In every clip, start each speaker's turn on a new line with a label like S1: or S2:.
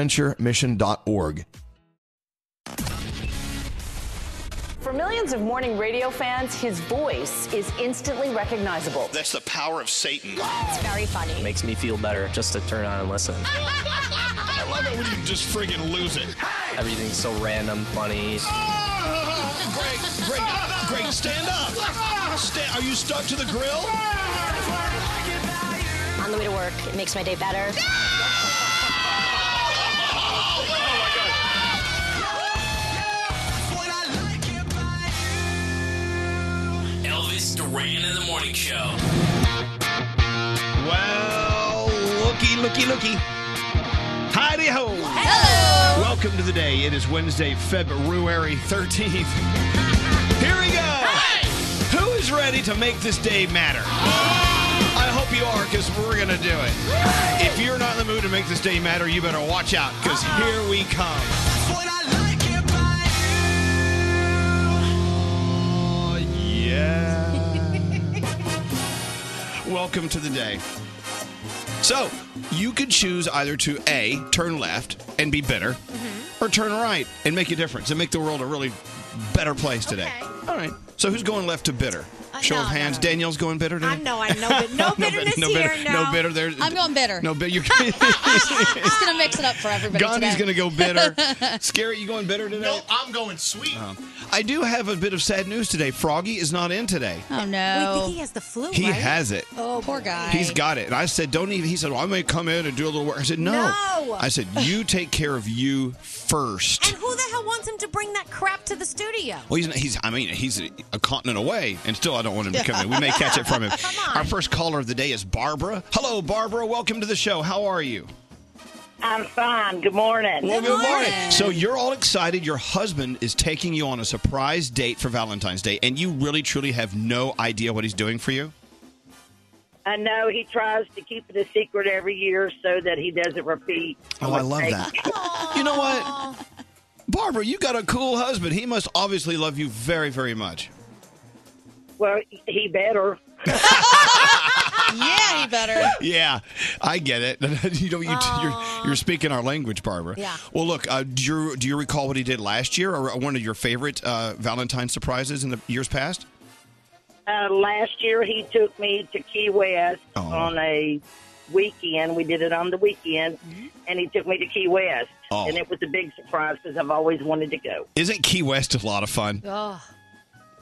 S1: adventuremission.org.
S2: For millions of morning radio fans, his voice is instantly recognizable.
S3: That's the power of Satan.
S4: It's very funny.
S5: Makes me feel better just to turn on and listen.
S3: I love it when you just friggin' lose it.
S5: Everything's so random, funny.
S3: Greg, Greg, Greg, stand up. Sta- are you stuck to the grill?
S4: On the way to work, it makes my day better.
S6: Elvis Duran in the Morning Show.
S7: Well, looky, looky, looky. Heidi ho!
S4: Hello!
S7: Welcome to the day. It is Wednesday, February 13th. Here we go! Who is ready to make this day matter? I hope you are, because we're going to do it. If you're not in the mood to make this day matter, you better watch out, because here we come. Oh, yeah. Welcome to the day. So, you could choose either to A, turn left and be bitter,
S8: Mm-hmm.
S7: or turn right and make a difference and make the world a really better place today. All right. So, who's going left to bitter? Show
S8: Uh, no,
S7: of
S8: no,
S7: hands.
S8: no.
S7: Danielle's going bitter today?
S8: I'm- no, I'm no bit- no
S7: bit-
S8: bitterness
S7: no bitter,
S8: here,
S7: No
S8: no.
S7: bitter there.
S8: I'm going bitter.
S7: No bitter. You're,
S8: Just gonna mix it up for everybody.
S7: Gandhi's going to
S8: today.
S7: go bitter. Scary, you going bitter today?
S3: No, I'm going sweet.
S7: I do have a bit of sad news today. Froggy is not in today.
S8: Oh
S9: no.
S8: Wait, I think he has the flu.
S7: He
S8: right?
S7: has it.
S8: Oh, poor guy.
S7: He's got it. And I said, don't even. He said, well, I may come in and do a little work. I said, no.
S8: No.
S7: I said, you take care of you first.
S8: And who the hell wants him to bring that crap to the studio?
S7: Well, he's, he's I mean, he's a, a continent away, and still I don't want him to come in. We may catch it from him. Our first caller of the day is Barbara. Hello, Barbara. Welcome to the show. How are you?
S10: I'm fine. Good morning.
S7: Well, good morning. So you're all excited. Your husband is taking you on a surprise date for Valentine's Day, and you really, truly have no idea what he's doing for you?
S10: I know he tries to keep it a secret every year so that he doesn't repeat.
S7: Oh, I love that. you know what? Barbara, you got a cool husband. He must obviously love you very, very much.
S10: Well, he better.
S11: yeah, he better.
S7: yeah, I get it. you know, you, you're, you're speaking our language, Barbara.
S11: Yeah.
S7: Well, look, uh, do, you, do you recall what he did last year or one of your favorite uh, Valentine surprises in the years past?
S10: Uh, last year, he took me to Key West on a weekend. We did it on the weekend,
S7: Mm-hmm.
S10: and he took me to Key West,
S7: Oh.
S10: and it was a big surprise because I've always wanted to go.
S7: Isn't Key West a lot of fun?
S10: Oh.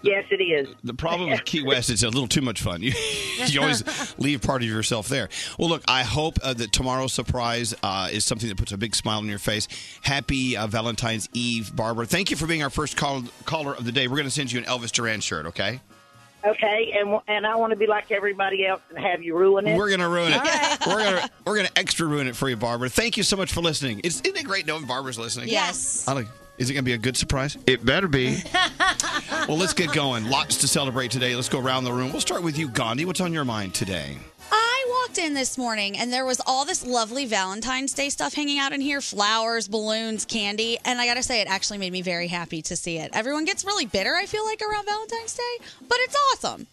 S10: Yes, it is.
S7: The problem with Key West is a little too much fun. You, you always leave part of yourself there. Well, look, I hope uh, that tomorrow's surprise uh, is something that puts a big smile on your face. Happy uh, Valentine's Eve, Barbara. Thank you for being our first call- caller of the day. We're going to send you an Elvis Duran shirt, okay?
S10: Okay, and and I want to be like everybody else and have you ruin it.
S7: We're gonna ruin it. We're gonna we're gonna extra ruin it for you, Barbara. Thank you so much for listening. It's, isn't it great knowing Barbara's listening?
S11: Yes.
S7: I like. Is it gonna be a good surprise? It better be. well, let's get going. Lots to celebrate today. Let's go around the room. We'll start with you, Gandhi. What's on your mind today?
S11: I walked in this morning and there was all this lovely Valentine's Day stuff hanging out in here flowers, balloons, candy. And I got to say, it actually made me very happy to see it. Everyone gets really bitter, I feel like, around Valentine's Day, but it's awesome.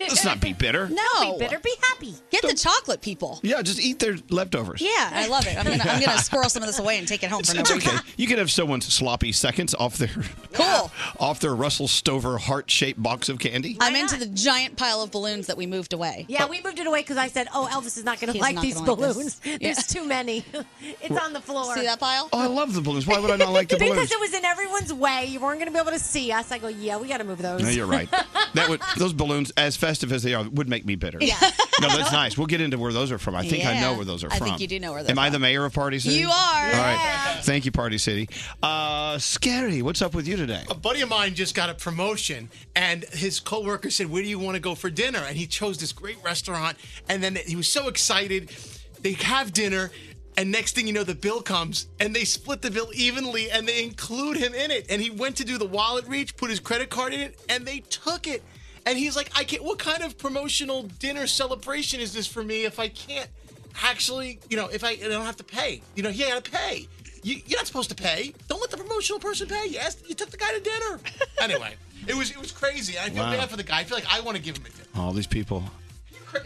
S7: Let's not be bitter.
S11: No. Be bitter, be happy. Get the chocolate people.
S7: Yeah, just eat their leftovers.
S11: Yeah, I love it. I'm gonna I'm gonna squirrel some of this away and take it home for no
S7: It's
S11: reason.
S7: okay. You can have someone's sloppy seconds off their
S11: Cool.
S7: off their Russell Stover heart shaped box of candy.
S11: I'm into the giant pile of balloons that we moved away.
S4: Yeah, we moved it away because I said, "Oh, Elvis is not going to
S11: He's
S4: like
S11: not
S4: these
S11: gonna like
S4: balloons.
S11: this.
S4: There's too many. it's on the floor.
S11: See that pile?
S7: Oh, I love the balloons. Why would I not like the
S4: because
S7: balloons?
S4: it was in everyone's way. You weren't going to be able to see us. I go, "Yeah, we got to move those."
S7: No, you're right. That would those balloons, as festive as they are, would make me bitter.
S4: Yeah.
S7: No, that's nice. We'll get into where those are from. I think I know
S11: Yeah.
S7: where those are
S11: I
S7: from.
S11: think you do know where they're
S7: Am I the mayor of Party City?
S11: You are.
S7: All right. Thank you, Party City. Uh, Scary, what's up with you today?
S12: A buddy of mine just got a promotion, and his coworker said, "Where do you want to go for dinner?" And he chose this great restaurant, and then he was so excited. They have dinner, and next thing you know, the bill comes, and they split the bill evenly, and they include him in it. And he went to do the wallet reach, put his credit card in it, and they took it. And he's like, "I can't. What kind of promotional dinner celebration is this for me if I can't actually, you know, if I, I don't have to pay? You know, he got to pay." You, you're not supposed to pay. Don't let the promotional person pay. You asked, you took the guy to dinner. anyway, it was it was crazy. I feel
S7: Wow.
S12: bad for the guy. I feel like I want to give him a dinner.
S7: All these people.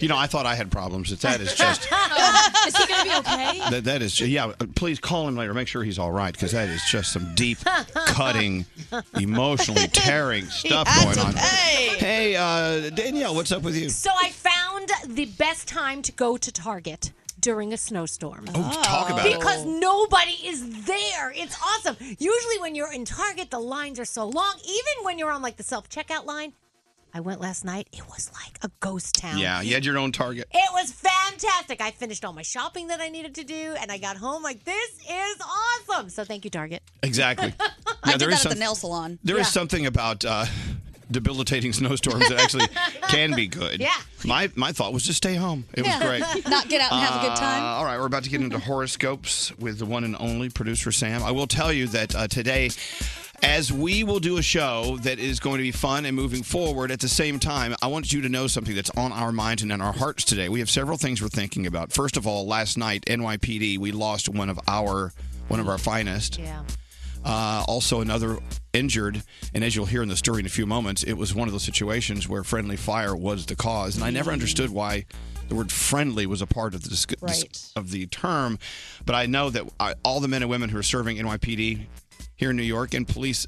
S7: You know, I thought I had problems. But that is just
S11: is he gonna be okay?
S7: that, that is yeah. Please call him later. Make sure he's all right because that is just some deep cutting, emotionally tearing stuff going on. Hey, uh, Danielle, what's up with you?
S4: So I found the best time to go to Target during a snowstorm.
S7: Oh, talk about it.
S4: Because nobody is there. It's awesome. Usually when you're in Target, the lines are so long. Even when you're on like the self-checkout line, I went last night. It was like a ghost town.
S7: Yeah, you had your own target.
S4: It was fantastic. I finished all my shopping that I needed to do, and I got home like this is awesome. So thank you, Target.
S7: Exactly. Yeah,
S11: I did
S7: there is
S11: that at
S7: some-
S11: the nail salon.
S7: There is something about uh, debilitating snowstorms that actually can be good.
S11: Yeah.
S7: My my thought was just stay home. It was
S11: Yeah.
S7: great.
S11: Not get out and have a good time.
S7: Uh, all right, we're about to get into horoscopes with the one and only producer Sam. I will tell you that uh, today. As we will do a show that is going to be fun and moving forward, at the same time, I want you to know something that's on our minds and in our hearts today. We have several things we're thinking about. First of all, last night NYPD, we lost one of our one of our finest.
S4: Yeah.
S7: Uh, also, another injured. And as you'll hear in the story in a few moments, it was one of those situations where friendly fire was the cause. And I never understood why the word friendly was a part of the, dis- dis-
S11: Right.
S7: of the term. But I know that I, all the men and women who are serving NYPD here in New York and police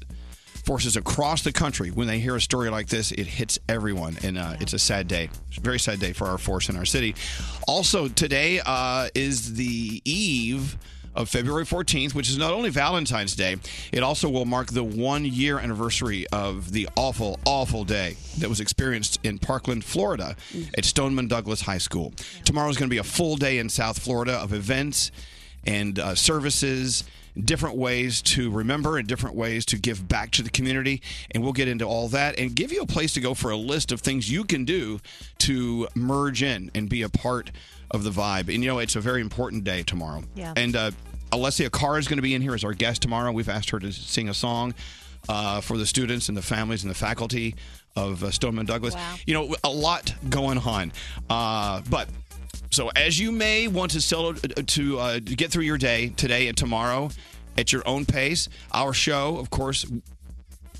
S7: forces across the country, when they hear a story like this, it hits everyone. And uh, it's a sad day. It's a very sad day for our force in our city. Also, today uh, is the eve of February 14th, which is not only Valentine's Day, it also will mark the one year anniversary of the awful, awful day that was experienced in Parkland, Florida at Stoneman Douglas High School. Tomorrow is going to be a full day in South Florida of events and uh, services. Different ways to remember and different ways to give back to the community. And we'll get into all that and give you a place to go for a list of things you can do to merge in and be a part of the vibe. And you know, it's a very important day tomorrow.
S13: Yeah.
S7: And uh, Alessia Carr is going to be in here as our guest tomorrow. We've asked her to sing a song uh, for the students and the families and the faculty of uh, Stoneman Douglas. You know, a lot going on. Uh, but so as you may want to sell, to uh, get through your day today and tomorrow at your own pace, our show, of course,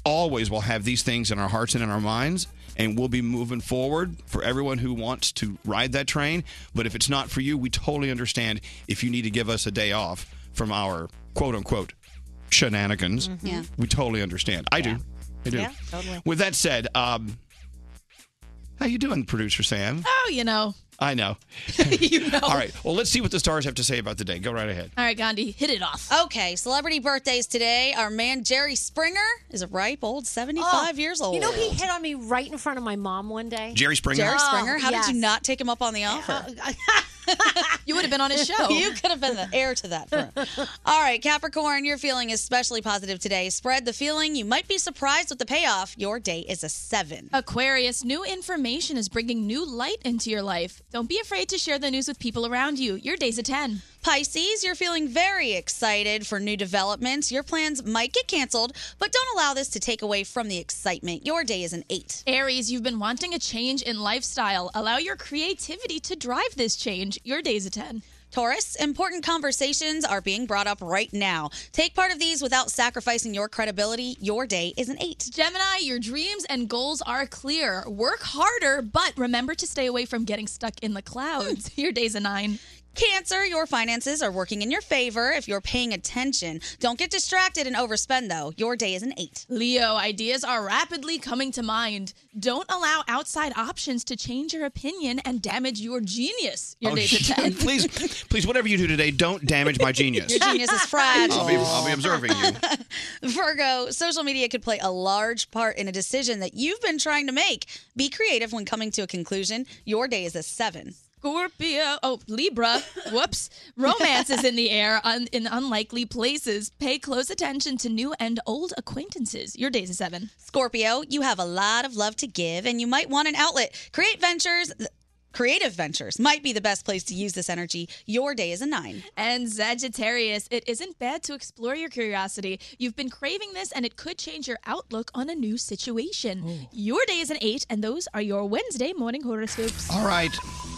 S7: always will have these things in our hearts and in our minds. and we'll be moving forward for everyone who wants to ride that train. But if it's not for you, we totally understand if you need to give us a day off from our quote unquote shenanigans.
S11: Mhm. Yeah.
S7: We totally understand. I do. I do.
S13: Mm-hmm. Yeah, totally.
S7: With that said, um, how you doing, producer Sam?
S13: Oh, you know.
S7: I know.
S13: you know.
S7: All right. Well, let's see what the stars have to say about the day. Go right ahead.
S11: All right, Gandhi, hit it off. Okay, celebrity birthdays today. Our man Jerry Springer is a ripe old 75
S4: Oh,
S11: years old.
S4: You know, he hit on me right in front of my mom one day.
S7: Jerry Springer?
S11: Jerry
S4: Oh,
S11: Springer. How
S4: yes.
S11: did you not take him up on the offer? you would have been
S13: on his show.
S11: you could have been the heir to that. throne. All right, Capricorn, your feeling is especially positive today. Spread the feeling. You might be surprised with the payoff. Your day is a seven.
S13: Aquarius, new information is bringing new light into your life. Don't be afraid to share the news with people around you. Your day's a 10.
S11: Pisces, you're feeling very excited for new developments. Your plans might get canceled, but don't allow this to take away from the excitement. Your day is an eight.
S13: Aries, you've been wanting a change in lifestyle. Allow your creativity to drive this change. Your day's a 10.
S11: Taurus, important conversations are being brought up right now. Take part of these without sacrificing your credibility. Your day is an eight.
S13: Gemini, your dreams and goals are clear. Work harder, but remember to stay away from getting stuck in the clouds. Your day's a 9.
S11: Cancer, your finances are working in your favor if you're paying attention. Don't get distracted and overspend, though. Your day is an eight.
S13: Leo, ideas are rapidly coming to mind. Don't allow outside options to change your opinion and damage your genius. Your
S7: Oh,
S13: day's a 10.
S7: please, please, whatever you do today, don't damage my genius.
S11: Your genius is fragile.
S7: I'll be, I'll be observing you.
S11: Virgo, social media could play a large part in a decision that you've been trying to make. Be creative when coming to a conclusion. Your day is a seven.
S13: Scorpio, oh, Libra, whoops. Romance is in the air un- in unlikely places. Pay close attention to new and old acquaintances. Your day's a seven.
S11: Scorpio, you have a lot of love to give and you might want an outlet. Create ventures. Creative ventures might be the best place to use this energy. Your day is a nine.
S13: And Sagittarius, it isn't bad to explore your curiosity. You've been craving this and it could change your outlook on a new situation. Your day is an eight, and those are your Wednesday morning horoscopes.
S7: All right.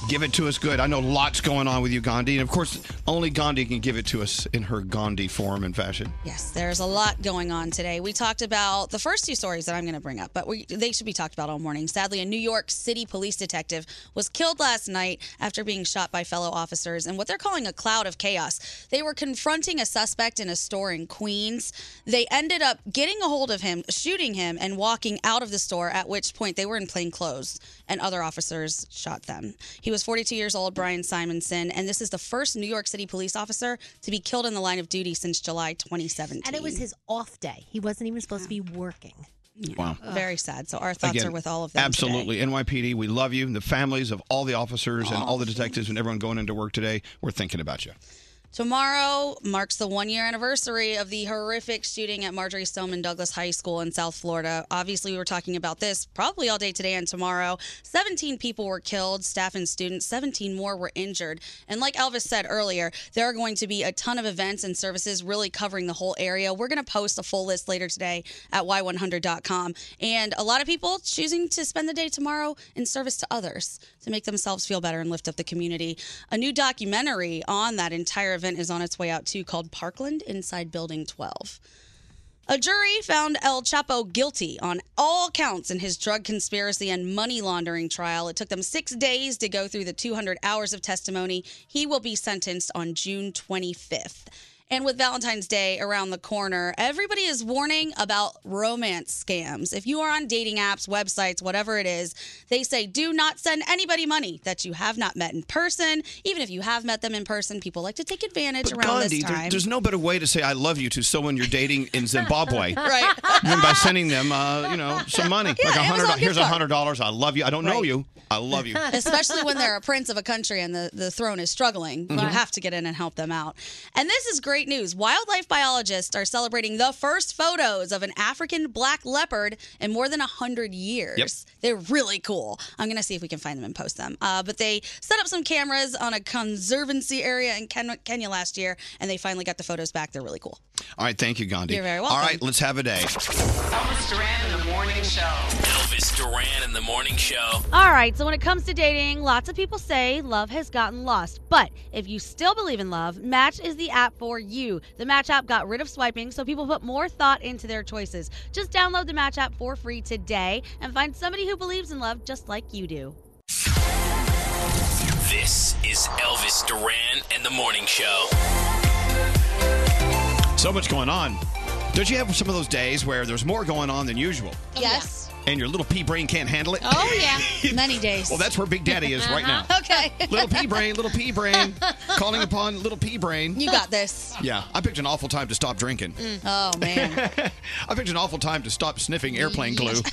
S7: Give it to us good. I know lots going on with you, Gandhi. And of course, only Gandhi can give it to us in her Gandhi form and fashion.
S11: Yes, there's a lot going on today. We talked about the first two stories that I'm going to bring up, but we, they should be talked about all morning. Sadly, a New York City police detective was killed last night after being shot by fellow officers in what they're calling a cloud of chaos. They were confronting a suspect in a store in Queens. They ended up getting a hold of him, shooting him, and walking out of the store, at which point they were in plain clothes and other officers shot them. He was 42 years old, Brian Simonson, and this is the first New York City police officer to be killed in the line of duty since July 2017.
S4: And it was his off day. He wasn't even supposed to be working.
S7: Wow.
S11: Very sad. So our thoughts
S7: Again,
S11: are with all of them.
S7: Absolutely. NYPD, we love you. The families of all the officers and all the detectives and everyone going into work today, we're thinking about you.
S11: Tomorrow marks the one year anniversary of the horrific shooting at Marjorie Stoneman Douglas High School in South Florida. Obviously, we were talking about this probably all day today and tomorrow. 17 people were killed, staff and students, 17 more were injured. And like Elvis said earlier, there are going to be a ton of events and services really covering the whole area. We're going to post a full list later today at y100.com. And a lot of people choosing to spend the day tomorrow in service to others to make themselves feel better and lift up the community. A new documentary on that entire event is on its way out too called Parkland Inside Building 12. A jury found El Chapo guilty on all counts in his drug conspiracy and money laundering trial. It took them six days to go through the 200 hours of testimony. He will be sentenced on June 25th. And with Valentine's Day around the corner, everybody is warning about romance scams. If you are on dating apps, websites, whatever it is, they say do not send anybody money that you have not met in person. Even if you have met them in person, people like to take advantage around
S7: Gandhi,
S11: this
S7: there-
S11: time.
S7: there's no better way to say I love you to someone you're dating in Zimbabwe
S11: Right.
S7: than by sending them, uh, you know, some money.
S11: Yeah,
S7: like a
S11: Amazon
S7: hundred.
S11: gift
S7: Here's a
S11: card.
S7: hundred dollars. I love you. I don't know you. I love you.
S11: Especially when they're a prince of a country and the, the throne is struggling. You
S7: Mhm.
S11: have to get in and help them out. And this is great news. Wildlife biologists are celebrating the first photos of an African black leopard in more than 100 years. They're really cool. I'm going to see if we can find them and post them. Uh, but they set up some cameras on a conservancy area in Ken- Kenya last year, and they finally got the photos back. They're really cool.
S7: All right, thank you, Gandhi.
S11: You're very
S7: All
S11: welcome.
S7: right, let's have a day.
S6: Elvis Duran in the morning show. Elvis Duran in the morning show.
S14: All right, so when it comes to dating, lots of people say love has gotten lost. But if you still believe in love, Match is the app for you. The Match app got rid of swiping, so people put more thought into their choices. Just download the Match app for free today and find somebody who believes in love just like you do.
S6: This is Elvis Duran and the Morning Show.
S7: So much going on. Don't you have some of those days where there's more going on than usual
S11: Yes.
S7: and your little pea brain can't handle it?
S11: Oh Uh-huh. yeah. Many days.
S7: Well, that's where Big Daddy is right now.
S11: Okay.
S7: little pea brain, little pea brain, calling upon little pea brain.
S11: You got this.
S7: Yeah, I picked an awful time to stop drinking.
S11: Mm. Oh man.
S7: I picked an awful time to stop sniffing airplane glue.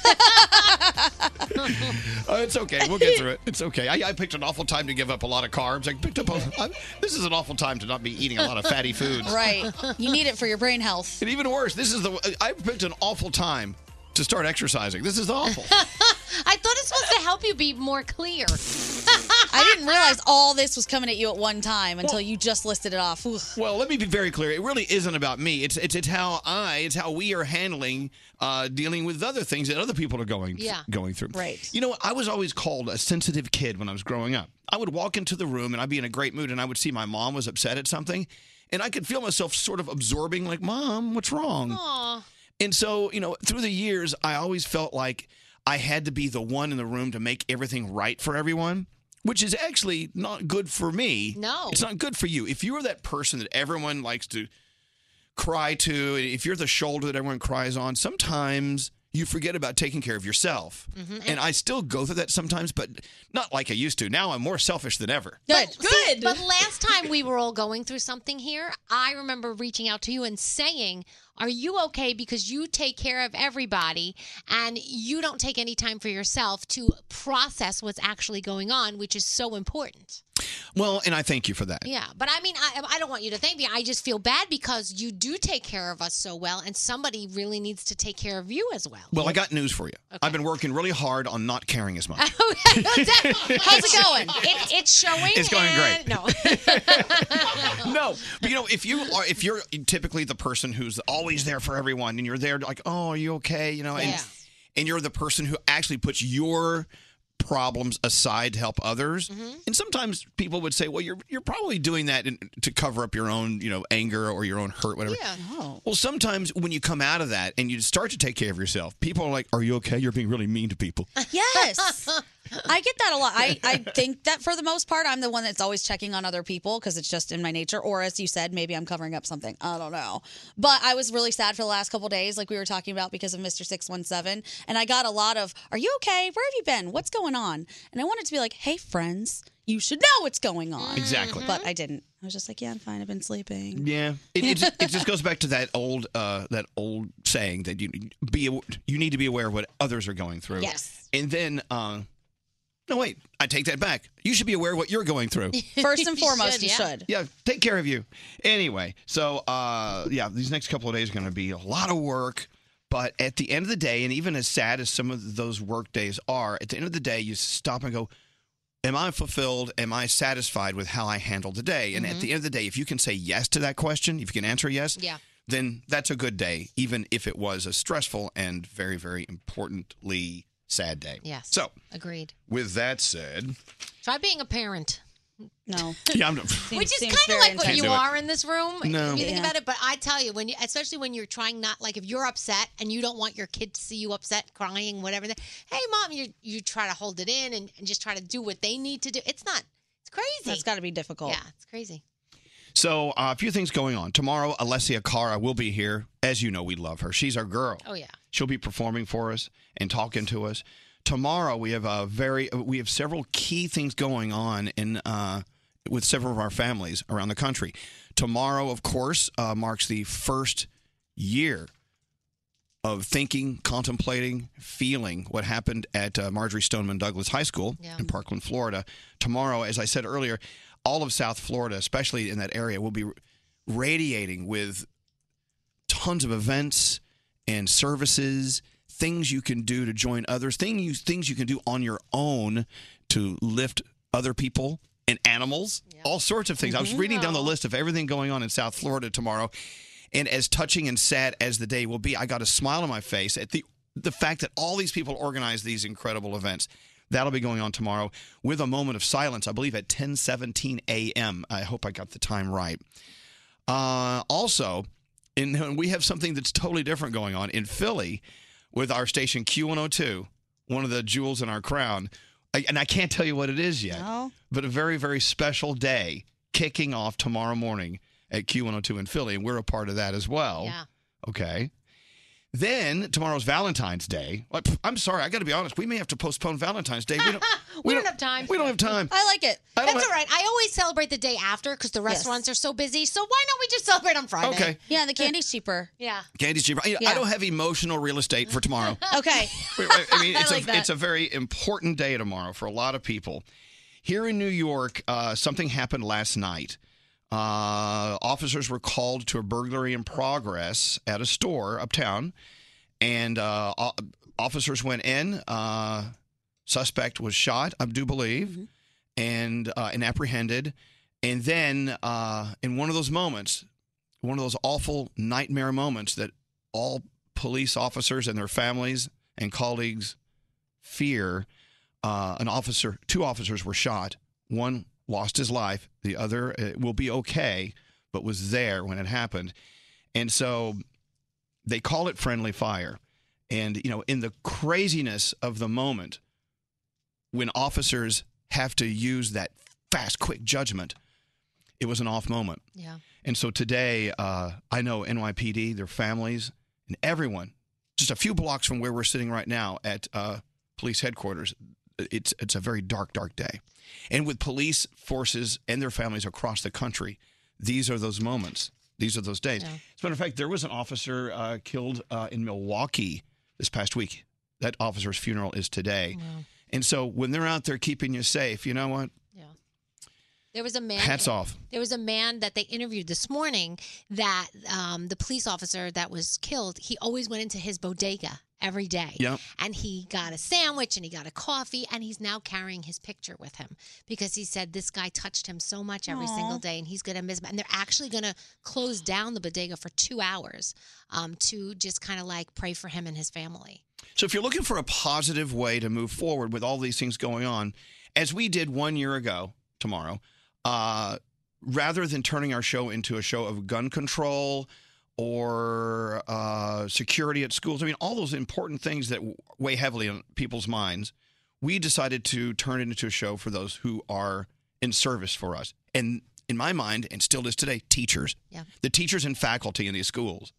S7: Uh, it's okay. We'll get through it. It's okay. I, I picked an awful time to give up a lot of carbs. I picked up. A, I, this is an awful time to not be eating a lot of fatty foods.
S11: Right. You need it for your brain health.
S7: And even worse, this is the. I picked an awful time to start exercising. This is awful.
S11: I thought it's supposed to help you be more clear. I didn't realize all this was coming at you at one time until you just listed it off. Oof.
S7: Well, let me be very clear. It really isn't about me. It's it's it's how I, it's how we are handling uh, dealing with other things that other people are going
S15: Yeah.
S7: going through.
S15: Right.
S7: You know, I was always called a sensitive kid when I was growing up. I would walk into the room and I'd be in a great mood and I would see my mom was upset at something, and I could feel myself sort of absorbing, like, "Mom, what's wrong?" And so, you know, through the years, I always felt like I had to be the one in the room to make everything right for everyone, which is actually not good for me.
S15: No.
S7: It's not good for you. If you're that person that everyone likes to cry to, if you're the shoulder that everyone cries on, sometimes you forget about taking care of yourself.
S15: Mhm.
S7: And I still go through that sometimes, but not like I used to. Now I'm more selfish than ever.
S11: Good.
S9: Good. But last time we were all going through something here, I remember reaching out to you and saying, Are you okay? Because you take care of everybody and you don't take any time for yourself to process what's actually going on, which is so important.
S7: Well, and I thank you for that.
S9: Yeah. But I mean, I, I don't want you to thank me. I just feel bad because you do take care of us so well, and somebody really needs to take care of you as well.
S7: Well, I got news for you. I've been working really hard on not caring as much.
S9: How's
S11: it going?
S9: It, it's showing.
S7: It's going
S9: and-
S7: great.
S9: No.
S7: no, but you know, if you are, if you're typically the person who's always there for everyone, and you're there like, oh, are you okay? You know, and
S15: Yeah.
S7: and you're the person who actually puts your problems aside to help others. And sometimes people would say, well, you're you're probably doing that in, to cover up your own, you know, anger or your own hurt, whatever.
S15: Yeah.
S7: Well, sometimes when you come out of that and you start to take care of yourself, people are like, "Are you okay? You're being really mean to people."
S11: Yes. I get that a lot. I, I think that for the most part, I'm the one that's always checking on other people because it's just in my nature. Or as you said, maybe I'm covering up something. I don't know. But I was really sad for the last couple days, like we were talking about because of Mr. 617. And I got a lot of, Are you okay? Where have you been? What's going on? And I wanted to be like, Hey, friends, you should know what's going on.
S7: Exactly.
S11: But I didn't. I was just like, Yeah, I'm fine. I've been sleeping.
S7: Yeah, it, it, just, it just goes back to that old uh, that old saying that you be aw- you need to be aware of what others are going through.
S11: Yes.
S7: and then uh, no wait, I take that back. You should be aware of what you're going through.
S11: First and
S9: You
S11: foremost,
S9: should,
S11: you
S9: yeah.
S11: should.
S7: yeah, take care of you. Anyway, so uh, yeah, these next couple of days are going to be a lot of work. But at the end of the day, and even as sad as some of those work days are, at the end of the day, you stop and go, Am I fulfilled? Am I satisfied with how I handled the day? And at
S11: Mm-hmm.
S15: Mhm.
S7: the end of the day, if you can say yes to that question, if you can answer yes,
S15: Yeah.
S7: then that's a good day, even if it was a stressful and very, very importantly sad day.
S9: Yes.
S7: So,
S9: Agreed.
S7: with that said,
S9: Try being a parent.
S11: No.
S7: yeah, I'm.
S9: Which is kind of like what
S7: intense. Can't
S9: you
S7: do it.
S9: are in this room.
S7: No.
S9: If you think
S7: Yeah.
S9: about it, but I tell you, when you, especially when you're trying not like if you're upset and you don't want your kid to see you upset, crying, whatever. That, hey, mom, you you try to hold it in and, and just try to do what they need to do. It's not. It's crazy.
S11: That's got to be difficult.
S9: Yeah, it's crazy.
S7: So, uh, a few things going on. Tomorrow, Alessia Cara will be here. As you know, we love her. She's our girl.
S9: Oh yeah.
S7: She'll be performing for us and talking to us. Tomorrow, we have a very we have several key things going on in uh, with several of our families around the country. Tomorrow, of course, uh, marks the first year of thinking, contemplating, feeling what happened at uh, Marjorie Stoneman Douglas High School
S15: Yeah.
S7: in Parkland, Florida. Tomorrow, as I said earlier, all of South Florida, especially in that area, will be radiating with tons of events and services, things you can do to join others, thing you, things you can do on your own to lift other people and animals, all sorts of things. I was
S15: Mhm.
S7: reading down the list of everything going on in South Florida tomorrow. And as touching and sad as the day will be, I got a smile on my face at the the fact that all these people organize these incredible events. That'll be going on tomorrow with a moment of silence, I believe at 10:17 a.m. I hope I got the time right. Uh, also, in, we have something that's totally different going on in Philly with our station Q102, one of the jewels in our crown. I, and I can't tell you what it is yet, but a very, very special day kicking off tomorrow morning at Q102 in Philly. And we're a part of that as well.
S9: Yeah.
S7: Okay. Then tomorrow's Valentine's Day. Like, pff, I'm sorry, I got to be honest. We may have to postpone Valentine's Day. We don't,
S9: We, don't have time.
S7: we don't have time.
S11: I like it.
S7: I don't
S9: That's
S7: have-
S9: all right. I always celebrate the day after because the restaurants are so busy. So why don't we just celebrate on Friday?
S7: Okay.
S11: Yeah, the candy's cheaper.
S9: Yeah.
S7: Candy's cheaper. I,
S9: Yeah.
S7: I don't have emotional real estate for tomorrow.
S11: Okay.
S7: Wait, wait, I mean,
S11: I
S7: it's,
S11: like
S7: a,
S11: that.
S7: it's a very important day tomorrow for a lot of people. Here in New York, uh, something happened last night. Uh, officers were called to a burglary in progress at a store uptown, and uh, o- officers went in. Uh, suspect was shot, I do believe, and uh, and apprehended. And then, uh, in one of those moments, one of those awful nightmare moments that all police officers and their families and colleagues fear. Uh, an officer, two officers were shot. One lost his life. The other uh, will be okay, but was there when it happened. And so they call it friendly fire. And, you know, in the craziness of the moment, when officers have to use that fast, quick judgment, it was an off moment.
S9: Yeah.
S7: And so today, uh, I know NYPD, their families, and everyone, just a few blocks from where we're sitting right now at uh, police headquarters, it's it's a very dark, dark day. And with police forces and their families across the country, these are those moments. These are those days.
S3: Yeah.
S7: As a matter of fact, there was an officer uh, killed uh, in Milwaukee this past week. That officer's funeral is today. And so when they're out there keeping you safe, you know what?
S9: There was a man.
S7: Hats off.
S9: There was a man that they interviewed this morning that um, the police officer that was killed, he always went into his bodega every day.
S7: Yep.
S9: And he got a sandwich and he got a coffee and he's now carrying his picture with him because he said this guy touched him so much every
S16: Aw.
S9: single day and he's going to miss him. And they're actually going to close down the bodega for two hours um, to just kind of like pray for him and his family.
S7: So if you're looking for a positive way to move forward with all these things going on, as we did one year ago tomorrow, uh, rather than turning our show into a show of gun control or uh, security at schools, I mean, all those important things that w- weigh heavily on people's minds, we decided to turn it into a show for those who are in service for us. And in my mind, and still is today, teachers.
S9: Yeah.
S7: The teachers and faculty in these schools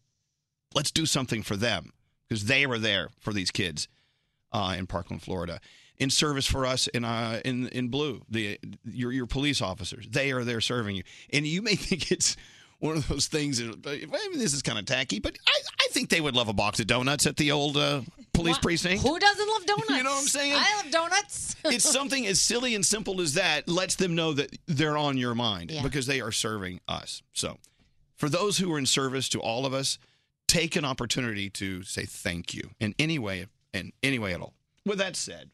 S7: let's do something for them because they were there for these kids uh, in Parkland, Florida, in service for us in uh, in in blue. The your your police officers, they are there serving you, and you may think it's. One of those things. that- I mean, this is kind of tacky, but I, I think they would love a box of donuts at the old uh, police precinct.
S9: Who doesn't love donuts?
S7: You know what I'm saying?
S9: I love donuts.
S7: it's something as silly and simple as that lets them know that they're on your mind
S9: Yeah.
S7: because they are serving us. So, for those who are in service to all of us, take an opportunity to say thank you in any way in any way at all. With that said,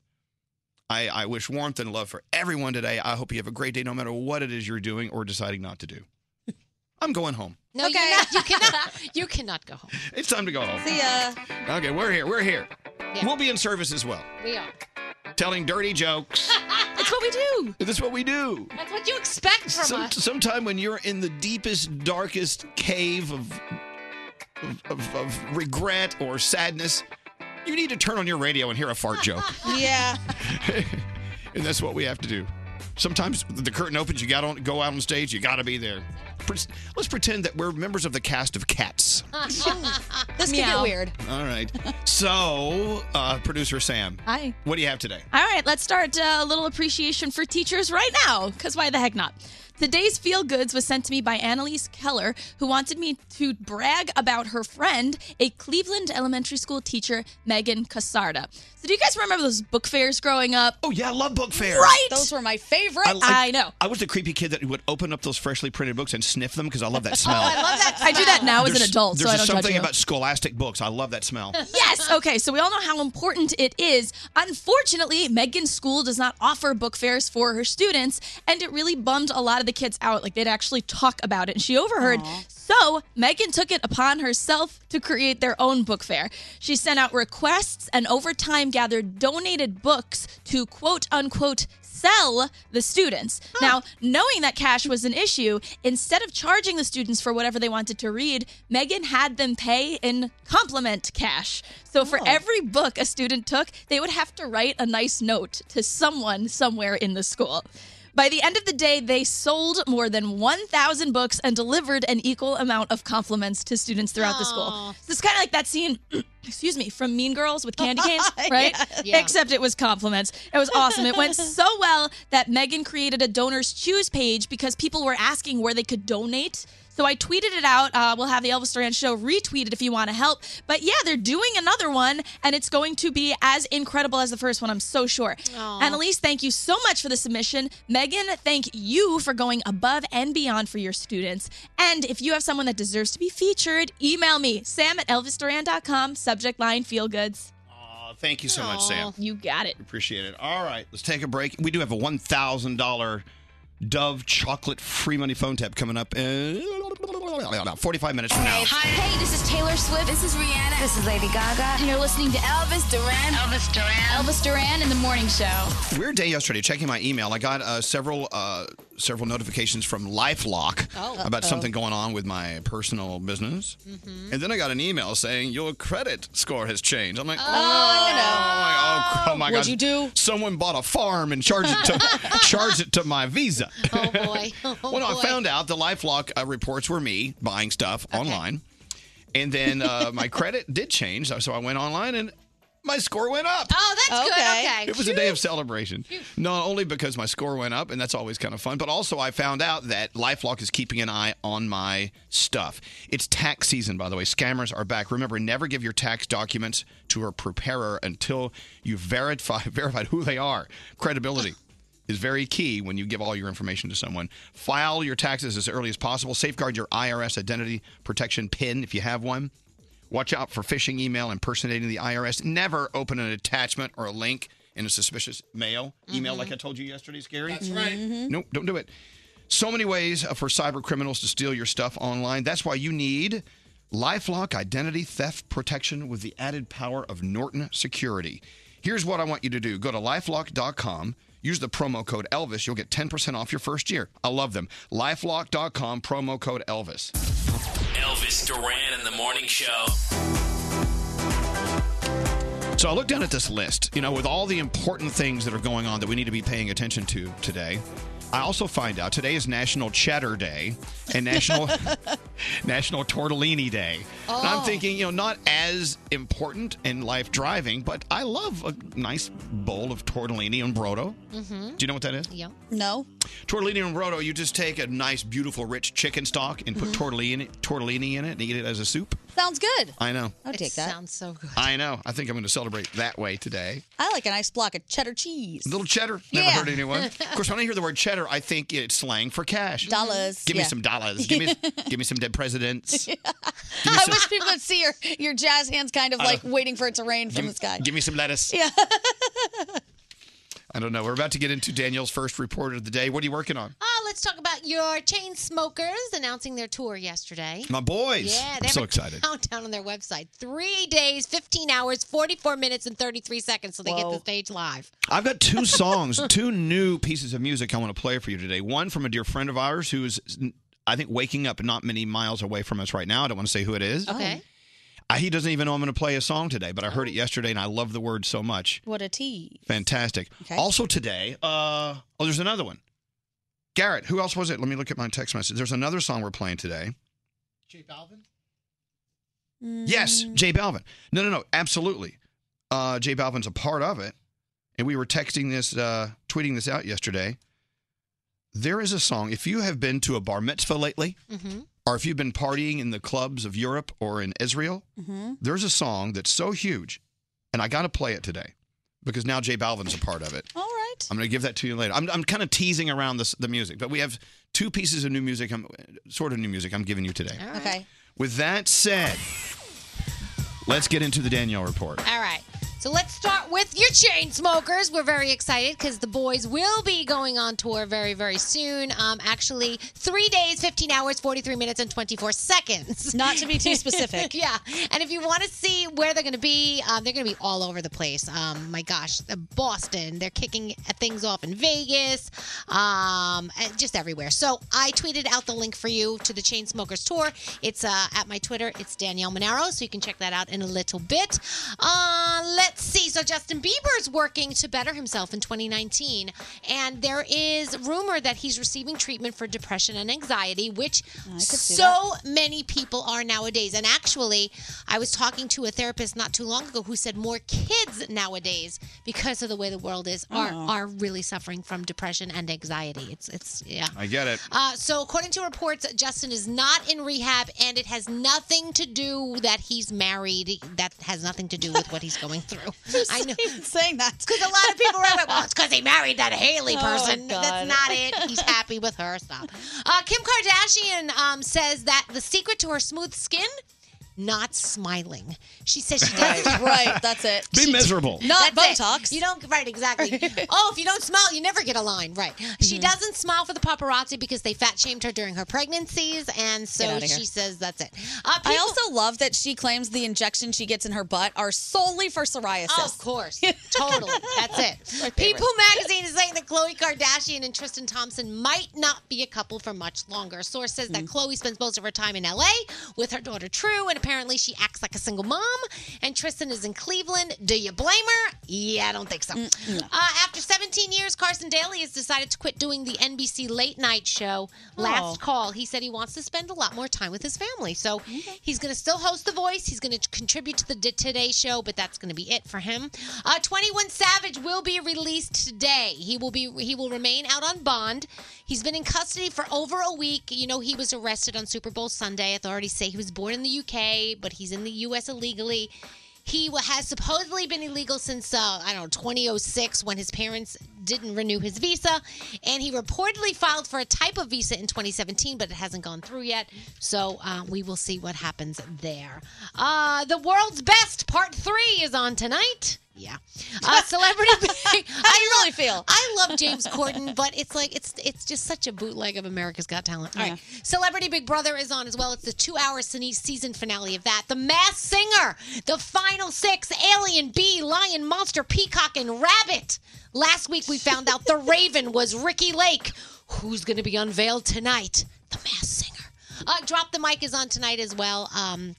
S7: I, I wish warmth and love for everyone today. I hope you have a great day, no matter what it is you're doing or deciding not to do. I'm going home.
S9: No, you're not, you cannot. You cannot go home.
S7: It's time to go home.
S11: See ya.
S7: Okay, we're here. We're here. We'll be in service as well,
S9: We are.
S7: telling dirty jokes. That's what we do. That's what we do.
S9: That's what you expect from
S7: Some,
S9: us.
S7: sometime when you're in the deepest, darkest cave of, of, of, of regret or sadness, you need to turn on your radio and hear a fart joke.
S11: Yeah.
S7: and that's what we have to do. Sometimes the curtain opens, you got on, go out on stage, you got to be there. Pre- Let's pretend that we're members of the cast of Cats.
S11: this could get
S13: Meow.
S11: weird.
S7: All right. So, uh, producer Sam,
S13: Hi.
S7: what do you have today?
S13: All right, let's start uh, a little appreciation for teachers right now, because why the heck not? Today's Feel Goods was sent to me by Annalise Keller, who wanted me to brag about her friend, a Cleveland elementary school teacher, Megan Casarda. So, do you guys remember those book fairs growing up?
S7: Oh, yeah, I love book fairs.
S13: Right?
S11: Those were my favorite.
S13: I know.
S7: I was the creepy kid that would open up those freshly printed books and sniff them because Oh, I love that smell.
S13: that. I do that now as
S7: There's-
S13: an adult, so
S7: There's
S13: I don't
S7: something
S13: judge you.
S7: about scholastic books. I love that smell.
S13: yes. Okay. So we all know how important it is. Unfortunately, Megan's school does not offer book fairs for her students, and it really bummed a lot of the kids out. Like they'd actually talk about it, and she overheard. So Megan took it upon herself to create their own book fair. She sent out requests and over time gathered donated books to quote unquote sell the students. Now, knowing that cash was an issue, instead of charging the students for whatever they wanted to read, Megan had them pay in compliment cash. So for
S9: Oh.
S13: every book a student took, they would have to write a nice note to someone somewhere in the school. By the end of the day, they sold more than 1,000 books and delivered an equal amount of compliments to students throughout the school. So it's kind of like that scene, excuse me, from Mean Girls with candy canes, right?
S9: Yes. Yeah.
S13: Except it was compliments. It was awesome. It went so well that Megan created a donors choose page because people were asking where they could donate. So I tweeted it out. Uh, we'll have the Elvis Duran Show retweet it if you want to help. But yeah, they're doing another one, and it's going to be as incredible as the first one. I'm so sure.
S9: Aw.
S13: Annalise, thank you so much for the submission. Megan, thank you for going above and beyond for your students. And if you have someone that deserves to be featured, email me, sam at elvisduran.com, subject line feel goods.
S7: Aw, Oh, thank you so much, Sam.
S13: You got it.
S7: Appreciate it. All right, let's take a break. We do have a one thousand dollar Dove chocolate free money phone tap coming up in forty five minutes from now.
S3: Hi. Hey, this is Taylor Swift. This is Rihanna. This is Lady Gaga. And you're listening to Elvis Duran. Elvis Duran. Elvis Duran in the morning show.
S7: Weird day yesterday. Checking my email, I got uh, several uh, several notifications from LifeLock
S3: Oh.
S7: about
S3: Uh-oh.
S7: something going on with my personal business,
S13: Mm-hmm.
S7: and then I got an email saying your credit score has changed. I'm like,
S3: Oh,
S7: oh, oh my
S3: What'd
S7: god,
S3: you
S7: do? Someone bought a farm and charged it to charged it to my Visa.
S3: Oh boy. Oh,
S7: well, no,
S3: boy.
S7: I found out the LifeLock uh, reports were me buying stuff online, and then uh, my credit did change, so I went online and my score went up.
S9: Oh, that's good. Okay.
S7: It was a day of celebration. Not only because my score went up, and that's always kind of fun, but also I found out that Lifelock is keeping an eye on my stuff. It's tax season, by the way. Scammers are back. Remember, never give your tax documents to a preparer until you verify verified who they are. Credibility. Is very key when you give all your information to someone. File your taxes as early as possible. Safeguard your IRS identity protection PIN if you have one. Watch out for phishing email impersonating the IRS. Never open an attachment or a link in a suspicious mail
S11: Mm-hmm.
S7: email like I told you yesterday, Scary. That's
S3: right. Mhm.
S7: Nope, don't do it. So many ways uh, for cyber criminals to steal your stuff online. That's why you need LifeLock identity theft protection with the added power of Norton Security. Here's what I want you to do. Go to lifelock.com, use the promo code Elvis, you'll get 10% off your first year. I love them. lifelock.com promo code Elvis.
S6: Elvis Duran in the morning show.
S7: So I looked down at this list, you know, with all the important things that are going on that we need to be paying attention to today. I also find out today is National Cheddar Day and National National Tortellini Day. And
S3: Oh.
S7: I'm thinking, you know, not as important in life driving, but I love a nice bowl of tortellini and brodo.
S11: Mm-hmm.
S7: Do you know what that is?
S9: Yeah.
S11: No.
S7: Tortellini and brodo, you just take a nice, beautiful, rich chicken stock and put tortellini, tortellini in it and eat it as a soup.
S11: Sounds good.
S7: I know.
S11: I'll take that.
S9: Sounds so good.
S7: I know. I think I'm going to celebrate that way today.
S11: I like a nice block of cheddar cheese.
S7: Little cheddar. Never
S11: Yeah.
S7: heard anyone. Of course, when I hear the word cheddar, I think it's slang for cash.
S11: Dollars,
S7: Give me
S11: yeah.
S7: some dollars. Give me, give me some dead presidents.
S11: I wish people would see your, your jazz hands kind of
S7: I
S11: like
S7: know.
S11: waiting for it to rain from
S7: Give,
S11: the sky.
S7: give me some lettuce.
S11: Yeah.
S7: I don't know. We're about to get into Danielle's first report of the day. What are you working on?
S9: Oh, let's talk about your chain smokers announcing their tour yesterday.
S7: My boys.
S9: Yeah, they
S7: I'm
S9: have
S7: so
S9: a
S7: excited.
S9: Countdown on their website: three days, fifteen hours, forty-four minutes, and thirty-three seconds. So they get the stage live.
S7: I've got two songs, two new pieces of music I want to play for you today. One from a dear friend of ours who is, I think, waking up not many miles away from us right now. I don't want to say who it is.
S11: Okay. Oh.
S7: Uh, He doesn't even know I'm going to play a song today, but I heard it yesterday and I love the word so much.
S11: What a tea.
S7: Fantastic.
S11: Okay.
S7: Also today, uh, oh, there's another one. Garrett, who else was it? Let me look at my text message. There's another song we're playing today.
S12: Jay Balvin?
S11: Mm.
S7: Yes, Jay Balvin. No, no, no, absolutely. Uh, Jay Balvin's a part of it, and we were texting this, uh, tweeting this out yesterday. There is a song. If you have been to a bar mitzvah lately,
S3: Mm-hmm.
S7: or if you've been partying in the clubs of Europe or in Israel,
S3: Mm-hmm.
S7: there's a song that's so huge, and I got to play it today because now Jay Balvin's a part of it.
S11: All right.
S7: I'm going to give that to you later. I'm, I'm kind of teasing around this, the music, but we have two pieces of new music, I'm, sort of new music I'm giving you today.
S11: Okay.
S7: With that said, let's get into the Danielle report.
S9: All right. So let's start with your chain smokers. We're very excited because the boys will be going on tour very, very soon. Um, actually, three days, 15 hours, 43 minutes, and 24 seconds.
S11: Not to be too specific.
S9: yeah. And if you want to see where they're going to be, um, they're going to be all over the place. Um, my gosh, uh, Boston. They're kicking things off in Vegas, um, and just everywhere. So I tweeted out the link for you to the chain smokers tour. It's uh, at my Twitter. It's Danielle Monaro. So you can check that out in a little bit. Uh, let's see. So Justin Bieber's working to better himself in 2019, and there is rumor that he's receiving treatment for depression and anxiety, which
S3: see
S9: so many people are nowadays. And actually, I was talking to a therapist not too long ago who said more kids nowadays, because of the way the world is, are
S7: Oh.
S9: are really suffering from depression and anxiety. It's it's yeah.
S7: I get it.
S9: Uh, so, according to reports, Justin is not in rehab, and it has nothing to do that he's married. That has nothing to do with what he's going through. I know
S11: saying that
S9: because a lot of people are like, "Well, it's because he married that Haley
S3: Oh,
S9: person."
S3: God.
S9: That's not it. He's happy with her. Stop. Uh, Kim Kardashian um, says that the secret to her smooth skin. Not smiling. She says she does
S11: Right, right, that's it.
S7: Be miserable.
S9: not Botox. You don't right exactly. oh, if you don't smile, you never get a line. Right. She doesn't smile for the paparazzi because they fat shamed her during her pregnancies, and
S11: Get
S9: so
S11: outta here.
S9: she says that's it. Uh,
S11: I also love that she claims the injection she gets in her butt are solely for psoriasis.
S9: of course, totally. That's it. People magazine is saying that Khloe Kardashian and Tristan Thompson might not be a couple for much longer. A source says that Khloe spends most of her time in LA with her daughter True, and apparently she acts like a single mom. And Tristan is in Cleveland. Do you blame her? Yeah, I don't think so. Uh, after 17 years, Carson Daly has decided to quit doing the NBC late night show.
S3: Oh.
S9: Last call, he said he wants to spend a lot more time with his family. So he's going to still host The Voice. He's going to contribute to the D- Today Show, but that's going to be it for him. Uh, 21 Savage will be released today. He will be he will remain out on bond. He's been in custody for over a week. You know he was arrested on Super Bowl Sunday. Authorities say he was born in the UK, but he's in the US illegally. He wa- has supposedly been illegal since, uh, I don't know, 2006 when his parents didn't renew his visa. And he reportedly filed for a type of visa in 2017, but it hasn't gone through yet. So uh, we will see what happens there. Uh, the World's Best Part 3 is on tonight. Yeah. Uh, celebrity. I really feel. I love James Corden, but it's like it's it's just such a bootleg of America's Got Talent. All right, Celebrity Big Brother is on as well. It's the two-hour cine- season finale of that. The Mass Singer, The Final Six, Alien, Bee, Lion, Monster, Peacock, and Rabbit. Last week we found out the Raven was Ricky Lake, who's going to be unveiled tonight. The Mass Singer. Uh, Drop the Mic is on tonight as well. Um,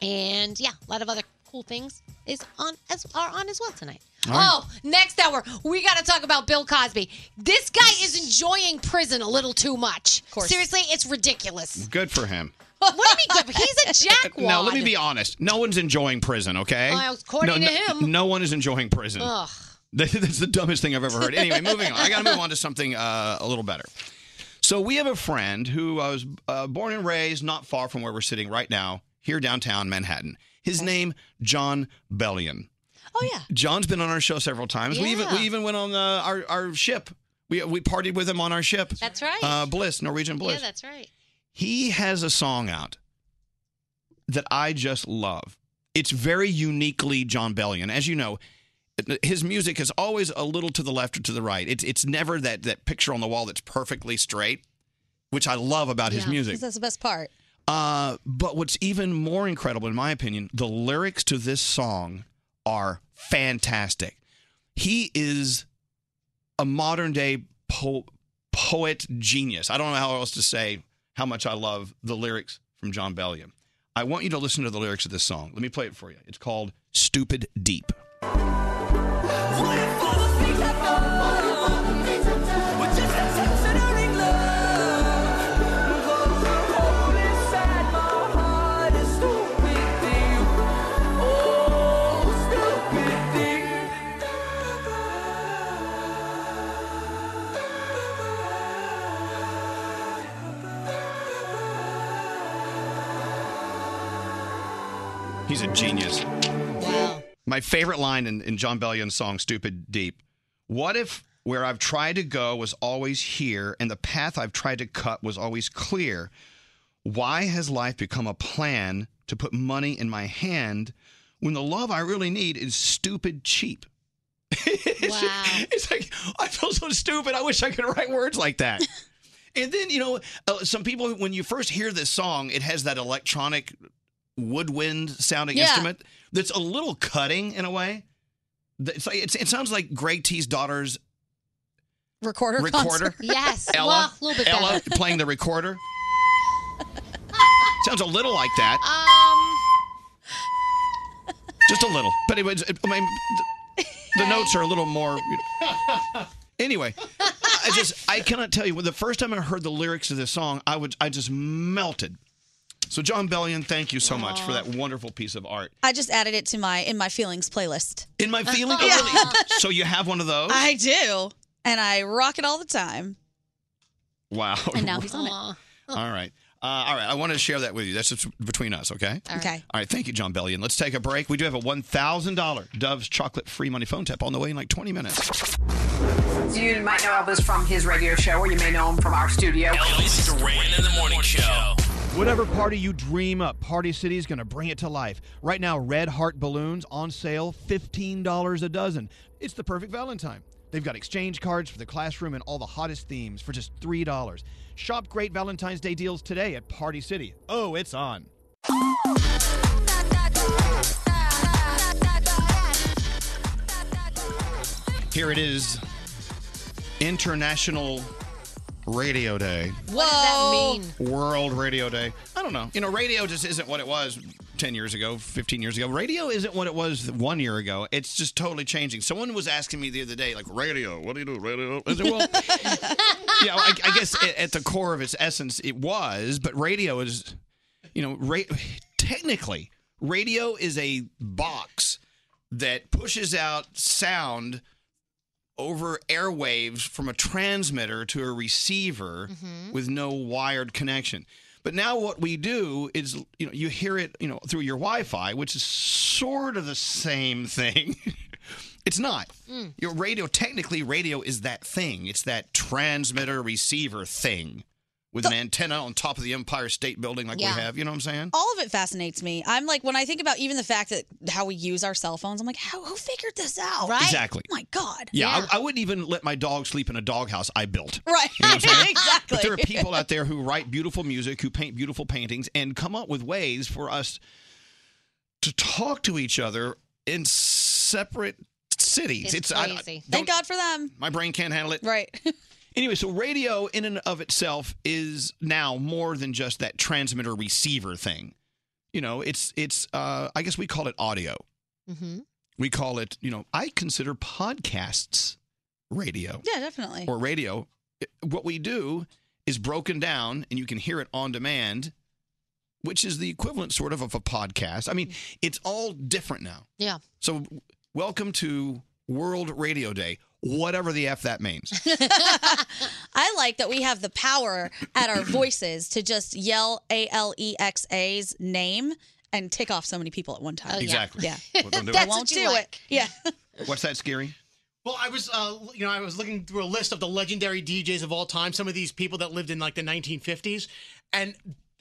S9: and yeah, a lot of other cool things is on as are on as well tonight.
S3: All right.
S9: Oh, next hour we got to talk about Bill Cosby. This guy is enjoying prison a little too much. Seriously, it's ridiculous.
S7: Good for him.
S9: what do you mean? He's a jackwad.
S7: Now, let me be honest. No one's enjoying prison, okay?
S9: Well, according
S7: no,
S9: to
S7: no-
S9: him.
S7: No one is enjoying prison.
S9: Ugh.
S7: That's the dumbest thing I've ever heard. Anyway, moving on. I got to move on to something uh, a little better. So we have a friend who I was uh, born and raised not far from where we're sitting right now, here downtown Manhattan. His name John Bellion.
S11: Oh yeah.
S7: John's been on our show several times. We even we
S9: Yeah.
S7: even went on the, our our ship. We we partied with him on our ship.
S9: That's right.
S7: Uh, Bliss, Norwegian Bliss.
S9: yeah, that's right.
S7: He has a song out that I just love. It's very uniquely John Bellion. As you know, his music is always a little to the left or to the right. It's it's never that that picture on the wall that's perfectly straight, which I love about his music.
S11: That's the best part.
S7: Uh, but what's even more incredible, in my opinion, the lyrics to this song are fantastic. He is a modern day po- poet genius. I don't know how else to say how much I love the lyrics from John Bellion. I want you to listen to the lyrics of this song. Let me play it for you. It's called Stupid Deep. He's a genius. My favorite line in, in John Bellion's song, Stupid Deep. What if where I've tried to go was always here and the path I've tried to cut was always clear? Why has life become a plan to put money in my hand when the love I really need is stupid cheap. wow. it's like, I feel so stupid. I wish I could write words like that. and then, you know, uh, some people, when you first hear this song, it has that electronic woodwind sounding
S16: Yeah.
S7: instrument that's a little cutting in a way. Th- It's like, it's, it sounds like Greg T's daughter's
S11: Recorder.
S7: recorder.
S11: concert.
S7: Ella, Ella playing the recorder. Sounds a little like that.
S9: Um,
S7: Just a little. But it was, I mean, the, the notes are a little more. Anyway, I just, I cannot tell you. When the first time I heard the lyrics of this song, I would, I just melted. So, John Bellion, thank you so much for that wonderful piece of art.
S11: I just added it to my in my feelings playlist.
S7: In my feeling, oh,
S11: Uh, Yeah.
S7: really? So, you have one of those?
S11: I do, and I rock it all the time.
S7: wow.
S11: And now he's on it.
S7: All right. Uh, all right. I wanted to share that with you. That's just between us, okay?
S11: All right. Okay.
S7: All right. Thank you, John Bellion. Let's take a break. We do have a $1,000 Dove's chocolate free money phone tap on the way in like 20 minutes.
S17: You might know Elvis from his radio show, or you may know him from our studio.
S6: Elvis Duran in the morning show.
S1: Whatever party you dream up, Party City is going to bring it to life. Right now, Red Heart balloons on sale, $15 a dozen. It's the perfect Valentine. They've got exchange cards for the classroom and all the hottest themes for just $3. Shop great Valentine's Day deals today at Party City. Oh, it's on.
S7: Here it is International Radio Day.
S9: what does that mean?
S7: World Radio Day. I don't know. You know, radio just isn't what it was 10 years ago, 15 years ago. Radio isn't what it was one year ago. It's just totally changing. Someone was asking me the other day, like, radio, what do you do, radio? I said, well, yeah, I, I guess a- at the core of its essence, it was, but radio is, you know, ra- technically, radio is a box that pushes out sound over airwaves from a transmitter to a receiver with no wired connection. But now what we do is you know you hear it you know through your Wi-Fi, which is sort of the same thing. it's not.
S16: Mm.
S7: Your radio technically radio is that thing. It's that transmitter receiver thing with an antenna on top of the Empire State Building like
S11: Yeah.
S7: we have, you know what I'm saying?
S11: All of it fascinates me. I'm like when I think about even the fact that how we use our cell phones. I'm like, how who figured this out? Right?
S7: Exactly.
S11: Oh my God.
S7: Yeah, I, I wouldn't even let my dog sleep in a doghouse I built.
S11: Right.
S7: You know what I'm saying?
S11: exactly.
S7: But there are people out there who write beautiful music, who paint beautiful paintings, and come up with ways for us to talk to each other in separate cities. I- I don't-
S11: Thank God for them.
S7: my brain can't handle it.
S11: Right.
S7: anyway, so radio in and of itself is now more than just that transmitter receiver thing. You know, it's it's uh I guess we call it audio.
S9: Mm-hmm.
S7: We call it, you know, I consider podcasts radio.
S11: Yeah, definitely.
S7: Or radio. It- What we do is broken down and you can hear it on demand, which is the equivalent sort of of a podcast. I mean, it's all different now.
S9: Mm-hmm. Yeah.
S7: So, w- welcome to World Radio Day, whatever the F that means.
S11: I like that we have the power at our voices to just yell A L E X A's name and tick off so many people at one
S9: Oh,
S11: time.
S7: Exactly.
S11: Yeah.
S7: We're gonna Oh, do it.
S11: I won't do it. Yeah.
S7: What's that, Scary?
S12: Well, I was, uh, you know, I was looking through a list of the legendary DJs of all time. Some of these people that lived in like the 1950s, and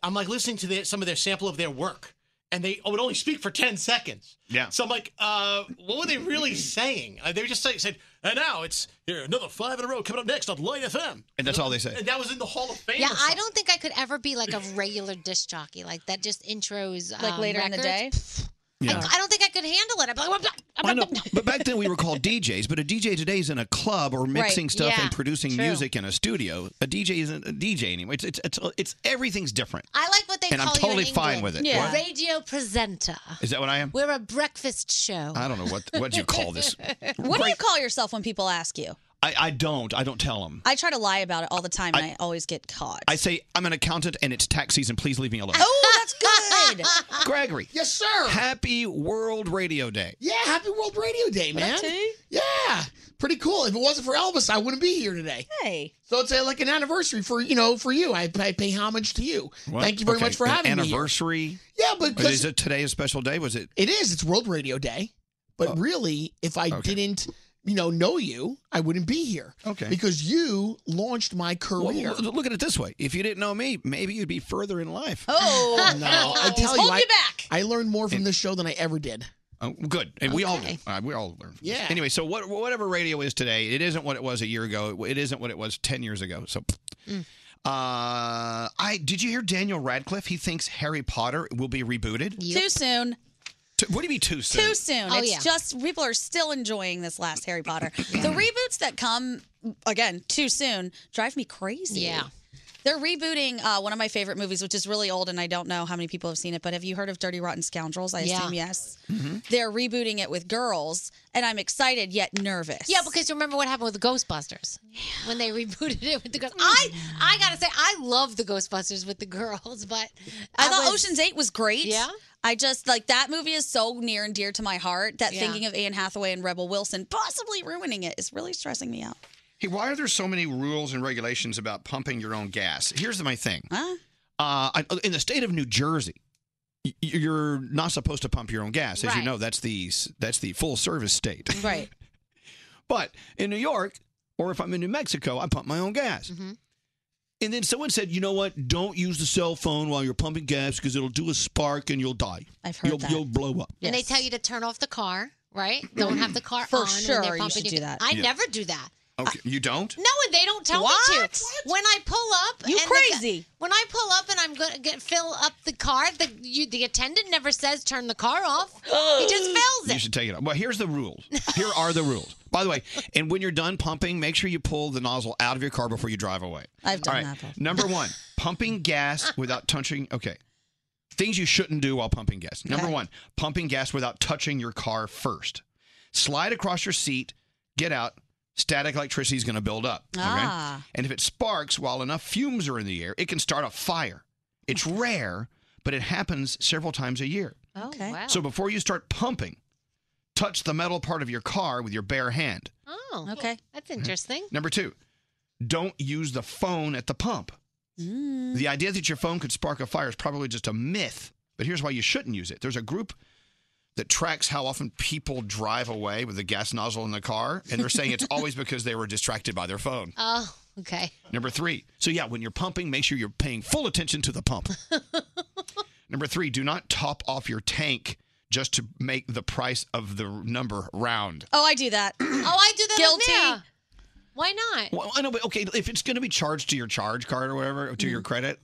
S12: I'm like listening to their, some of their sample of their work, and they would only speak for 10 seconds.
S7: Yeah.
S12: So I'm like, uh, what were they really saying? Uh, they were just saying, said, and now it's here another five in a row coming up next on Light FM,
S7: And that's all they say.
S12: and that was in the Hall of Fame.
S9: Yeah,
S12: or
S9: I don't think I could ever be like a regular disc jockey like that. Just intros
S11: Like
S9: um,
S11: later in the day?
S9: records.
S7: Yeah.
S9: I, I don't think I could handle it. I'd be like,
S7: I know, but back then we were called DJs. But a DJ today is in a club or mixing
S9: Right,
S7: stuff
S9: yeah,
S7: and producing
S9: true.
S7: music in a studio. A DJ isn't a DJ anymore. It's it's it's, it's everything's different.
S9: I like what they
S7: And I'm
S9: call you
S7: totally
S9: in
S7: fine
S9: England.
S7: with it. Yeah. What?
S9: Radio presenter.
S7: Is that what I am?
S9: We're a breakfast show.
S7: I don't know what what you call this.
S11: What do you call yourself when people ask you?
S7: I, I don't. I don't tell them.
S11: I try to lie about it all the time and
S7: I-
S11: I always get caught.
S7: I say I'm an accountant and it's tax season. Please leave me alone.
S11: Oh, that's good.
S7: Gregory.
S15: Uh, Yes, sir.
S7: Happy World Radio Day.
S15: Yeah, happy World Radio Day, man. Yeah, pretty cool. If it wasn't for Elvis, I wouldn't be here today.
S11: Hey.
S15: So it's uh like an anniversary for, you know, for you. I, I pay homage to you.
S7: What?
S15: Thank you very
S7: Okay,
S15: much for
S7: an
S15: having
S7: anniversary.
S15: me. Anniversary? Yeah, because
S7: Is it today a special day? Was it?
S15: it is. It's World Radio Day.
S7: Oh.
S15: But really, if I didn't, you know, know you, I wouldn't be here.
S7: Okay.
S15: Because you launched my
S7: Well,
S15: career.
S7: l- look at it this way: if you didn't know me, maybe you'd be further in life.
S11: Oh
S15: no! I tell
S11: He's
S15: you,
S11: holding
S15: I,
S11: you back.
S15: I learned more from this show than I ever did.
S7: Oh, good. And We all uh, we all learn. from this.
S12: Yeah.
S7: Anyway, so what, whatever radio is today, it isn't what it was a year ago. It isn't what it was ten years ago. So, uh, I did you hear Daniel Radcliffe? He thinks Harry Potter will be rebooted.
S11: Too soon.
S7: T- What do you mean too soon?
S11: Too soon.
S7: Oh,
S11: it's
S7: yeah.
S11: just people are still enjoying this last Harry Potter. the reboots that come again too soon drive me crazy.
S9: Yeah.
S11: They're rebooting uh, one of my favorite movies, which is really old, and I don't know how many people have seen it. But have you heard of Dirty Rotten Scoundrels? I
S9: Yeah.
S11: assume yes. They're rebooting it with girls, and I'm excited yet nervous.
S9: Yeah, because remember what happened with Ghostbusters when they rebooted it with the
S11: Hmm.
S9: girls. I I gotta say I love the Ghostbusters with the girls, but
S11: I, thought Ocean's Eight was great.
S9: Yeah?
S11: I just like that movie is so near and dear to my heart that
S9: Yeah.
S11: thinking of Anne Hathaway and Rebel Wilson possibly ruining it is really stressing me out.
S7: Hey, why are there so many rules and regulations about pumping your own gas? Here's my thing.
S11: Huh?
S7: Uh, I- in the state of New Jersey, y- you're not supposed to pump your own gas, as you
S11: Right.
S7: know. That's the s- that's the full service state.
S11: Right.
S7: but in New York, or if I'm in New Mexico, I pump my own gas.
S11: Mm-hmm.
S7: And then someone said, you know what? Don't use the cell phone while you're pumping gas because it'll do a spark and you'll die.
S11: I've heard
S7: you'll,
S11: that.
S7: You'll blow up.
S9: And they tell you to turn off the car, right? Don't have the car
S11: For
S9: on.
S11: sure
S9: when they're
S11: you
S9: pumping
S11: should
S9: your-
S11: do that.
S9: I
S7: Yeah.
S9: never do that.
S7: Okay, you don't?
S9: No, and they don't tell me to.
S11: What?
S9: When I pull up,
S11: You
S9: and the-
S11: crazy.
S9: when I pull up and I'm gonna get fill up the car, the you, the attendant never says turn the car off. he just fills it.
S7: You should take it off. Well, here's the rules. Here are the rules. By the way, and when you're done pumping, make sure you pull the nozzle out of your car before you drive away.
S11: I've done
S7: All
S11: that before.
S7: Number one, pumping gas without touching. Okay. Things you shouldn't do while pumping gas. Number one, pumping gas without touching your car first. Slide across your seat, get out. Static electricity is going to build up. okay?
S11: Ah.
S7: And if it sparks while enough fumes are in the air, it can start a fire. It's rare, but it happens several times a year.
S11: Okay.
S7: So before you start pumping, touch the metal part of your car with your bare hand.
S9: Oh, okay, that's interesting.
S7: Number two, don't use the phone at the pump.
S11: Hmm.
S7: The idea that your phone could spark a fire is probably just a myth, but here's why you shouldn't use it. There's a group that tracks how often people drive away with the gas nozzle in the car, and they're saying it's always because they were distracted by their phone.
S9: Oh, okay.
S7: Number three. So, yeah, when you're pumping, make sure you're paying full attention to the pump. Number three, do not top off your tank just to make the price of the number round.
S11: Oh, I do that. oh,
S9: I do that.
S11: Guilty.
S9: Yeah. Why not?
S7: Well, I know, but okay, if it's going to be charged to your charge card or whatever, to your credit,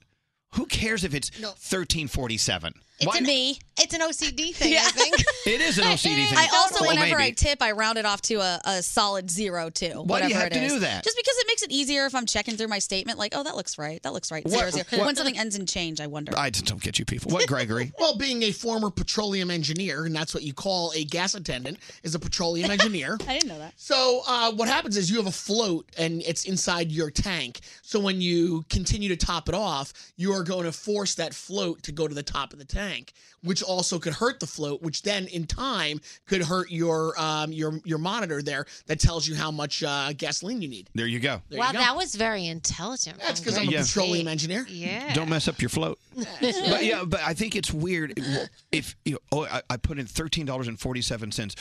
S7: who cares if it's
S9: No.
S7: 1347?
S9: It's
S7: Why-
S9: an, me. It's an OCD thing, I think.
S7: It is an OCD thing.
S11: I also,
S7: Well,
S11: whenever
S7: maybe.
S11: I tip, I round it off to a, a solid zero too.
S7: Why do
S11: whatever
S7: you have
S11: it
S7: to
S11: is.
S7: do that?
S11: Just because it makes it easier if I'm checking through my statement, like, oh, that looks right, that looks right,
S7: What-
S11: zero zero.
S7: what-
S11: When something ends in change, I wonder.
S7: I just don't get you people. What, Gregory?
S16: Well, being a former petroleum engineer, and that's what you call a gas attendant, is a petroleum engineer.
S11: I didn't know that.
S16: So uh, what happens is you have a float, and it's inside your tank. So when you continue to top it off, you are going to force that float to go to the top of the tank, which also could hurt the float, which then in time could hurt your um, your your monitor there that tells you how much uh, gasoline you need.
S7: there you go.
S9: wow, that was very intelligent. That's
S16: Because I'm a
S7: Yeah.
S16: petroleum engineer.
S9: Yeah.
S7: Don't mess up your float. but yeah, but I think it's weird if- if you know, oh I, I put in thirteen dollars and forty seven cents.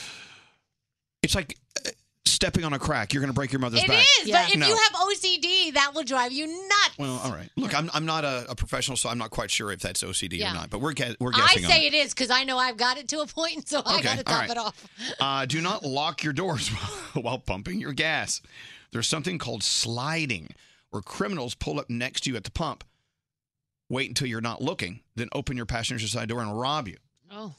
S7: It's like uh, stepping on a crack. You're going to break your mother's
S9: It
S7: back.
S9: is, but if
S7: No.
S9: you have OCD, that will drive you nuts.
S7: well, all right. Look, I'm, I'm not a, a professional, so I'm not quite sure if that's OCD
S9: Yeah.
S7: or not. But we're gue- we're
S9: I
S7: guessing on
S9: say it is because I know I've got it to a point, so I
S7: Okay,
S9: got to
S7: all
S9: top
S7: right.
S9: it off.
S7: Uh, do not lock your doors while pumping your gas. There's something called sliding, where criminals pull up next to you at the pump, wait until you're not looking, then open your passenger side door and rob you.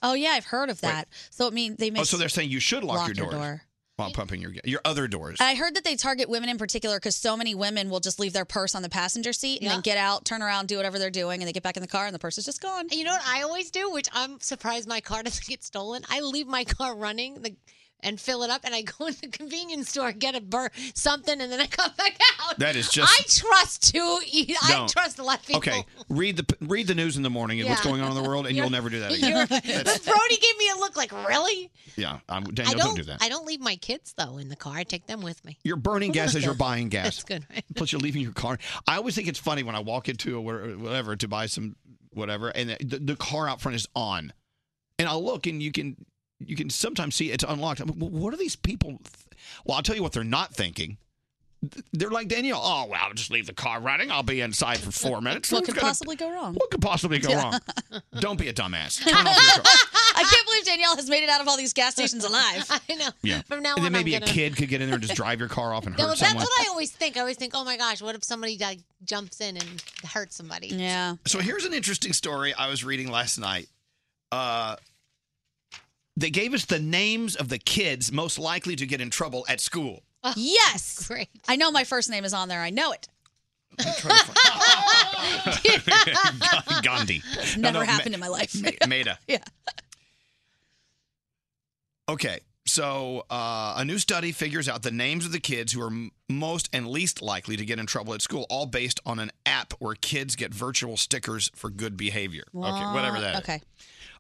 S9: Oh.
S11: yeah, I've heard of that. So it means they make.
S7: oh, so they're saying you should lock,
S11: lock
S7: your,
S11: your
S7: doors
S11: door.
S7: while pumping your ga- your other doors.
S11: I heard that they target women in particular because so many women will just leave their purse on the passenger seat and then get out, turn around, do whatever they're doing, and they get back in the car and the purse is just gone.
S9: And you know what I always do, which I'm surprised my car doesn't get stolen. I leave my car running the, and fill it up, and I go in the convenience store and get a bur- something, and then I come back out.
S7: That is just-
S9: I trust to eat. I
S7: Don't.
S9: trust a lot of people.
S7: Okay, read the read the news in the morning and what's
S9: Yeah.
S7: going on in the world, and you'll never do that
S9: You're-
S7: again.
S9: but Brody gave me a look like, really?
S7: Yeah, I'm, Daniel,
S9: I
S7: don't, do that.
S9: I don't leave my kids though in the car. I take them with me.
S7: You're burning gas as you're buying gas.
S9: That's good. Right?
S7: Plus, you're leaving your car. I always think it's funny when I walk into a where- whatever to buy some whatever, and the, the car out front is on, and I'll look, and you can you can sometimes see it's unlocked. I'm like, well, what are these people? Th-? Well, I'll tell you what they're not thinking. they're like Danielle. Oh well, I'll just leave the car running. I'll be inside for four minutes.
S11: What
S7: What's
S11: could
S7: gonna-
S11: possibly go wrong?
S7: What could possibly go
S11: Yeah.
S7: wrong? Don't be a dumbass.
S11: I can't believe Danielle has made it out of all these gas stations alive.
S9: I know.
S7: Yeah.
S9: From now
S7: and
S9: on,
S7: then maybe
S9: I'm
S7: a
S9: gonna-
S7: kid could get in there and just drive your car off and hurt
S9: No, that's
S7: someone.
S9: what I always think. I always think, oh my gosh, what if somebody like, jumps in and hurts somebody?
S11: Yeah.
S7: So here's an interesting story I was reading last night. Uh, they gave us the names of the kids most likely to get in trouble at school.
S11: yes. Great. I know my first name is on there. I know it.
S7: Gandhi. Uh,
S11: It's never happened in my life.
S7: Ma- Maida.
S11: Yeah.
S7: Okay. So uh, a new study figures out the names of the kids who are m- most and least likely to get in trouble at school, all based on an app where kids get virtual stickers for good behavior. Okay, whatever that is.
S11: Okay.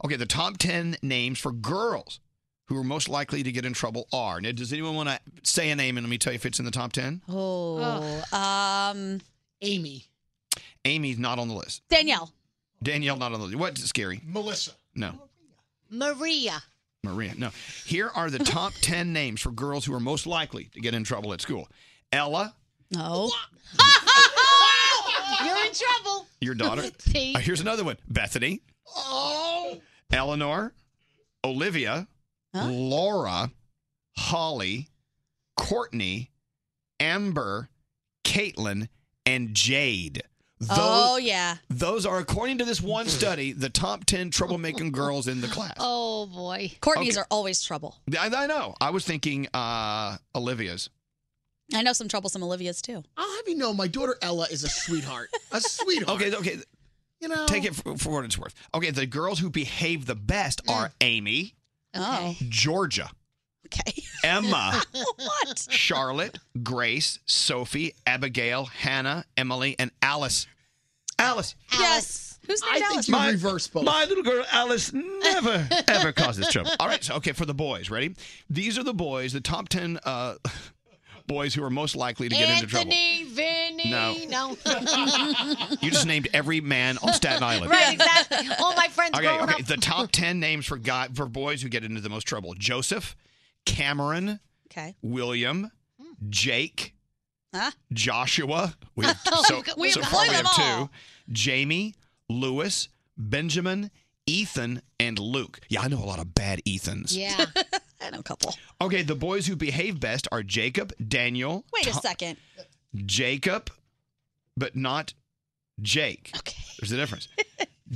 S7: Okay, the top 10 names for girls who are most likely to get in trouble are. Now, does anyone want to say a name and let me tell you if it's in the top 10?
S11: Oh. Um.
S16: Amy.
S7: Amy's not on the list.
S11: Danielle.
S7: Danielle not on the list. What's scary?
S12: Melissa.
S7: No.
S9: Maria.
S7: Maria. No. Here are the top 10 names for girls who are most likely to get in trouble at school. Ella,
S11: No.
S9: You're in trouble.
S7: your daughter.
S9: T.
S7: Uh, here's another one. Bethany,
S9: Oh.
S7: Eleanor, Olivia, Laura, Holly, Courtney, Amber, Caitlin, and Jade. Those,
S11: oh yeah.
S7: Those are, according to this one study, the top 10 troublemaking girls in the class.
S9: Oh boy.
S11: Courtney's
S7: Okay.
S11: are always trouble.
S7: I, I know. I was thinking uh, Olivia's.
S11: I know some troublesome Olivia's too.
S16: I'll have you know, my daughter Ella is a sweetheart. a sweetheart.
S7: Okay, okay.
S16: You know,
S7: Take it for, for what it's worth. Okay, the girls who behave the best
S16: Mm.
S7: are Amy,
S16: Oh.
S7: Georgia, okay. Emma,
S11: what?
S7: Charlotte, Grace, Sophie, Abigail, Hannah, Emily, and Alice. Alice.
S11: Yes. Who's named
S16: I
S11: Alice?
S16: think you reverse both.
S7: My little girl Alice never ever causes trouble. All right, so okay for the boys, ready? These are the boys, the top ten uh, boys who are most likely to get into trouble.
S9: Anthony, Vinny.
S7: No.
S9: No.
S7: You just named every man on Staten Island.
S9: Right, exactly. All my friends
S7: Okay,
S9: growing
S7: okay.
S9: up.
S7: The top ten names for guy for boys who get into the most trouble: Joseph, Cameron,
S11: Okay.
S7: William, Jake,
S11: Huh?
S7: Joshua. We have,
S11: Oh,
S7: so,
S11: we
S7: so
S11: have
S7: far we
S11: one
S7: have
S11: of
S7: two.
S11: all.
S7: Jamie, Lewis, Benjamin, Ethan, and Luke. Yeah, I know a lot of bad Ethans.
S11: Yeah. I know a couple.
S7: Okay, the boys who behave best are Jacob, Daniel.
S11: Wait a
S7: Tom-
S11: second.
S7: Jacob, but not Jake. Okay. There's a difference.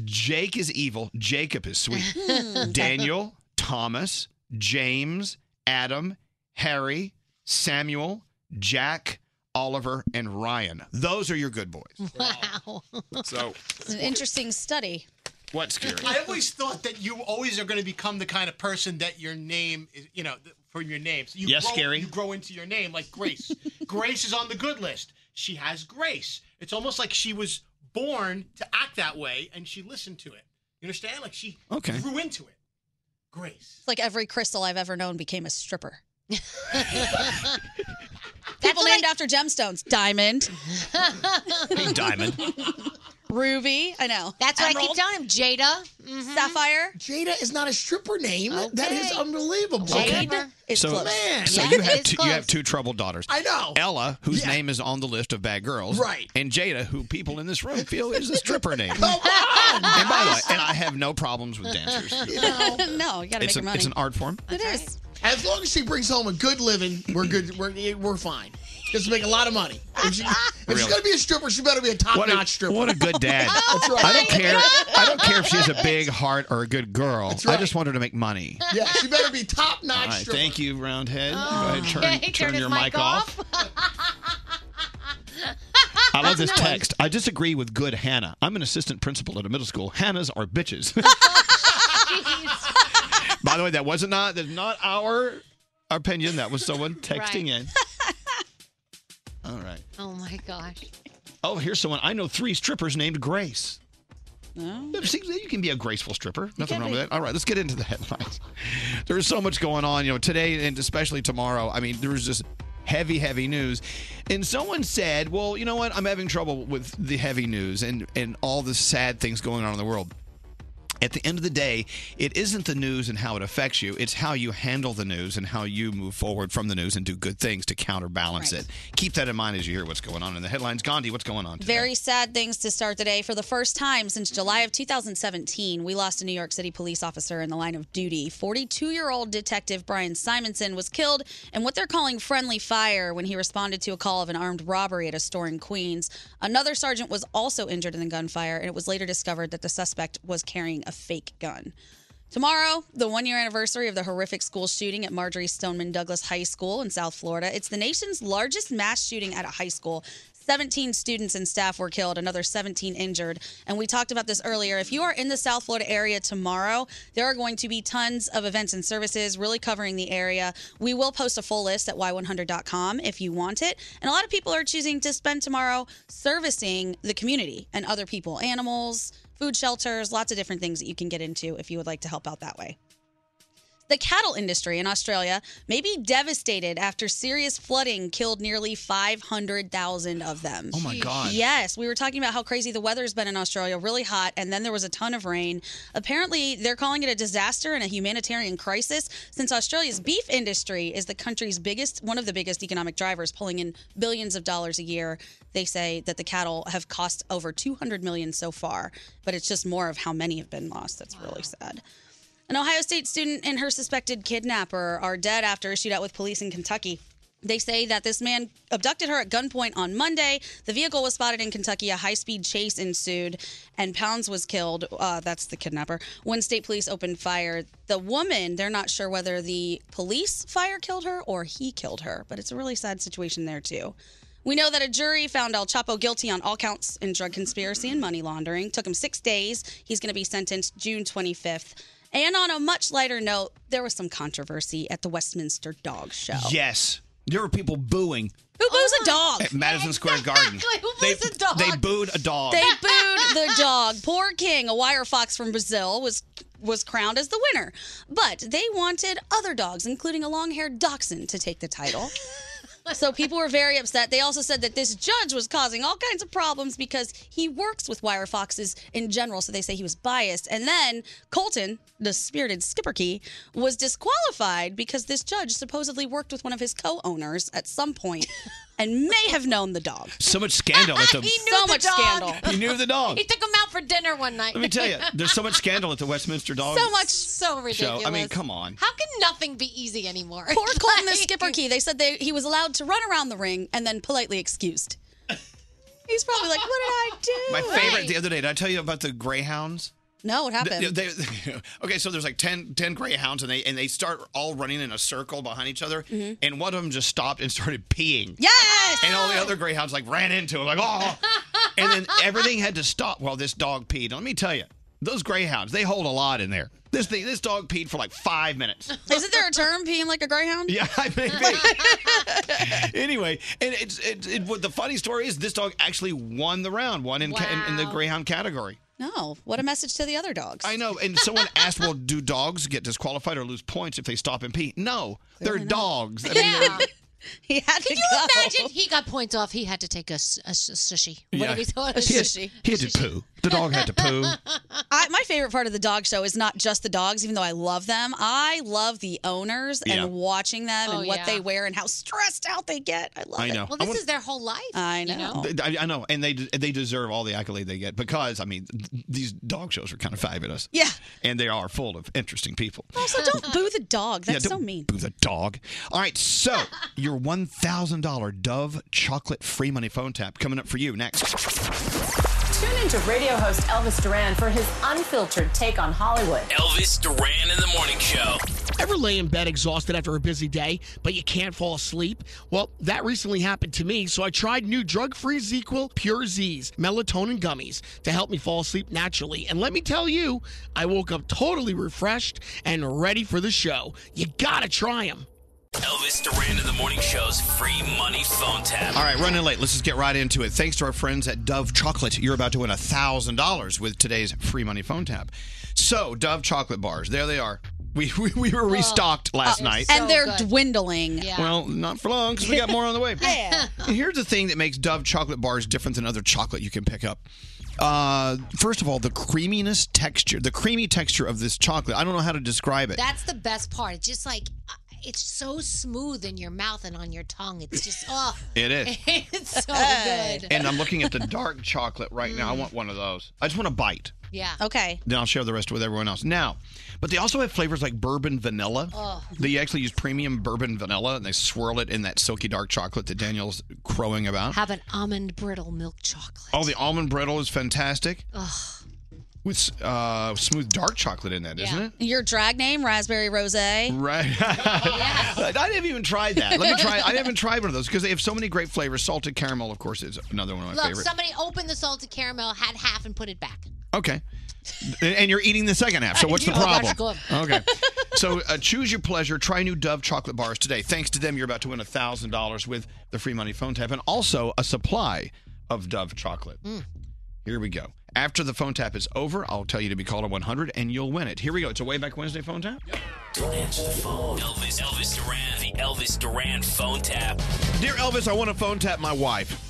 S7: Jake is evil. Jacob is sweet.
S11: Hmm.
S7: Daniel, Thomas, James, Adam, Harry, Samuel, Jack, Oliver, and Ryan. Those are your good boys.
S11: Wow.
S7: So,
S11: It's an interesting study.
S7: what's scary?
S12: I always thought that you always are going to become the kind of person that your name is, you know, th- from your name. So you
S7: Yes,
S12: grow,
S7: Gary?
S12: You grow into your name like Grace. Grace is on the good list. She has grace. It's almost like she was born to act that way and she listened to it. You understand? Like she
S7: Okay.
S12: grew into it. Grace.
S11: It's like every crystal I've ever known became a stripper. People named after gemstones. Diamond.
S7: Diamond.
S11: Ruby. I know.
S9: That's what I keep telling him. Jada.
S11: Mm-hmm. Sapphire.
S16: Jada is not a stripper name. That is unbelievable.
S7: Jade so,
S16: Man.
S7: so you have two, you have two troubled daughters.
S16: I know.
S7: Ella, whose name is on the list of bad girls,
S16: Right.
S7: And Jada, who people in this room feel is a stripper name. And by the way, and I have no problems with dancers.
S11: no, you gotta
S7: It's,
S11: make her
S7: a,
S11: money.
S7: it's an art form.
S11: It is.
S16: As long as she brings home a good living, we're good. We're, we're fine. Just make a lot of money. If, she, if she's
S7: Really?
S16: gonna be a stripper, she better be a
S7: What a,
S16: top-notch stripper.
S7: what a good dad.
S16: That's right.
S7: I don't care. I don't care if she has a big heart or a good girl. I just want her to make money.
S16: Yeah, she better be top-notch
S7: All right,
S16: stripper.
S7: thank you, Roundhead. Go ahead, turn,
S9: Okay,
S7: turn
S9: his
S7: your mic, off. I love this
S9: That's nice.
S7: text. I disagree with good Hannah. I'm an assistant principal at a middle school. Hannahs are bitches. By the way, that wasn't not that's not our opinion. That was someone texting in. All right.
S9: Oh my gosh.
S7: Oh, here's someone. I know three strippers named Grace.
S11: No.
S7: See, You can be a graceful stripper. Nothing
S11: can
S7: wrong
S11: be.
S7: with that. All right, let's get into the headlines. There is so much going on, you know, today and especially tomorrow. I mean, there was just heavy, heavy news. And someone said, "Well, you know what? I'm having trouble with the heavy news and and all the sad things going on in the world." At the end of the day, it isn't the news and how it affects you, it's how you handle the news and how you move forward from the news and do good things to counterbalance it. Keep that in mind as you hear what's going on in the headlines. Gandhi, what's going on?
S11: Very sad things to start the day. For the first time since July of 2017, we lost a New York City police officer in the line of duty. 42 year old Detective Brian Simonson was killed in what they're calling friendly fire when he responded to a call of an armed robbery at a store in Queens. Another sergeant was also injured in the gunfire, and it was later discovered that the suspect was carrying a fake gun. Tomorrow, the one year anniversary of the horrific school shooting at Marjorie Stoneman Douglas High School in South Florida. It's the nation's largest mass shooting at a high school. 17 students and staff were killed, another 17 injured. And we talked about this earlier. If you are in the South Florida area tomorrow, there are going to be tons of events and services really covering the area. We will post a full list at y100.com if you want it. And a lot of people are choosing to spend tomorrow servicing the community and other people, animals, food shelters, lots of different things that you can get into if you would like to help out that way. The cattle industry in Australia may be devastated after serious flooding killed nearly 500,000 of them.
S7: Oh my God.
S11: Yes, we were talking about how crazy the weather's been in Australia, really hot, and then there was a ton of rain. Apparently, they're calling it a disaster and a humanitarian crisis since Australia's beef industry is the country's biggest, one of the biggest economic drivers, pulling in billions of dollars a year. They say that the cattle have cost over 200 million so far, but it's just more of how many have been lost. That's really sad. An Ohio State student and her suspected kidnapper are dead after a shootout with police in Kentucky. They say that this man abducted her at gunpoint on Monday. The vehicle was spotted in Kentucky. A high speed chase ensued, and Pounds was killed. Uh, that's the kidnapper. When state police opened fire, the woman, they're not sure whether the police fire killed her or he killed her, but it's a really sad situation there, too. We know that a jury found El Chapo guilty on all counts in drug conspiracy and money laundering. Took him six days. He's going to be sentenced June 25th. And on a much lighter note, there was some controversy at the Westminster Dog Show.
S7: Yes. There were people booing
S11: Who boos a dog?
S7: at Madison Square Garden. they, they booed a dog.
S11: They booed the dog. Poor King, a wire fox from Brazil, was was crowned as the winner. But they wanted other dogs, including a long-haired dachshund, to take the title. So people were very upset. They also said that this judge was causing all kinds of problems because he works with wire foxes in general. So they say he was biased. And then Colton, the spirited skipperkey, was disqualified because this judge supposedly worked with one of his co-owners at some point and may have known the dog.
S7: so much scandal at the
S11: so much scandal.
S7: He knew the dog.
S9: He took him out for dinner one night.
S7: Let me tell you, there's so much scandal at the Westminster Dog
S9: so much, so ridiculous.
S7: Show. I mean, come on.
S9: How can nothing be easy anymore?
S11: Poor Colton the skipper key. They said they, he was allowed to run around the ring and then politely excused. He's probably like, "What did I do?"
S7: My favorite the other day, did I tell you about the Greyhounds?
S11: No, what happened?
S7: They- they- okay, so there's like 10, 10 greyhounds, and they and they start all running in a circle behind each other,
S11: Mhm.
S7: and one of them just stopped and started peeing.
S11: Yes!
S7: And all the other greyhounds like ran into him, like oh, and then everything had to stop while this dog peed. And let me tell you, those greyhounds they hold a lot in there. This thing, this dog peed for like five minutes.
S11: Isn't there a term peeing like a greyhound?
S7: Yeah, maybe. anyway, and it's it, it, what the funny story is this dog actually won the round, won in, ca- in, in the
S11: Wow.
S7: greyhound category.
S11: No, what a message to the other dogs.
S7: I know. And someone asked, well, do dogs get disqualified or lose points if they stop and pee? No, they're dogs. I mean,
S11: he had
S9: Could you imagine? He got points off. He had to take a, s- a s- sushi. What
S7: yeah.
S9: do we call it? A
S7: He had-
S9: sushi.
S7: He had to poo. The dog had to poo.
S11: I, my favorite part of the dog show is not just the dogs, even though I love them. I love the owners
S7: Yeah.
S11: and watching them
S9: Oh,
S11: and what
S9: yeah.
S11: they wear and how stressed out they get. I love
S7: I
S11: it.
S7: know. Well, this I want- is
S9: their whole life.
S11: I know.
S7: I, I know, and they they deserve all the accolade they get because I mean th- these dog shows are kind of fabulous.
S11: Yeah.
S7: and they are full of interesting people.
S11: Also, don't boo the dog. That's
S7: yeah,
S11: so
S7: don't
S11: mean.
S7: Boo the dog. All right, so your one thousand dollar Dove chocolate free money phone tap coming up for you next.
S2: Tune in to radio host Elvis Duran for his unfiltered take on Hollywood.
S6: Elvis Duran in the Morning Show.
S16: Ever lay in bed exhausted after a busy day, but you can't fall asleep? Well, that recently happened to me, so I tried new drug free ZQL Pure Z's melatonin gummies to help me fall asleep naturally. And let me tell you, I woke up totally refreshed and ready for the show. You gotta try them.
S6: Elvis Duran in the Morning Show's free money phone tap.
S7: All right, running late. Let's just get right into it. Thanks to our friends at Dove Chocolate, you're about to win $1,000 with today's free money phone tap. So, Dove Chocolate Bars, there they are. We we, we were restocked last
S9: Oh,
S11: Uh,
S7: night,
S11: and they're dwindling.
S7: Well, not for long because we got more on the way.
S11: yeah.
S7: Here's the thing that makes Dove chocolate bars different than other chocolate you can pick up. Uh, first of all, the creaminess texture, the creamy texture of this chocolate. I don't know how to describe it.
S9: That's the best part. It's just like uh, it's so smooth in your mouth and on your tongue. It's just oh,
S7: It is.
S9: It's so good.
S7: and I'm looking at the dark chocolate right
S11: Mm.
S7: now. I want one of those. I just want a bite.
S9: Yeah.
S11: Okay.
S7: Then I'll share the rest with everyone else. Now, but they also have flavors like bourbon vanilla.
S11: Oh.
S7: They actually use premium bourbon vanilla and they swirl it in that silky dark chocolate that Daniel's crowing about.
S9: Have an almond brittle milk chocolate.
S7: Oh, the almond brittle is fantastic
S9: Ugh.
S7: with uh, smooth dark chocolate in that, not it?
S11: Your drag name, Raspberry Rose.
S18: Um,
S7: Right. I haven't even tried that. Let me try. I haven't tried one of those because they have so many great flavors. Salted caramel, of course, is another one of my
S9: Look,
S7: favorites.
S9: somebody opened the salted caramel, had half, and put it back.
S7: Okay. And you're eating the second half. So what's the
S9: Oh, that's
S7: problem? Okay. So uh, choose your pleasure. Try new Dove chocolate bars today. Thanks to them, you're about to win $1,000 with the free money phone tap and also a supply of Dove chocolate. Here we go. After the phone tap is over, I'll tell you to be caller 100 and you'll win it. Here we go. It's a way back Wednesday phone tap.
S6: Don't answer the phone. Elvis, Elvis Duran, the Elvis Duran phone tap.
S19: Dear Elvis, I want to phone tap my wife.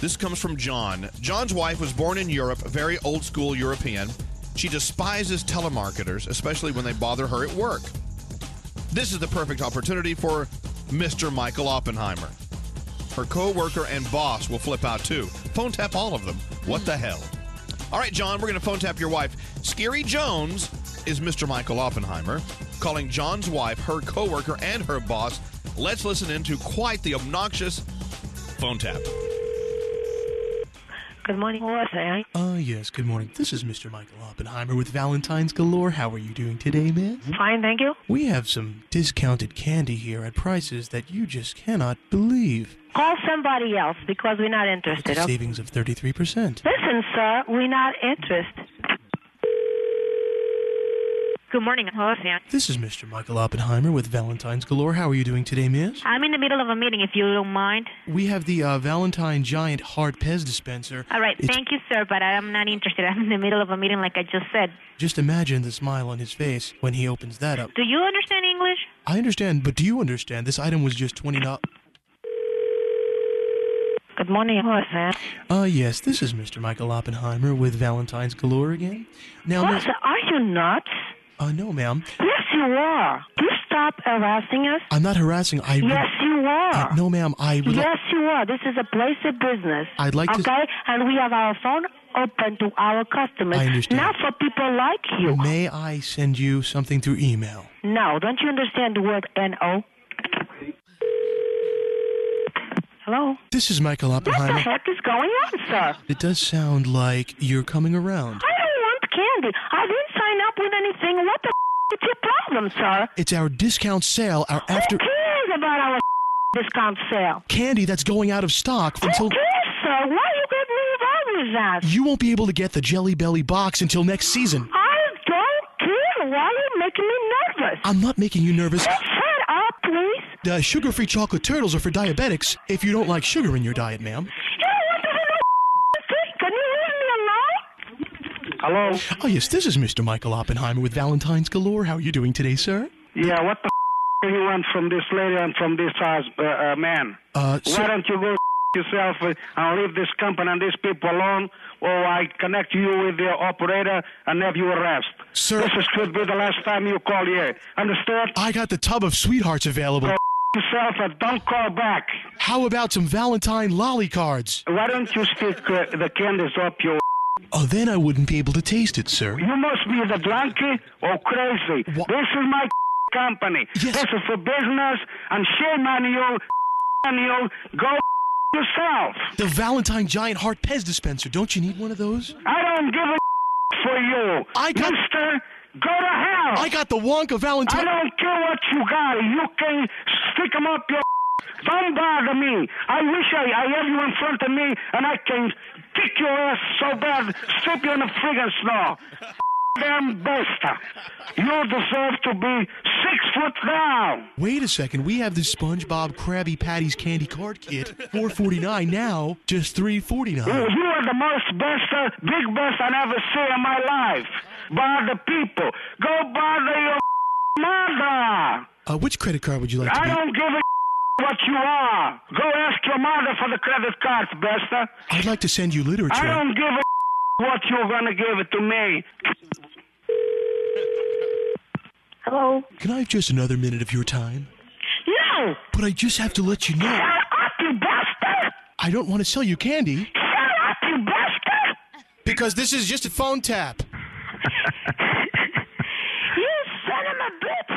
S19: This comes from John. John's wife was born in Europe, very old school European. She despises telemarketers, especially when they bother her at work. This is the perfect opportunity for Mr. Michael Oppenheimer. Her co worker and boss will flip out too. Phone tap all of them. What the hell? All right, John, we're going to phone tap your wife. Scary Jones is Mr. Michael Oppenheimer, calling John's wife, her co worker, and her boss. Let's listen into quite the obnoxious phone tap.
S20: Good morning, Melissa.
S21: Uh, yes, good morning. This is Mr. Michael Oppenheimer with Valentine's Galore. How are you doing today, miss?
S20: Fine, thank you.
S21: We have some discounted candy here at prices that you just cannot believe.
S20: Call somebody else because we're not interested. okay?
S21: Savings of 33%.
S20: Listen, sir, we're not interested. Good morning, Melissa.
S21: This is Mr. Michael Oppenheimer with Valentine's Galore. How are you doing today, miss?
S20: I'm in the middle of a meeting, if you don't mind.
S21: We have the uh, Valentine Giant Hard Pez dispenser.
S20: All right,
S21: It's-
S20: thank you, sir, but I'm not interested. I'm in the middle of a meeting, like I just said.
S21: Just imagine the smile on his face when he opens that up.
S20: Do you understand English?
S21: I understand, but do you understand? This item was just twenty dollars.
S20: Good morning, Melissa.
S21: Uh, yes, this is Mr. Michael Oppenheimer with Valentine's Galore again. Now,
S20: Melissa,
S21: miss-
S20: are you nuts?
S21: uh, no, ma'am,
S20: Yes, you are. You stop harassing us.
S21: I'm not harassing. I would-
S20: Yes, you are.
S21: I- no, ma'am, I would.
S20: Yes, you are. This is a place of business.
S21: I'd like to-
S20: okay? and we have our phone open to our customers.
S21: I understand.
S20: Not for people like you.
S21: May I send you something through email?
S20: No, don't you understand the word N-O? Hello?
S21: This is Michael
S20: What the
S21: Oppenheimer.
S20: heck is going on, sir?
S21: It does sound like you're coming around.
S20: I don't want candy. I didn't sign up with anything. What the is your problem, sir?
S21: It's our discount sale, our after
S20: Who cares about our discount sale?
S21: candy that's going out of stock until
S20: Yes, sir. Why you get me involved with that?
S21: you won't be able to get the Jelly Belly box until next season.
S20: I don't care. Why are you making me nervous?
S21: I'm not making you nervous.
S20: Shut up, please.
S21: The sugar-free chocolate turtles are for diabetics if you don't like sugar in your diet, ma'am.
S20: Can you leave me alone?
S21: Hello. Oh yes, this is Mr. Michael Oppenheimer with Valentine's Galore. How are you doing today, sir?
S22: Yeah, what the f- you want from this lady and from this hus- uh, uh, man?
S21: Uh,
S22: Why
S21: sir,
S22: don't you go f- yourself uh, and leave this company and these people alone, or I connect you with the operator and have you arrest.
S21: Sir-
S22: This is could be the last time you call here. Understood?
S21: I got the tub of sweethearts available.
S22: Go f- yourself and don't call back.
S21: How about some Valentine lolly cards?
S22: Why don't you stick uh, the candies up your
S21: Oh, then I wouldn't be able to taste it, sir.
S22: You must be the donkey or crazy. This is my company. This is for business and shame on you. On you. Go yourself.
S21: The Valentine Giant Heart Pez dispenser. Don't you need one of those?
S22: I don't give a for you.
S21: I got-
S22: Mister, go to hell.
S21: I got the Wonka Valentine.
S22: I don't care what you got. You can stick 'em up your. Don't bother me. I wish I, I have you in front of me and I can kick your ass so bad, strip you in the friggin' snow. Damn bastard. You deserve to be six foot down.
S21: Wait a second. We have this SpongeBob Krabby Patty's candy card kit, four forty nine now, just three forty
S22: You,
S21: nine.
S22: you are the most best, uh, big best I ever seen in my life. Bother people. Go bother your mother.
S21: Uh, which credit card would you like to
S22: I
S21: be?
S22: don't give a what you are. Go ask your mother for the credit cards, Bester.
S21: I'd like to send you literature.
S22: I don't give a what you're gonna give it to me. Hello.
S21: Can I have just another minute of your time?
S22: No.
S21: But I just have to let you know. Shut
S22: up, you bastard!
S21: I don't want to sell you candy.
S22: Shut up, you bastard!
S23: Because this is just a phone tap.
S22: You son of a bitch!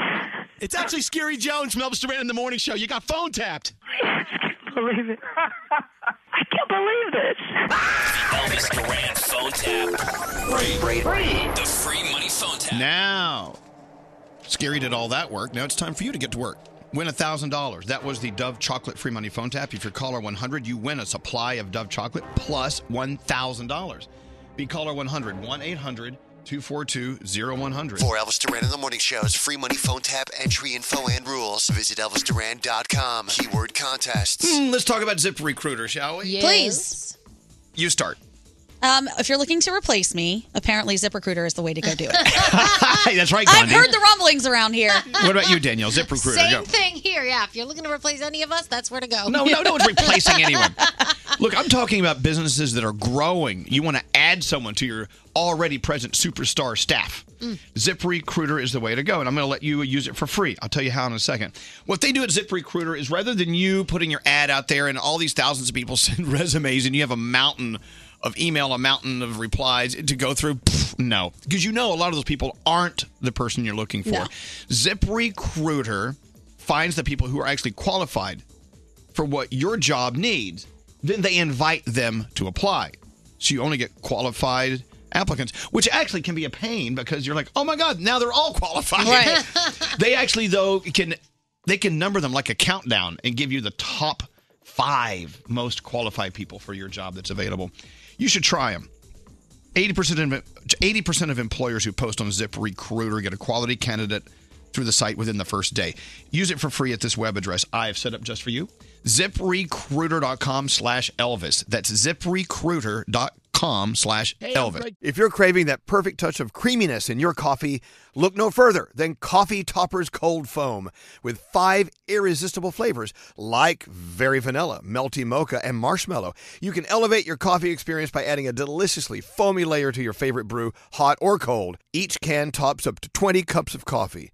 S7: It's actually Scary Jones from Elvis Duran in the Morning Show. You got phone tapped.
S22: Believe it. I can't believe this.
S6: Elvis Duran phone tap. Free, free, free. The free money phone tap.
S7: Now, Scary did all that work. Now it's time for you to get to work. Win $1,000. That was the Dove Chocolate Free Money Phone Tap. If you're caller 100, you win a supply of Dove Chocolate plus $1,000. Be caller 100, 1 800 242 0100.
S12: For Elvis Duran in the Morning Show's free money phone tap entry info and rules, visit ElvisDuran.com. Keyword contest.
S7: Hmm, let's talk about Zip Recruiter, shall we?
S18: Please.
S7: You start.
S18: Um, if you're looking to replace me, apparently ZipRecruiter is the way to go do it.
S7: Hey, that's right,
S18: I've
S7: Gandhi.
S18: heard the rumblings around here.
S7: What about you, Danielle? Zip Recruiter,
S24: Same
S7: go.
S24: thing here. Yeah, if you're looking to replace any of us, that's where to go.
S7: No, no, no one's replacing anyone. Look, I'm talking about businesses that are growing. You want to add someone to your already present superstar staff.
S6: Mm.
S7: ZipRecruiter is the way to go, and I'm going to let you use it for free. I'll tell you how in a second. What they do at ZipRecruiter is rather than you putting your ad out there and all these thousands of people send resumes and you have a mountain of email, a mountain of replies to go through, pff, no. Because you know a lot of those people aren't the person you're looking for.
S6: No.
S7: ZipRecruiter finds the people who are actually qualified for what your job needs, then they invite them to apply. So you only get qualified applicants, which actually can be a pain because you're like, oh my God, now they're all qualified.
S6: Right.
S7: they actually though can they can number them like a countdown and give you the top five most qualified people for your job that's available. You should try them. 80% of, 80% of employers who post on ZipRecruiter get a quality candidate through the site within the first day. Use it for free at this web address I have set up just for you. ZipRecruiter.com slash Elvis. That's ZipRecruiter.com slash Elvis.
S3: If you're craving that perfect touch of creaminess in your coffee, look no further than Coffee Topper's Cold Foam with five irresistible flavors like very vanilla, melty mocha, and marshmallow. You can elevate your coffee experience by adding a deliciously foamy layer to your favorite brew, hot or cold. Each can tops up to 20 cups of coffee.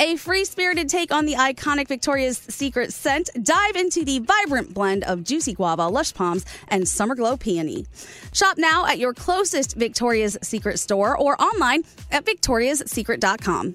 S11: a free spirited take on the iconic Victoria's Secret scent. Dive into the vibrant blend of juicy guava, lush palms, and summer glow peony. Shop now at your closest Victoria's Secret store or online at victoriassecret.com.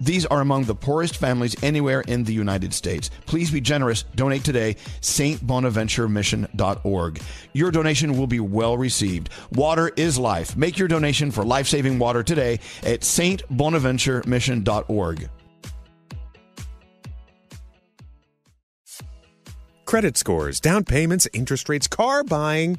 S1: These are among the poorest families anywhere in the United States. Please be generous. Donate today, stbonaventuremission.org. Your donation will be well received. Water is life. Make your donation for life saving water today at stbonaventuremission.org.
S25: Credit scores, down payments, interest rates, car buying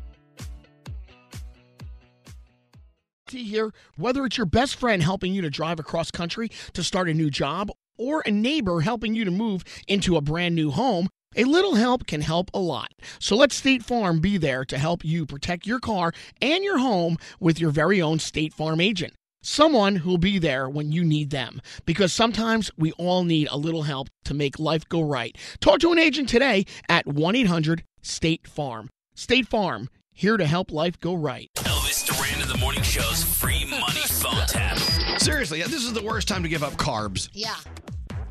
S16: See here, whether it's your best friend helping you to drive across country to start a new job or a neighbor helping you to move into a brand new home, a little help can help a lot. So let State Farm be there to help you protect your car and your home with your very own State Farm agent. Someone who'll be there when you need them. Because sometimes we all need a little help to make life go right. Talk to an agent today at 1 800 State Farm. State Farm, here to help life go right.
S6: Elvis Duran in the morning show's free money phone tap.
S7: Seriously, this is the worst time to give up carbs.
S9: Yeah.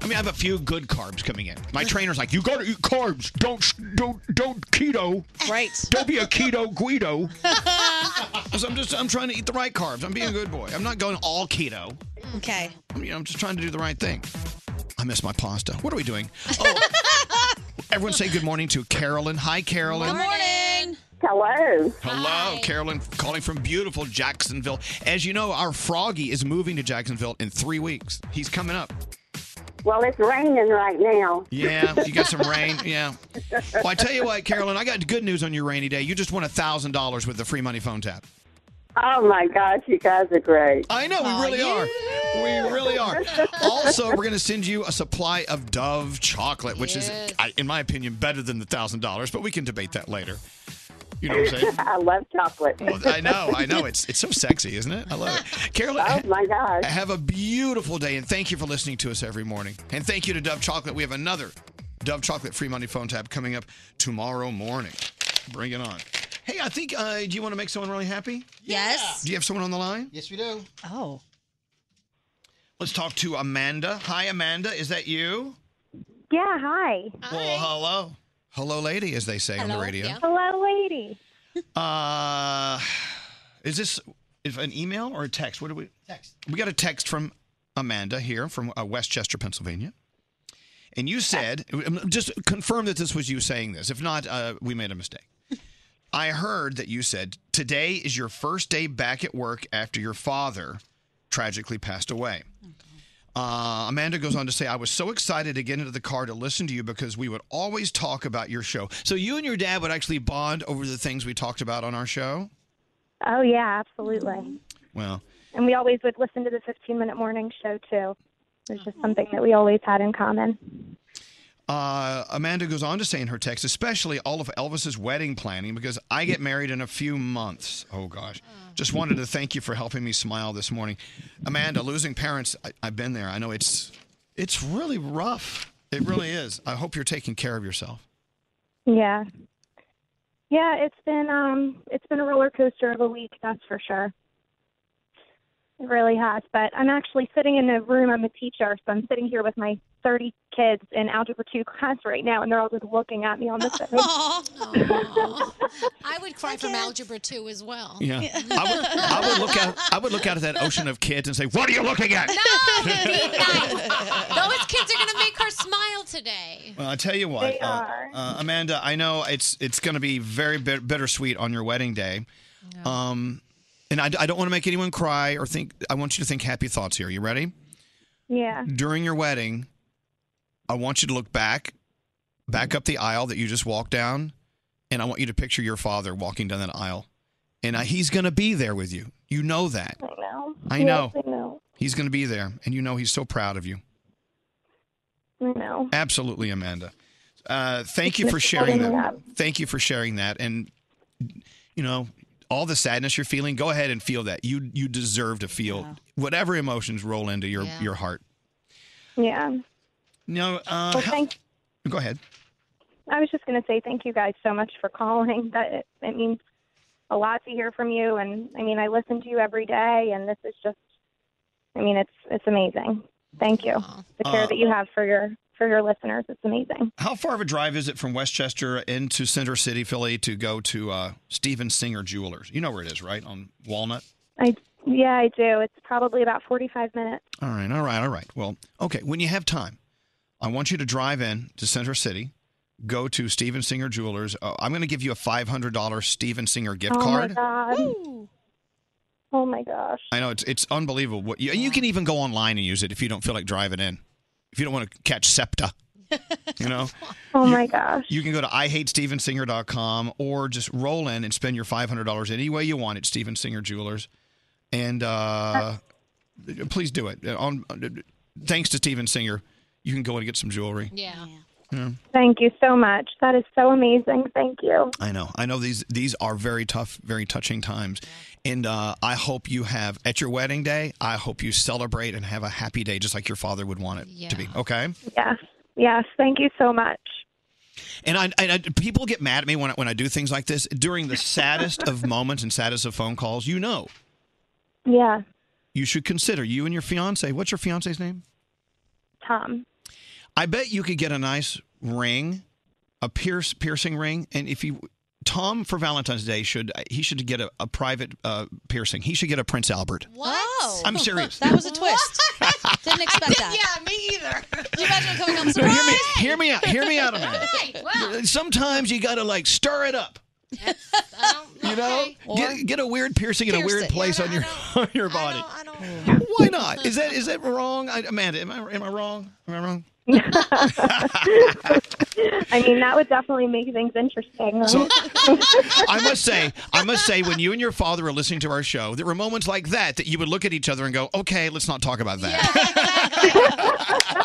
S7: I mean, I have a few good carbs coming in. My trainer's like, "You got to eat carbs. Don't, don't, don't keto.
S11: Right?
S7: Don't be a keto Guido." so I'm just, I'm trying to eat the right carbs. I'm being a good boy. I'm not going all keto.
S11: Okay.
S7: I'm, you know, I'm just trying to do the right thing. I miss my pasta. What are we doing? Oh, everyone say good morning to Carolyn. Hi, Carolyn.
S11: morning.
S7: Hello. Hello, Carolyn, calling from beautiful Jacksonville. As you know, our Froggy is moving to Jacksonville in three weeks. He's coming up.
S5: Well, it's raining right now.
S7: Yeah, you got some rain. Yeah. Well, I tell you what, Carolyn, I got good news on your rainy day. You just won thousand dollars with the free money phone tap.
S5: Oh my gosh, you guys are great.
S7: I know, we really are. We really are. Also, we're going to send you a supply of Dove chocolate, which is, I- in my opinion, better than the thousand dollars. But we can debate that later. You know what I'm saying?
S5: I love chocolate.
S7: Well, I know, I know. It's it's so sexy, isn't it? I love it. Carolyn, oh
S5: my gosh.
S7: have a beautiful day, and thank you for listening to us every morning. And thank you to Dove Chocolate. We have another Dove Chocolate free money phone tab coming up tomorrow morning. Bring it on. Hey, I think. Uh, do you want to make someone really happy?
S11: Yes.
S7: Do you have someone on the line?
S11: Yes, we do. Oh.
S7: Let's talk to Amanda. Hi, Amanda. Is that you?
S26: Yeah, hi.
S7: Well, hello. Hello, lady, as they say on the radio.
S26: Hello, lady.
S7: Uh, is this if an email or a text? What do we text? We got a text from Amanda here from uh, Westchester, Pennsylvania, and you said um, just confirm that this was you saying this. If not, uh, we made a mistake. I heard that you said today is your first day back at work after your father tragically passed away. Uh, Amanda goes on to say, I was so excited to get into the car to listen to you because we would always talk about your show. So you and your dad would actually bond over the things we talked about on our show?
S26: Oh, yeah, absolutely.
S7: Well,
S26: And we always would listen to the 15 minute morning show, too. It was just something that we always had in common.
S7: uh, Amanda goes on to say in her text, especially all of Elvis's wedding planning because I get married in a few months. Oh, gosh. Just wanted to thank you for helping me smile this morning. Amanda, losing parents, I, I've been there. I know it's it's really rough. It really is. I hope you're taking care of yourself.
S26: Yeah. Yeah, it's been um it's been a roller coaster of a week, that's for sure. It really has. But I'm actually sitting in a room. I'm a teacher, so I'm sitting here with my 30 kids in Algebra 2 class right now, and they're all just looking at me on the phone.
S9: I would cry from algebra two as well.
S7: Yeah. I would, I would look out. I would look out at that ocean of kids and say, "What are you looking at?"
S9: Those kids are going to make her smile today.
S7: Well, I tell you what,
S9: They
S7: uh, uh, Amanda. I know it's it's going to be very bit- bittersweet on your wedding day, um, and I, I don't want to make anyone cry or think. I want you to think happy thoughts here. You ready?
S26: Mm-hmm. Yeah.
S7: During your wedding, I want you to look back, back up the aisle that you just walked down, and I want you to picture your father walking down that aisle, and uh, he's going to be there with you. You know that.
S26: I know.
S7: I
S26: Yes,
S7: know.
S26: I know.
S7: He's going to be there, and you know he's so proud of you.
S26: I know.
S7: Absolutely, Amanda. Uh, thank you for sharing that. Thank you for sharing that. And you know, all the sadness you're feeling, go ahead and feel that. You you deserve to feel whatever emotions roll into your
S26: Yeah.
S7: your heart.
S26: Yeah.
S7: No. Uh,
S26: Well,
S7: how-
S26: thank-
S7: go ahead.
S26: I was just going to say thank you guys so much for calling. That it, it means a lot to hear from you, and I mean I listen to you every day, and this is just, I mean it's it's amazing. Thank you. The care
S7: Uh,
S26: that you have for your for your listeners, it's amazing.
S7: How far of a drive is it from Westchester into Center City, Philly, to go to uh, Steven Singer Jewelers? You know where it is, right? On Walnut.
S26: I yeah I do. It's probably about forty five minutes.
S7: All right, all right, all right. Well, okay, when you have time, I want you to drive in to Center City, go to Steven Singer Jewelers. Uh, I'm going to give you a $500 Steven Singer gift
S26: oh
S7: card.
S26: my god. Oh my gosh.
S7: I know it's it's unbelievable. What you, you can even go online and use it if you don't feel like driving in. If you don't want to catch SEPTA, you know.
S26: Oh my gosh.
S7: You can go to ihatestevensinger.com or just roll in and spend your $500 any way you want at Steven Singer Jewelers. And uh, please do it. On thanks to Steven Singer, you can go and get some jewelry.
S26: Yeah.
S7: Yeah.
S26: Thank you so much. That is so amazing. Thank you.
S7: I know. I know these these are very tough, very touching times. And uh, I hope you have at your wedding day, I hope you celebrate and have a happy day just like your father would want it to be. Okay?
S26: Yes. Yes. Thank you so much.
S7: And I, I, I people get mad at me when I, when I do things like this during the saddest of moments and saddest of phone calls. You know,
S26: Yeah.
S7: you should consider you and your fiance. What's your fiance's name?
S26: Tom.
S7: I bet you could get a nice ring, a pierce piercing ring, and if you Tom for Valentine's Day should he should get a, a private uh, piercing. He should get a Prince Albert.
S11: What?
S7: I'm serious.
S11: Oh. That was a twist. Didn't expect that.
S9: Yeah, me either.
S11: Can you imagine coming home
S7: Hear
S11: surprise?
S7: me, hear me out. Hear me out a minute. Sometimes you gotta like stir it up. You know, get, get a weird piercing in a
S10: Pierce
S7: weird
S10: it.
S7: place on your on your body. Why not? Is that is that wrong, I, Amanda? Am I am I wrong? Am I wrong?
S26: I mean, that would definitely make things interesting.
S7: So-
S26: right?
S7: I must say, I must say, when you and your father were listening to our show, there were moments like that that you would look at each other and go, "Okay, let's not talk about that."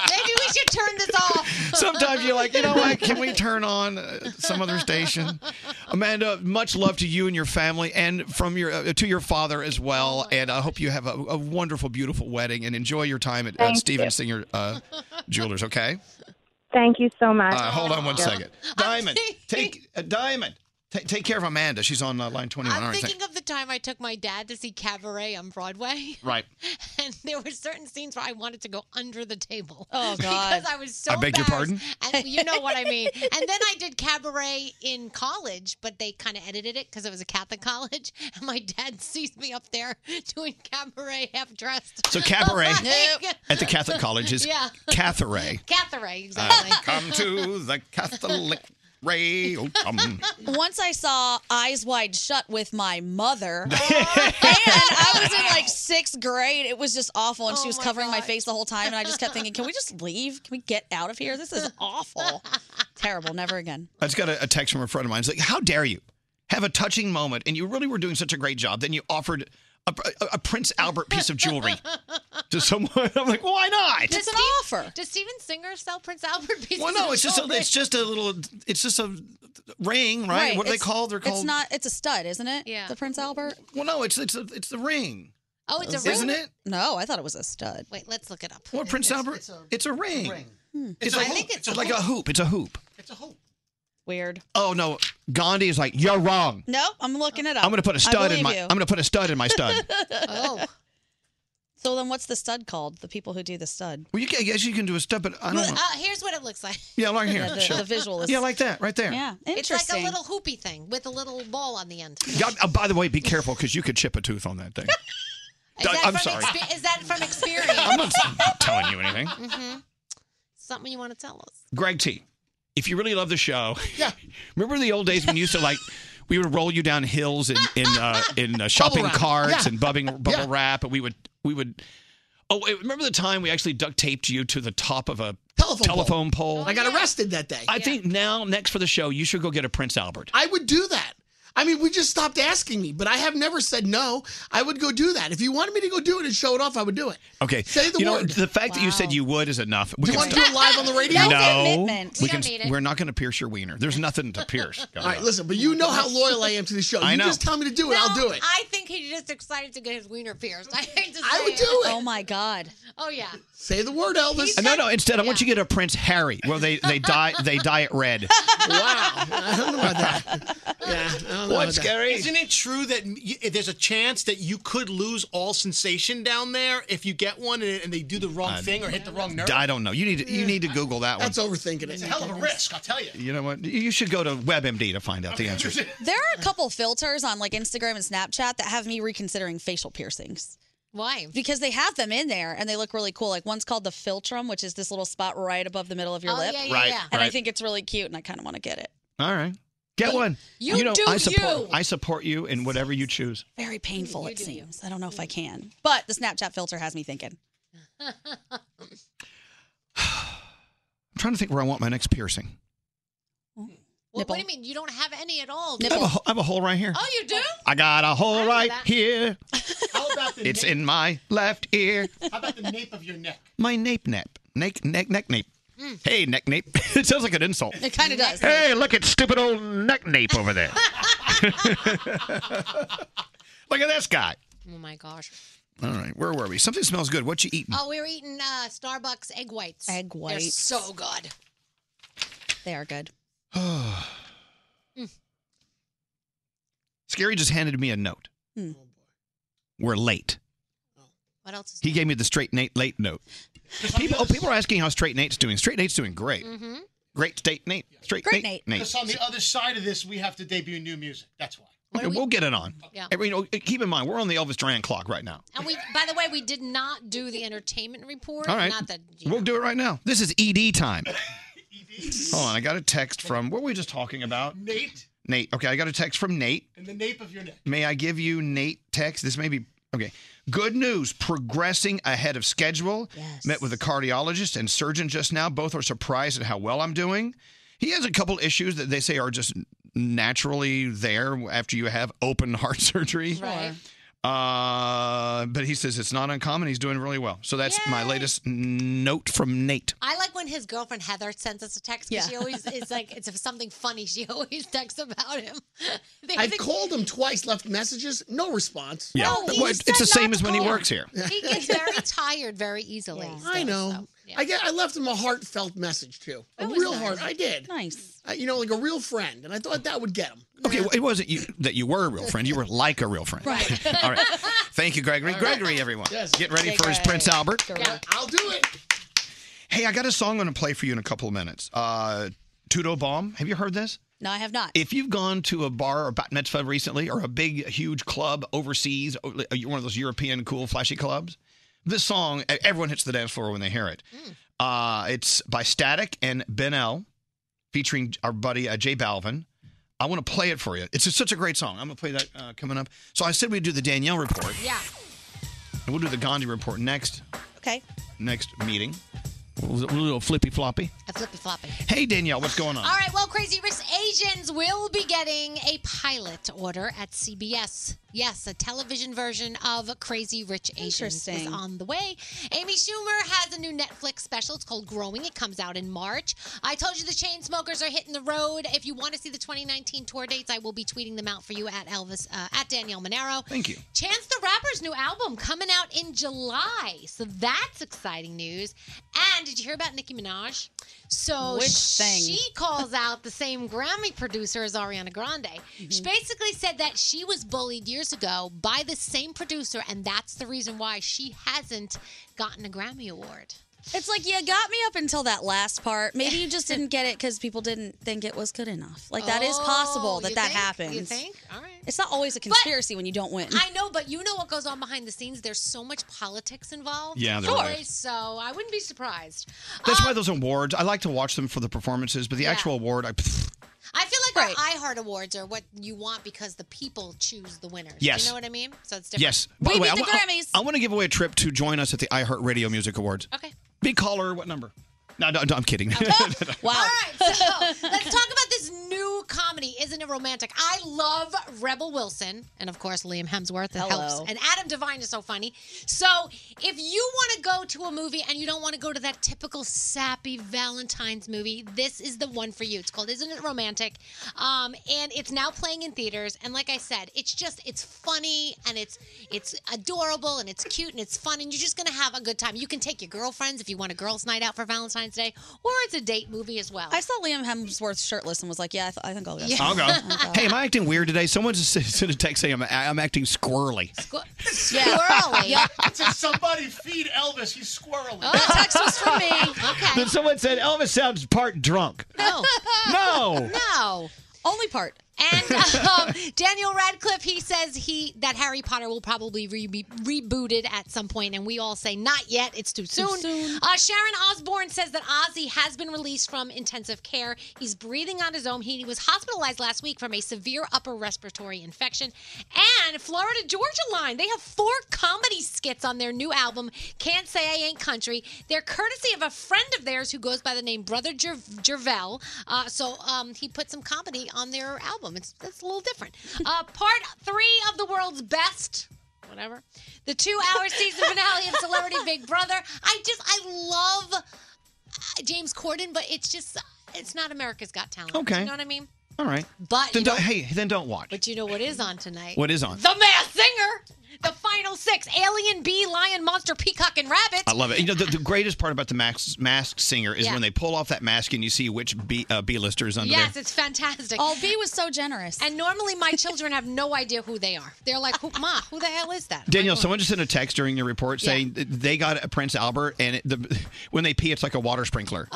S9: Maybe we should turn this off.
S7: Sometimes you're like, you know what? Can we turn on uh, some other station? Amanda, much love to you and your family, and from your uh, to your father as well. and I hope you have a, a wonderful, beautiful wedding, and enjoy your time at uh,
S26: Thank
S7: Steven
S26: you.
S7: Singer uh, Jewelers. Okay.
S26: Thank you so much.
S7: Uh, hold on one
S26: Yeah.
S7: second. Diamond, take uh, Diamond. ta- take care of Amanda. She's on uh, line 21. All
S9: I'm
S7: right, thank-
S9: thinking of the time I took my dad to see Cabaret on Broadway,
S7: right.
S9: and there were certain scenes where I wanted to go under the table.
S11: Oh, God.
S9: Because I was so.
S7: I beg your pardon?
S9: embarrassed. And you know what I mean. And then I did Cabaret in college, but they kind of edited it because it was a Catholic college, and my dad sees me up there doing Cabaret half dressed.
S7: So Cabaret
S9: Like-
S7: at the Catholic College is
S9: yeah.
S7: Catharay.
S9: Cabaret,
S7: Uh,
S9: exactly.
S7: come to the Catholic Ray. Oh, come.
S11: Once I saw Eyes Wide Shut with my mother, and I was in like sixth grade. It was just awful,
S9: Oh
S11: and she was covering my face the whole time. And I just kept thinking, "Can we just leave? Can we get out of here? This is awful, terrible. Never again."
S7: I just got a, a text from a friend of mine. It's like, how dare you have a touching moment and you really were doing such a great job. Then you offered a, a- a Prince Albert piece of jewelry to someone. I'm like, why not?
S9: Does Steve-
S11: offer.
S9: Does Steven Singer sell Prince Albert pieces?
S7: Well, no,
S9: of
S7: it's just a,
S9: jewelry?
S7: it's just a little, it's just a ring, right? What are they
S11: it's-
S7: called? They're called.
S11: It's not. It's a stud, isn't it? Yeah. The Prince Albert.
S7: Well, no, it's it's a, it's the ring.
S9: Oh, it's a
S11: Is
S7: Isn't
S11: it?
S7: it?
S11: No, Oh, I thought it was a stud.
S9: Wait, let's look it up.
S7: Well, Prince Albert, it's a, ring.
S11: Hmm.
S7: It's, a, hoop. it's like a hoop. It's a hoop.
S11: Weird.
S7: Oh no, Gandhi is like, you're wrong.
S11: No, I'm looking it up.
S7: I'm gonna put a
S11: I
S7: stud in
S11: believe
S7: my.
S11: you.
S7: I'm gonna put a stud in my stud.
S11: oh. So then, what's the stud called? The people who do the stud.
S1: Well, you can, I guess you can do a step, but I don't know.
S9: uh,
S11: here's what it looks like.
S1: Yeah, right here.
S11: The, the-
S1: Sure.
S11: the visual is.
S1: Yeah, like that, right there. Yeah,
S9: It's like
S11: interesting.
S9: a little hoopy thing with a little ball on the end.
S1: God, oh, by the way, be careful because you could chip a tooth on that thing.
S9: Is that
S1: I'm
S9: from
S1: sorry.
S9: expe- is that from experience?
S1: I'm not I'm not telling you anything.
S9: hmm Something you want to tell us?
S7: Greg T, if you really love the show,
S9: Yeah.
S7: remember the old days when you used to like we would roll you down hills in in uh, in uh, shopping
S1: wrap.
S7: carts
S1: Yeah.
S7: and bubbing, bubble
S1: Yeah.
S7: wrap, and we would we would. Oh, wait, remember the time we actually duct taped you to the top of a
S16: Telephone pole.
S7: telephone pole?
S16: I got arrested that day.
S7: I think now next for the show you should go get a Prince Albert.
S16: I would do that. I mean, we just stopped asking me, but I have never said no. I would go do that. If you wanted me to go do it and show it off, I would do it.
S7: Okay.
S16: Say the
S7: you
S16: word.
S7: Know, the fact that you said you would is enough.
S16: Do you
S7: can
S16: want to do it live on the radio?
S7: No,
S16: That's commitment.
S7: we
S16: We
S7: can.
S16: don't need it.
S7: We're not going to pierce your wiener. There's nothing to pierce.
S16: All right, listen, but you know how loyal I am to the show.
S7: I
S16: you
S7: know.
S16: just tell me to do it, I'll do it.
S9: I think he's just excited to get his wiener pierced. I hate to say
S16: I would
S9: it.
S16: do it.
S11: Oh my god.
S9: Oh yeah.
S16: Say the word, Elvis.
S7: Uh, no, no. Instead, I want you to get a Prince Harry. Well, they they dye they dye it red.
S16: wow. I don't know about that. Yeah. I don't know
S7: What,
S16: about that.
S7: Scary?
S12: Isn't it true that y- there's a chance that you could lose all sensation down there if you get one and, and they do the wrong
S7: I-
S12: thing or hit the wrong nerve?
S7: I don't know. You need to, you need to Google that one.
S16: That's overthinking it.
S12: It's a hell of a risk, I'll tell you.
S7: You know what? You should go to WebMD to find out the answers.
S11: There are a couple filters on like Instagram and Snapchat that have me reconsidering facial piercings.
S9: Why?
S11: Because they have them in there and they look really cool. Like one's called the philtrum, which is this little spot right above the middle of your
S9: Oh,
S11: lip.
S9: yeah, yeah, Right, yeah.
S11: And I
S7: right.
S11: think it's really cute and I kind of want to get it.
S7: All right, get one.
S11: you do
S7: I support
S11: you.
S7: I support you in whatever you choose.
S11: Very painful, it seems. I don't know if I can. But the Snapchat filter has me thinking.
S7: I'm trying to think where I want my next piercing.
S9: What, what do you mean? You don't have any at all?
S7: I have, a, ho- I have a hole right here.
S9: Oh, you do?
S7: I got a hole right
S9: that. Oh,
S7: here. It's in my left ear.
S12: How about the nape of your neck?
S7: My nape nap. Nape, neck, neck, nape. Hey, neck nape. it sounds like an insult.
S11: It kind of does.
S7: Hey, look at stupid old neck nape over there. look at this guy.
S9: Oh my gosh.
S7: All right, where were we? Something smells good. What you eating?
S9: Oh, we were eating uh, Starbucks egg whites.
S11: Egg
S9: They're
S11: whites.
S9: so good.
S11: They are good.
S7: Scary just handed me a note.
S11: Hmm.
S7: We're late.
S9: Um, What else is
S7: He gave me the straight Nate late note. People, oh, people are asking how straight Nate's doing. Straight Nate's doing great.
S12: Mm-hmm.
S7: Great state Nate. Straight Nate.
S12: Because on the other side of this, we have to debut new music. That's why.
S7: Okay, we'll get it on.
S9: Yeah.
S7: I mean, oh, keep in mind, we're on the Elvis Duran clock right now.
S9: And we, by the way, we did not do the entertainment report.
S7: All right.
S9: Not that.
S7: We'll do it right now. This is ED time.
S12: E
S7: Hold on. I got a text from, what were we just talking about?
S12: Nate
S7: Nate. Okay. I got a text from Nate.
S12: and the nape of your neck.
S7: May I give you Nate text? This may be, okay. Good news. Progressing ahead of schedule.
S9: Yes.
S7: Met with a cardiologist and surgeon just now. Both are surprised at how well I'm doing. He has a couple issues that they say are just naturally there after you have open heart surgery.
S9: Right.
S7: Uh, but he says it's not uncommon. He's doing really well. So that's my latest note from Nate.
S9: I like when his girlfriend Heather sends us a text because she always is like, it's something funny. She always texts about him. They
S16: I've
S9: think-
S16: called him twice, left messages, no response.
S7: Yeah.
S9: No, Oh, he
S7: Well,
S9: said
S7: it's the
S9: not
S7: same
S9: to
S7: as when he
S9: call.
S7: works here.
S9: He gets very tired very easily.
S16: I
S9: still,
S16: know.
S9: so, yeah. Oh,
S16: I get. I left him a heartfelt message too. A real heart. I did.
S11: Nice.
S16: I, you know, like a real friend, and I thought that would get him.
S7: Okay, well, it wasn't you that you were a real friend. You were like a real friend. Right. All right. Thank you, Gregory. Gregory, everyone.
S16: Yes.
S7: Get ready for his
S16: Gregory.
S7: Prince Albert.
S16: I'll do it.
S7: Hey, I got a song I'm going to play for you in a couple of minutes. Uh, Tudo Bomb. Have you heard this?
S11: No, I have not.
S7: If you've gone to a bar or bat mitzvah recently or a big, huge club overseas, or like uh, one of those European cool, flashy clubs, this song, e, everyone hits the dance floor when they hear it. Uh, it's by Static and Ben L, featuring our buddy uh, Jay Balvin. I want to play it for you. It's just such a great song. I'm going to play that uh, coming up. So I said we'd do the Danielle report,
S9: Yeah.
S7: and we'll do the Gandhi report next
S11: Okay.
S7: next meeting. We'll, we'll do a flippy floppy.
S9: A flippy floppy.
S7: Hey, Danielle, what's going on?
S9: All right, well, Crazy Rich Asians will be getting a pilot order at CBS. Yes, a television version of Crazy Rich Asians is
S11: Interesting.
S9: on the way. Amy Schumer has a new Netflix special. It's called Growing. It comes out in March. I told you the chain smokers are hitting the road. If you want to see the 2019 tour dates, I will be tweeting them out for you at Elvis uh, at Danielle Monero.
S7: Thank you.
S9: Chance the Rapper's new album coming out in July. So that's exciting news. And did you hear about Nicki Minaj? So
S11: Which thing?
S9: she calls out the same Grammy producer as Ariana Grande.
S11: Mm-hmm.
S9: She basically said that she was bullied years ago by the same producer, and that's the reason why she hasn't gotten a Grammy award.
S11: It's like you got me up until that last part. Maybe you just didn't get it because people didn't think it was good enough. Like that is possible
S9: Oh,
S11: that
S9: you
S11: that
S9: think?
S11: happens.
S9: You think? All right.
S11: It's not always a conspiracy when you don't win.
S9: I know, but you know what goes on behind the scenes. There's so much politics involved.
S7: Yeah, there Sure. is.
S9: So I wouldn't be surprised.
S7: That's why those awards, I like to watch them for the performances, but the
S9: uh, Yeah.
S7: actual award, I,
S9: I feel like our iHeart Awards are what you want because the people choose the winners.
S7: Yes.
S9: Do you know what I mean? So it's different.
S7: yes. By the way, I, wa- I- I, want to give away a trip to join us at the iHeartRadio Music Awards.
S9: Okay.
S7: Big caller, what number? No, no, no I'm kidding.
S9: Wow. All right, so let's talk about this new comedy, Isn't It Romantic? I love Rebel Wilson, and of course, Liam Hemsworth. It
S11: Hello.
S9: helps. And Adam Devine is so funny. So if you want to go to a movie and you don't want to go to that typical sappy Valentine's movie, this is the one for you. It's called Isn't It Romantic? Um, and it's now playing in theaters. And like I said, it's just, it's funny and it's it's adorable and it's cute and it's fun and you're just going to have a good time. You can take your girlfriends if you want a girls' night out for Valentine's Day, or it's a date movie as well.
S11: I saw Liam Hemsworth shirtless and was like, "Yeah, I, th- I think I'll go."
S7: I'll go. hey, am I acting weird today? Someone just sent a text saying I'm, I'm acting squirrely.
S9: Squirrely. Oh,
S12: It says, somebody feed Elvis. He's squirrely.
S9: that text was from me. Okay.
S7: Then someone said Elvis sounds part drunk.
S9: No.
S7: No.
S9: No.
S11: Only part.
S9: And um, Daniel Radcliffe, he says he that Harry Potter will probably re- be rebooted at some point, and we all say not yet; it's too soon.
S11: soon.
S9: Uh, Sharon Osbourne says that Ozzy has been released from intensive care. He's breathing on his own. He was hospitalized last week from a severe upper respiratory infection. And Florida Georgia Line, they have four comedy skits on their new album, Can't Say I Ain't Country. They're courtesy of a friend of theirs who goes by the name Brother Jer- Jervell. Uh, so um, he put some comedy on their album. It's, it's a little different. Uh, part three of the world's best whatever. The two hour season finale of Celebrity Big Brother. I just, I love uh, James Corden, but it's just, it's not America's Got Talent.
S7: Okay.
S9: You know what I mean?
S7: All right.
S9: But
S7: then
S9: you know-
S7: don't, hey, then don't watch.
S9: But you know what is on tonight?
S7: What is on?
S9: The Masked Singer. The final six alien, bee, lion, monster, peacock, and rabbit.
S7: I love it. You know, the, the greatest part about the mask, mask singer is
S9: Yeah.
S7: when they pull off that mask and you see which B uh, lister is under
S9: yes,
S7: there.
S9: it's fantastic. Oh,
S11: B was so generous.
S9: And normally my children have no idea who they are. They're like, who, Ma, who the hell is that?
S7: Danielle, someone just sent a text during your report saying that they got a Prince Albert, and it, the, when they pee, it's like a water sprinkler.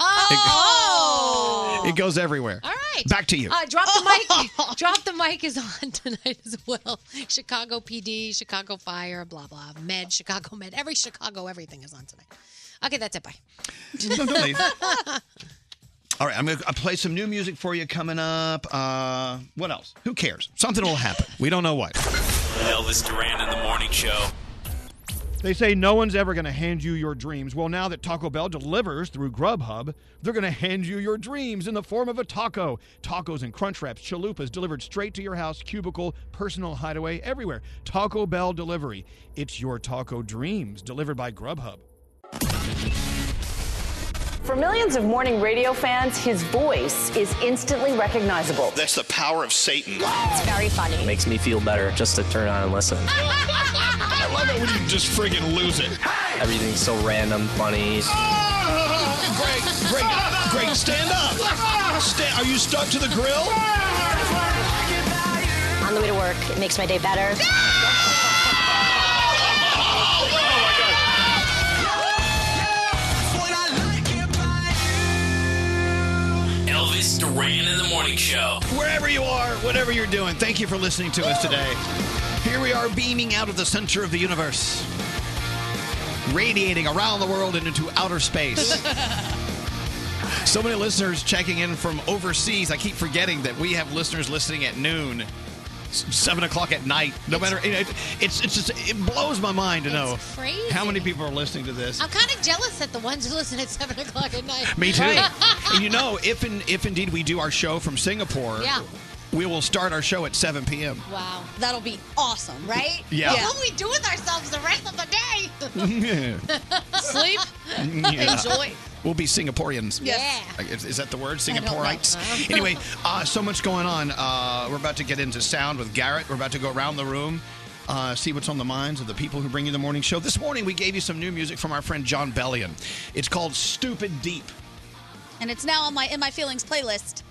S9: Oh!
S7: It goes everywhere. All
S9: right.
S7: Back to you.
S9: Uh, drop the mic. drop the mic is on tonight as well. Chicago PD, Chicago Fire, blah blah. Med, Chicago Med. Every Chicago, everything is on tonight. Okay, that's it. Bye.
S7: No, don't leave. All right, I'm going to play some new music for you coming up. Uh, what else? Who cares? Something will happen. We don't know what.
S6: Elvis Duran in the morning show.
S7: They say no one's ever going to hand you your dreams. Well, now that Taco Bell delivers through Grubhub, they're going to hand you your dreams in the form of a taco. Tacos and crunch wraps, chalupas delivered straight to your house, cubicle, personal hideaway, everywhere. Taco Bell delivery. It's your taco dreams delivered by Grubhub.
S2: For millions of morning radio fans, his voice is instantly recognizable.
S7: That's the power of Satan.
S2: It's very funny.
S10: Makes me feel better just to turn on and listen.
S7: I love it when you just friggin' lose it.
S10: Everything's so random, funny.
S7: Greg, Greg, Greg, stand up. Stand, are you stuck to the grill?
S4: On the way to work, it makes my day better.
S7: Oh,
S6: Elvis Duran in the morning show.
S7: Wherever you are, whatever you're doing, thank you for listening to us today. Here we are beaming out of the center of the universe, radiating around the world and into outer space. so many listeners checking in from overseas. I keep forgetting that we have listeners listening at noon. s- Seven o'clock at night. No matter, it, it's it's just it blows my mind to know
S9: crazy.
S7: how many people are listening to this.
S9: I'm kind of jealous at the ones who listen at seven o'clock at night.
S7: Me too. and you know, if in, if indeed we do our show from Singapore,
S9: Yeah.
S7: we will start our show at 7 p.m.
S9: Wow.
S11: That'll be awesome, right?
S7: Yeah.
S9: What will we do with ourselves the rest of the day?
S7: Yeah.
S9: Sleep.
S7: Yeah. We'll be Singaporeans.
S9: Yes.
S7: Like, Is, is that the word?
S9: I don't know. Uh-huh.
S7: Singaporeites? anyway, uh, so much going on. Uh, we're about to get into sound with Garrett. We're about to go around the room, uh, see what's on the minds of the people who bring you the morning show. This morning, we gave you some new music from our friend John Bellion. It's called Stupid Deep.
S11: and it's now on my in my feelings playlist.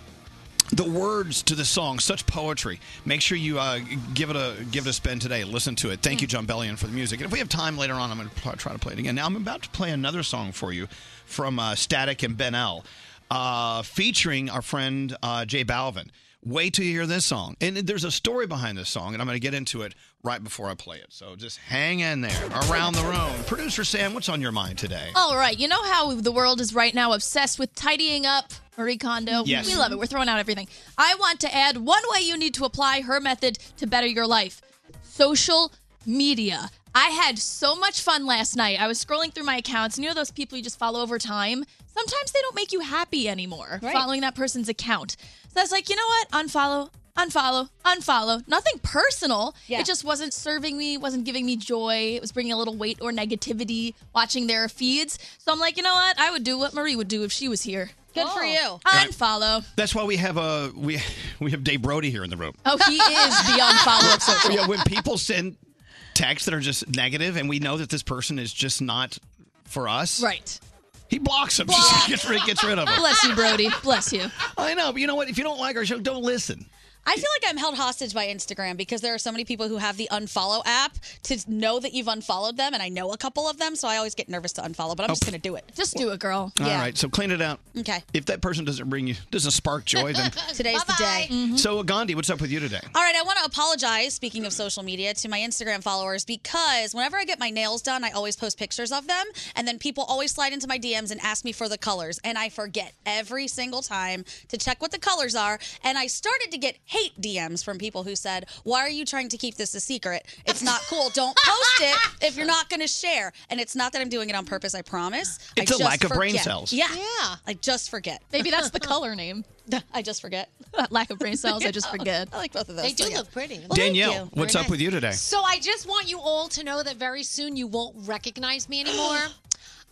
S7: the words to the song, such poetry. Make sure you uh, give it a give it a spin today. Listen to it. Thank you, John Bellion, for the music. And if we have time later on, I'm going to pl- try to play it again. Now I'm about to play another song for you from uh, Static and Ben L, uh, featuring our friend uh, Jay Balvin. Wait till you hear this song. And there's a story behind this song, and I'm going to get into it right before I play it. So just hang in there. Around the room, producer Sam, what's on your mind today?
S13: All right, you know how the world is right now obsessed with tidying up Marie Kondo?
S7: Yes.
S13: We love it. We're throwing out everything. I want to add one way you need to apply her method to better your life social media. I had so much fun last night. I was scrolling through my accounts. and You know those people you just follow over time? Sometimes they don't make you happy anymore following that person's account. So I was like, you know what? Unfollow, unfollow, unfollow. Nothing personal.
S11: Yeah.
S13: It just wasn't serving me, wasn't giving me joy. It was bringing a little weight or negativity watching their feeds. So I'm like, you know what? I would do what Marie would do if she was here. Oh.
S11: Good for you.
S13: Unfollow.
S7: That's why we have a we we have Dave Brody here in the room.
S13: Oh, he is beyond follow up social.
S7: yeah, when people send texts that are just negative and we know that this person is just not for us.
S13: Right.
S7: He blocks them. gets, rid, gets rid of them.
S13: Bless you, Brody. Bless you.
S7: I know, but you know what? If you don't like our show, don't listen.
S11: I feel like I'm held hostage by Instagram because there are so many people who have the unfollow app to know that you've unfollowed them, and I know a couple of them, so I always get nervous to unfollow, but I'm just gonna do it.
S13: Just do it, girl.
S7: Oh. All right, so clean it out.
S11: Okay.
S7: If that person doesn't bring you, doesn't spark joy, then. Mm-hmm.
S11: Today's the day.
S9: Mm-hmm.
S7: So, uh, Gandhi, what's up with you today?
S11: All right, I want to apologize, speaking of social media, to my Instagram followers because whenever I get my nails done, I always post pictures of them. And then people always slide into my DMs and ask me for the colors. And I forget every single time to check what the colors are. And I started to get hate DMs from people who said, Why are you trying to keep this a secret? It's not cool. Don't post it if you're not going to share. And it's not that I'm doing it on purpose, I promise. I
S7: It's a
S11: just
S7: lack of brain
S11: forget.
S7: cells.
S11: Yeah. Yeah. I just forget.
S13: Maybe that's the color name.
S11: I just forget.
S13: Lack of brain cells. I just forget.
S11: I like both of those.
S13: They do
S11: so, yeah.
S13: look
S9: pretty.
S7: Danielle, what's up with you today?
S9: So I just want you all to know that very soon you won't recognize me anymore.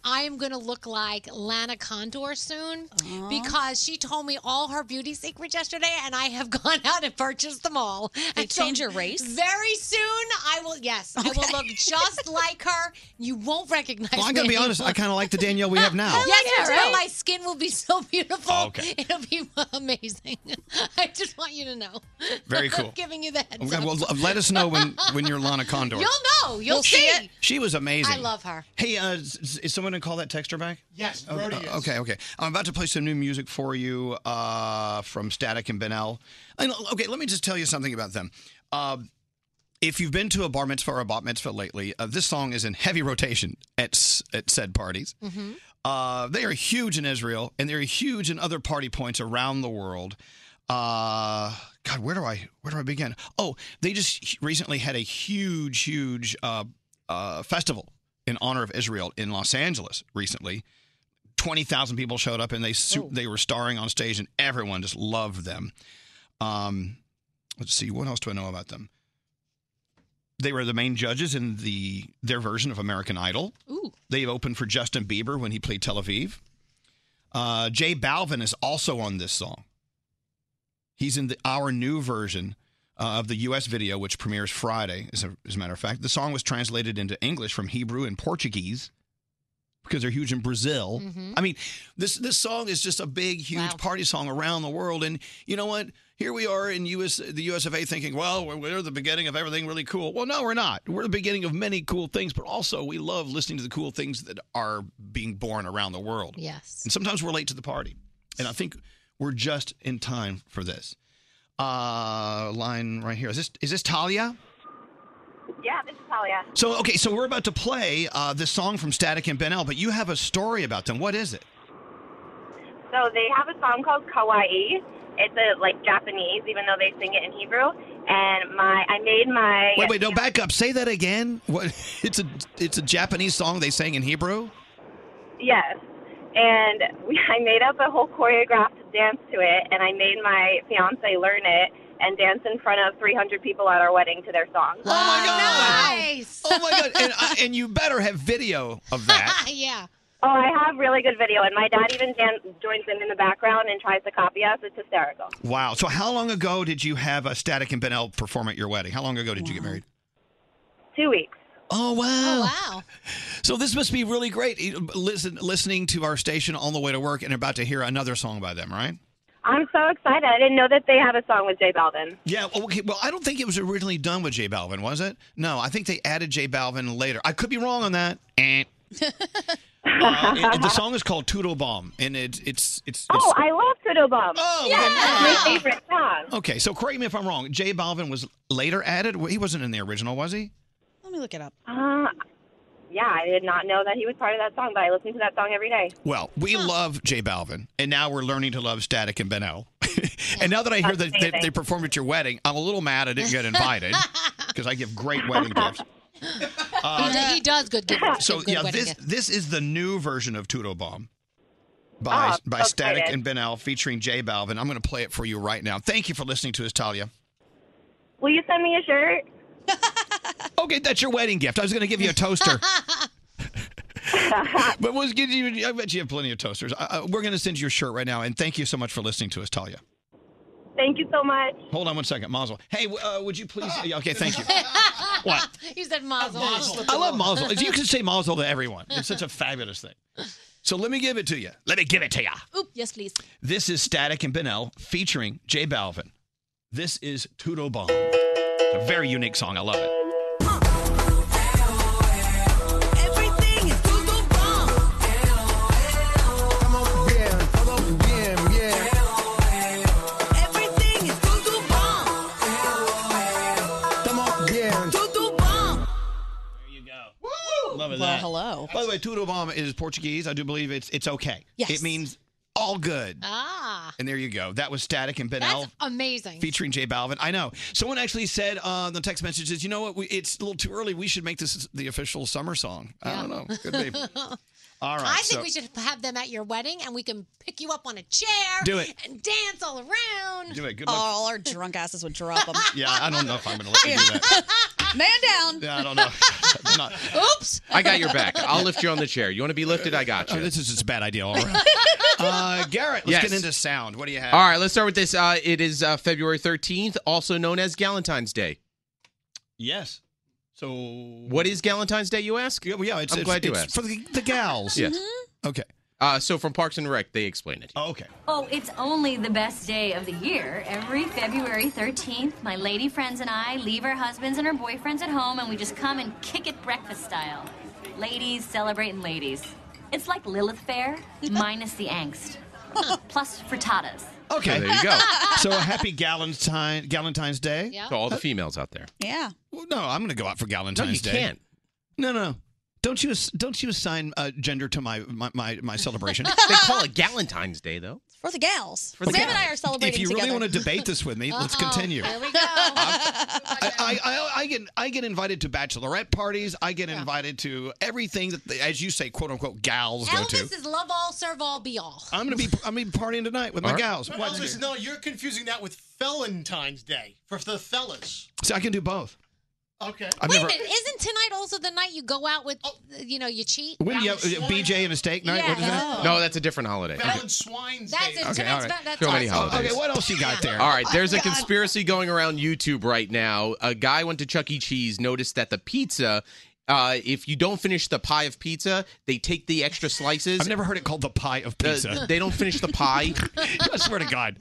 S9: I am going to look like Lana Condor soon because she told me all her beauty secrets yesterday and I have gone out and purchased them all.
S11: They
S9: And so
S11: change your race?
S9: Very soon I will, yes, I will look just like her. You won't recognize
S7: Well,
S9: me.
S7: I'm going to be honest. I kind of like the Danielle we have now. Oh,
S9: Yes, but you know, my skin will be so beautiful.
S7: Okay.
S9: It'll be amazing. I just want you to know.
S7: Very cool.
S9: Giving you the heads
S7: Okay,
S9: up.
S7: well, l- let us know when, when you're Lana Condor.
S9: You'll know. You'll, see. it.
S7: She was amazing.
S9: I love her.
S7: Hey, uh, is, is someone going to call that texter back?
S12: Yes,
S7: Oh,
S12: Brody
S7: uh, okay, okay. I'm about to play some new music for you uh, from Static and Benel. And, okay, let me just tell you something about them. Uh, if you've been to a bar mitzvah or a bat mitzvah lately, uh, this song is in heavy rotation at s- at said parties.
S13: Mm-hmm.
S7: Uh, they are huge in Israel, and they're huge in other party points around the world. Uh, God, where do I where do I begin? Oh, they just recently had a huge, huge uh, uh, festival in honor of Israel in Los Angeles recently. Twenty thousand people showed up, and they su- they were starring on stage, and everyone just loved them. Um, let's see, what else do I know about them? They were the main judges in the their version of American Idol.
S13: Ooh.
S7: They've opened for Justin Bieber when he played Tel Aviv. Uh, Jay Balvin is also on this song. He's in the, our new version uh, of the U.S. video, which premieres Friday. As a, as a matter of fact, the song was translated into English from Hebrew and Portuguese because they're huge in Brazil.
S14: Mhm.
S7: I mean, this this song is just a big, huge party song around the world. And you know what? Here we are in US, the US of A thinking, well, we're, we're the beginning of everything really cool. Well, no, we're not. We're the beginning of many cool things, but also we love listening to the cool things that are being born around the world.
S9: Yes.
S7: And sometimes we're late to the party. And I think we're just in time for this. Uh, line right here. Is this is this Talia?
S3: Yeah, this is Talia.
S7: So okay, so we're about to play uh, this song from Static and Ben L, but you have a story about them. What is it?
S3: So they have a song called Kawaii. It's a like Japanese, even though they sing it in Hebrew. And my, I made my.
S7: Wait, wait, no, back up. Say that again. What? It's a it's a Japanese song they sang in Hebrew.
S3: Yes. And we, I made up a whole choreographed dance to it, and I made my fiance learn it and dance in front of 300 people at our wedding to their song.
S7: Oh my god! Oh my god! And, I- and you better have video of that.
S3: yeah. Oh, I have really good video, and my dad even dan- joins in in the background and tries to copy us. It's hysterical.
S7: Wow. So how long ago did you have a Static and Ben L perform at your wedding? How long ago did you get married?
S3: Two weeks.
S7: Oh wow!
S9: Oh wow!
S7: So this must be really great. Listen, listening to our station on the way to work and about to hear another song by them, right?
S3: I'm so excited. I didn't know that they had a song with J Balvin.
S7: Yeah. Okay. Well, I don't think it was originally done with J Balvin, was it? No, I think they added J Balvin later. I could be wrong on that. Eh. Uh, it- the song is called Toodle Bomb, and it, it's it's.
S3: Oh,
S7: it's
S3: I love Toodle Bum.
S7: Oh,
S3: yeah, that's my favorite song.
S7: okay. So correct me if I'm wrong. J Balvin was later added. He wasn't in the original, was he?
S3: Let me look it up. Uh, yeah, I did not know that he was part of that song, but I listen to that song every day.
S7: Well, we love J Balvin, and now we're learning to love Static and Benno. and now that I hear that they, they performed at your wedding, I'm a little mad I didn't get invited because I give great wedding gifts.
S9: he,
S7: Uh,
S9: d- he does good. good
S7: so
S9: good
S7: yeah,
S9: wedding
S7: this
S9: gift.
S7: this is the new version of Tudo Bomb by
S9: Oh,
S7: by
S9: so
S7: Static
S9: excited.
S7: and Ben Al featuring J Balvin. I'm going to play it for you right now. Thank you for listening to us, Talia.
S3: Will you send me a shirt?
S7: Okay, that's your wedding gift. I was going to give you a toaster. but we'll give you, I bet you have plenty of toasters. Uh, uh, we're going to send you a shirt right now. And thank you so much for listening to us, Talia.
S3: Thank you so much.
S7: Hold on one second, Mazel. Hey, w- uh, would you please? yeah, Okay, thank you. What?
S9: You said mazel.
S7: I love Mazel. If you can say Mazel to everyone, it's such a fabulous thing. So let me give it to you. Let me give it to you.
S13: Oop, yes, please.
S7: This is Static and Benel featuring Jay Balvin. This is Tudo Bomb. It's a very unique song. I love it. Loving
S27: Well,
S7: that.
S27: hello.
S7: By the way, Tudo Bomb is Portuguese. I do believe it's it's okay.
S9: Yes.
S7: It means all good.
S9: Ah,
S7: And there you go. That was Static and Benel.
S9: that's amazing.
S7: featuring Jay Balvin. I know. Someone actually said uh, on the text messages, you know what? We, it's a little too early. We should make this the official summer song. I don't know. Could be. All right.
S9: I think
S7: so-
S9: we should have them at your wedding, and we can pick you up on a chair.
S7: Do it.
S9: and dance all around.
S7: Do it. Good luck.
S11: All our drunk asses would drop them.
S7: Yeah, I don't know if I'm going to let you do that.
S11: Man down.
S7: Yeah, I don't know. I'm not-
S11: Oops.
S14: I got your back. I'll lift you on the chair. You want to be lifted? I got you.
S7: Oh, this is just a bad idea all around. Uh, Garrett, let's
S14: Yes.
S7: get into sound. What do you have?
S14: All right, let's start with this. Uh, it is uh, February 13th, also known as Galentine's Day.
S7: Yes. So
S14: What is Galentine's Day, you ask?
S7: Yeah, well, yeah it's,
S14: I'm
S7: it's-
S14: glad you
S7: it's
S14: asked.
S7: for the, the gals. Mm-hmm.
S14: Yes.
S7: Okay.
S14: Uh, so from Parks and Rec, they explain it.
S7: Oh, okay.
S17: Oh, it's only the best day of the year. Every February 13th, my lady friends and I leave our husbands and our boyfriends at home and we just come and kick it breakfast style. Ladies celebrating ladies. It's like Lilith Fair, minus the angst, plus frittatas.
S7: Okay.
S14: there you go.
S7: so happy Galentine, Galentine's Day.
S17: Yeah.
S14: To all the females out there.
S7: Yeah. Well, no, I'm going to go out for Galentine's
S14: No,
S7: Day.
S14: you can't.
S7: No, no. Don't you ass- don't you assign uh, gender to my my, my, my celebration?
S14: They call it Galentine's Day, though.
S11: For the gals.
S7: the
S11: Sam
S7: gals.
S11: and I are celebrating
S7: If you
S11: together.
S7: really want to debate this with me, let's
S11: Uh-oh.
S7: continue.
S11: Here
S7: we go. I, I, I, I get I get invited to bachelorette parties. I get invited to everything that, the, as you say, quote unquote, gals
S9: Elvis
S7: go to.
S9: is love all, serve all, be all.
S7: I'm gonna be I'm gonna be partying tonight with my
S14: All right.
S7: gals.
S12: No,
S7: What?
S12: Elvis, no, you're confusing that with Valentine's Day for the fellas.
S7: See, I can do both.
S12: Okay.
S7: I've
S9: Wait
S7: never-
S9: a minute! Isn't tonight also the night you go out with, you know, you cheat?
S7: When you have uh, BJ and a steak night?
S9: Yeah,
S7: what is that?
S14: No, that's a different holiday.
S12: Swine's
S9: That's
S14: Okay,
S9: it.
S14: all
S9: Tonight's
S14: right.
S9: ba- that's
S14: So many
S9: awesome.
S14: holidays.
S7: Okay, what else you got there?
S14: All right, there's a conspiracy going around YouTube right now. A guy went to Chuck E. Cheese, noticed that the pizza, uh, if you don't finish the pie of pizza, they take the extra slices. I've
S7: never heard it called the pie of pizza.
S14: they don't finish the pie.
S7: I swear to God.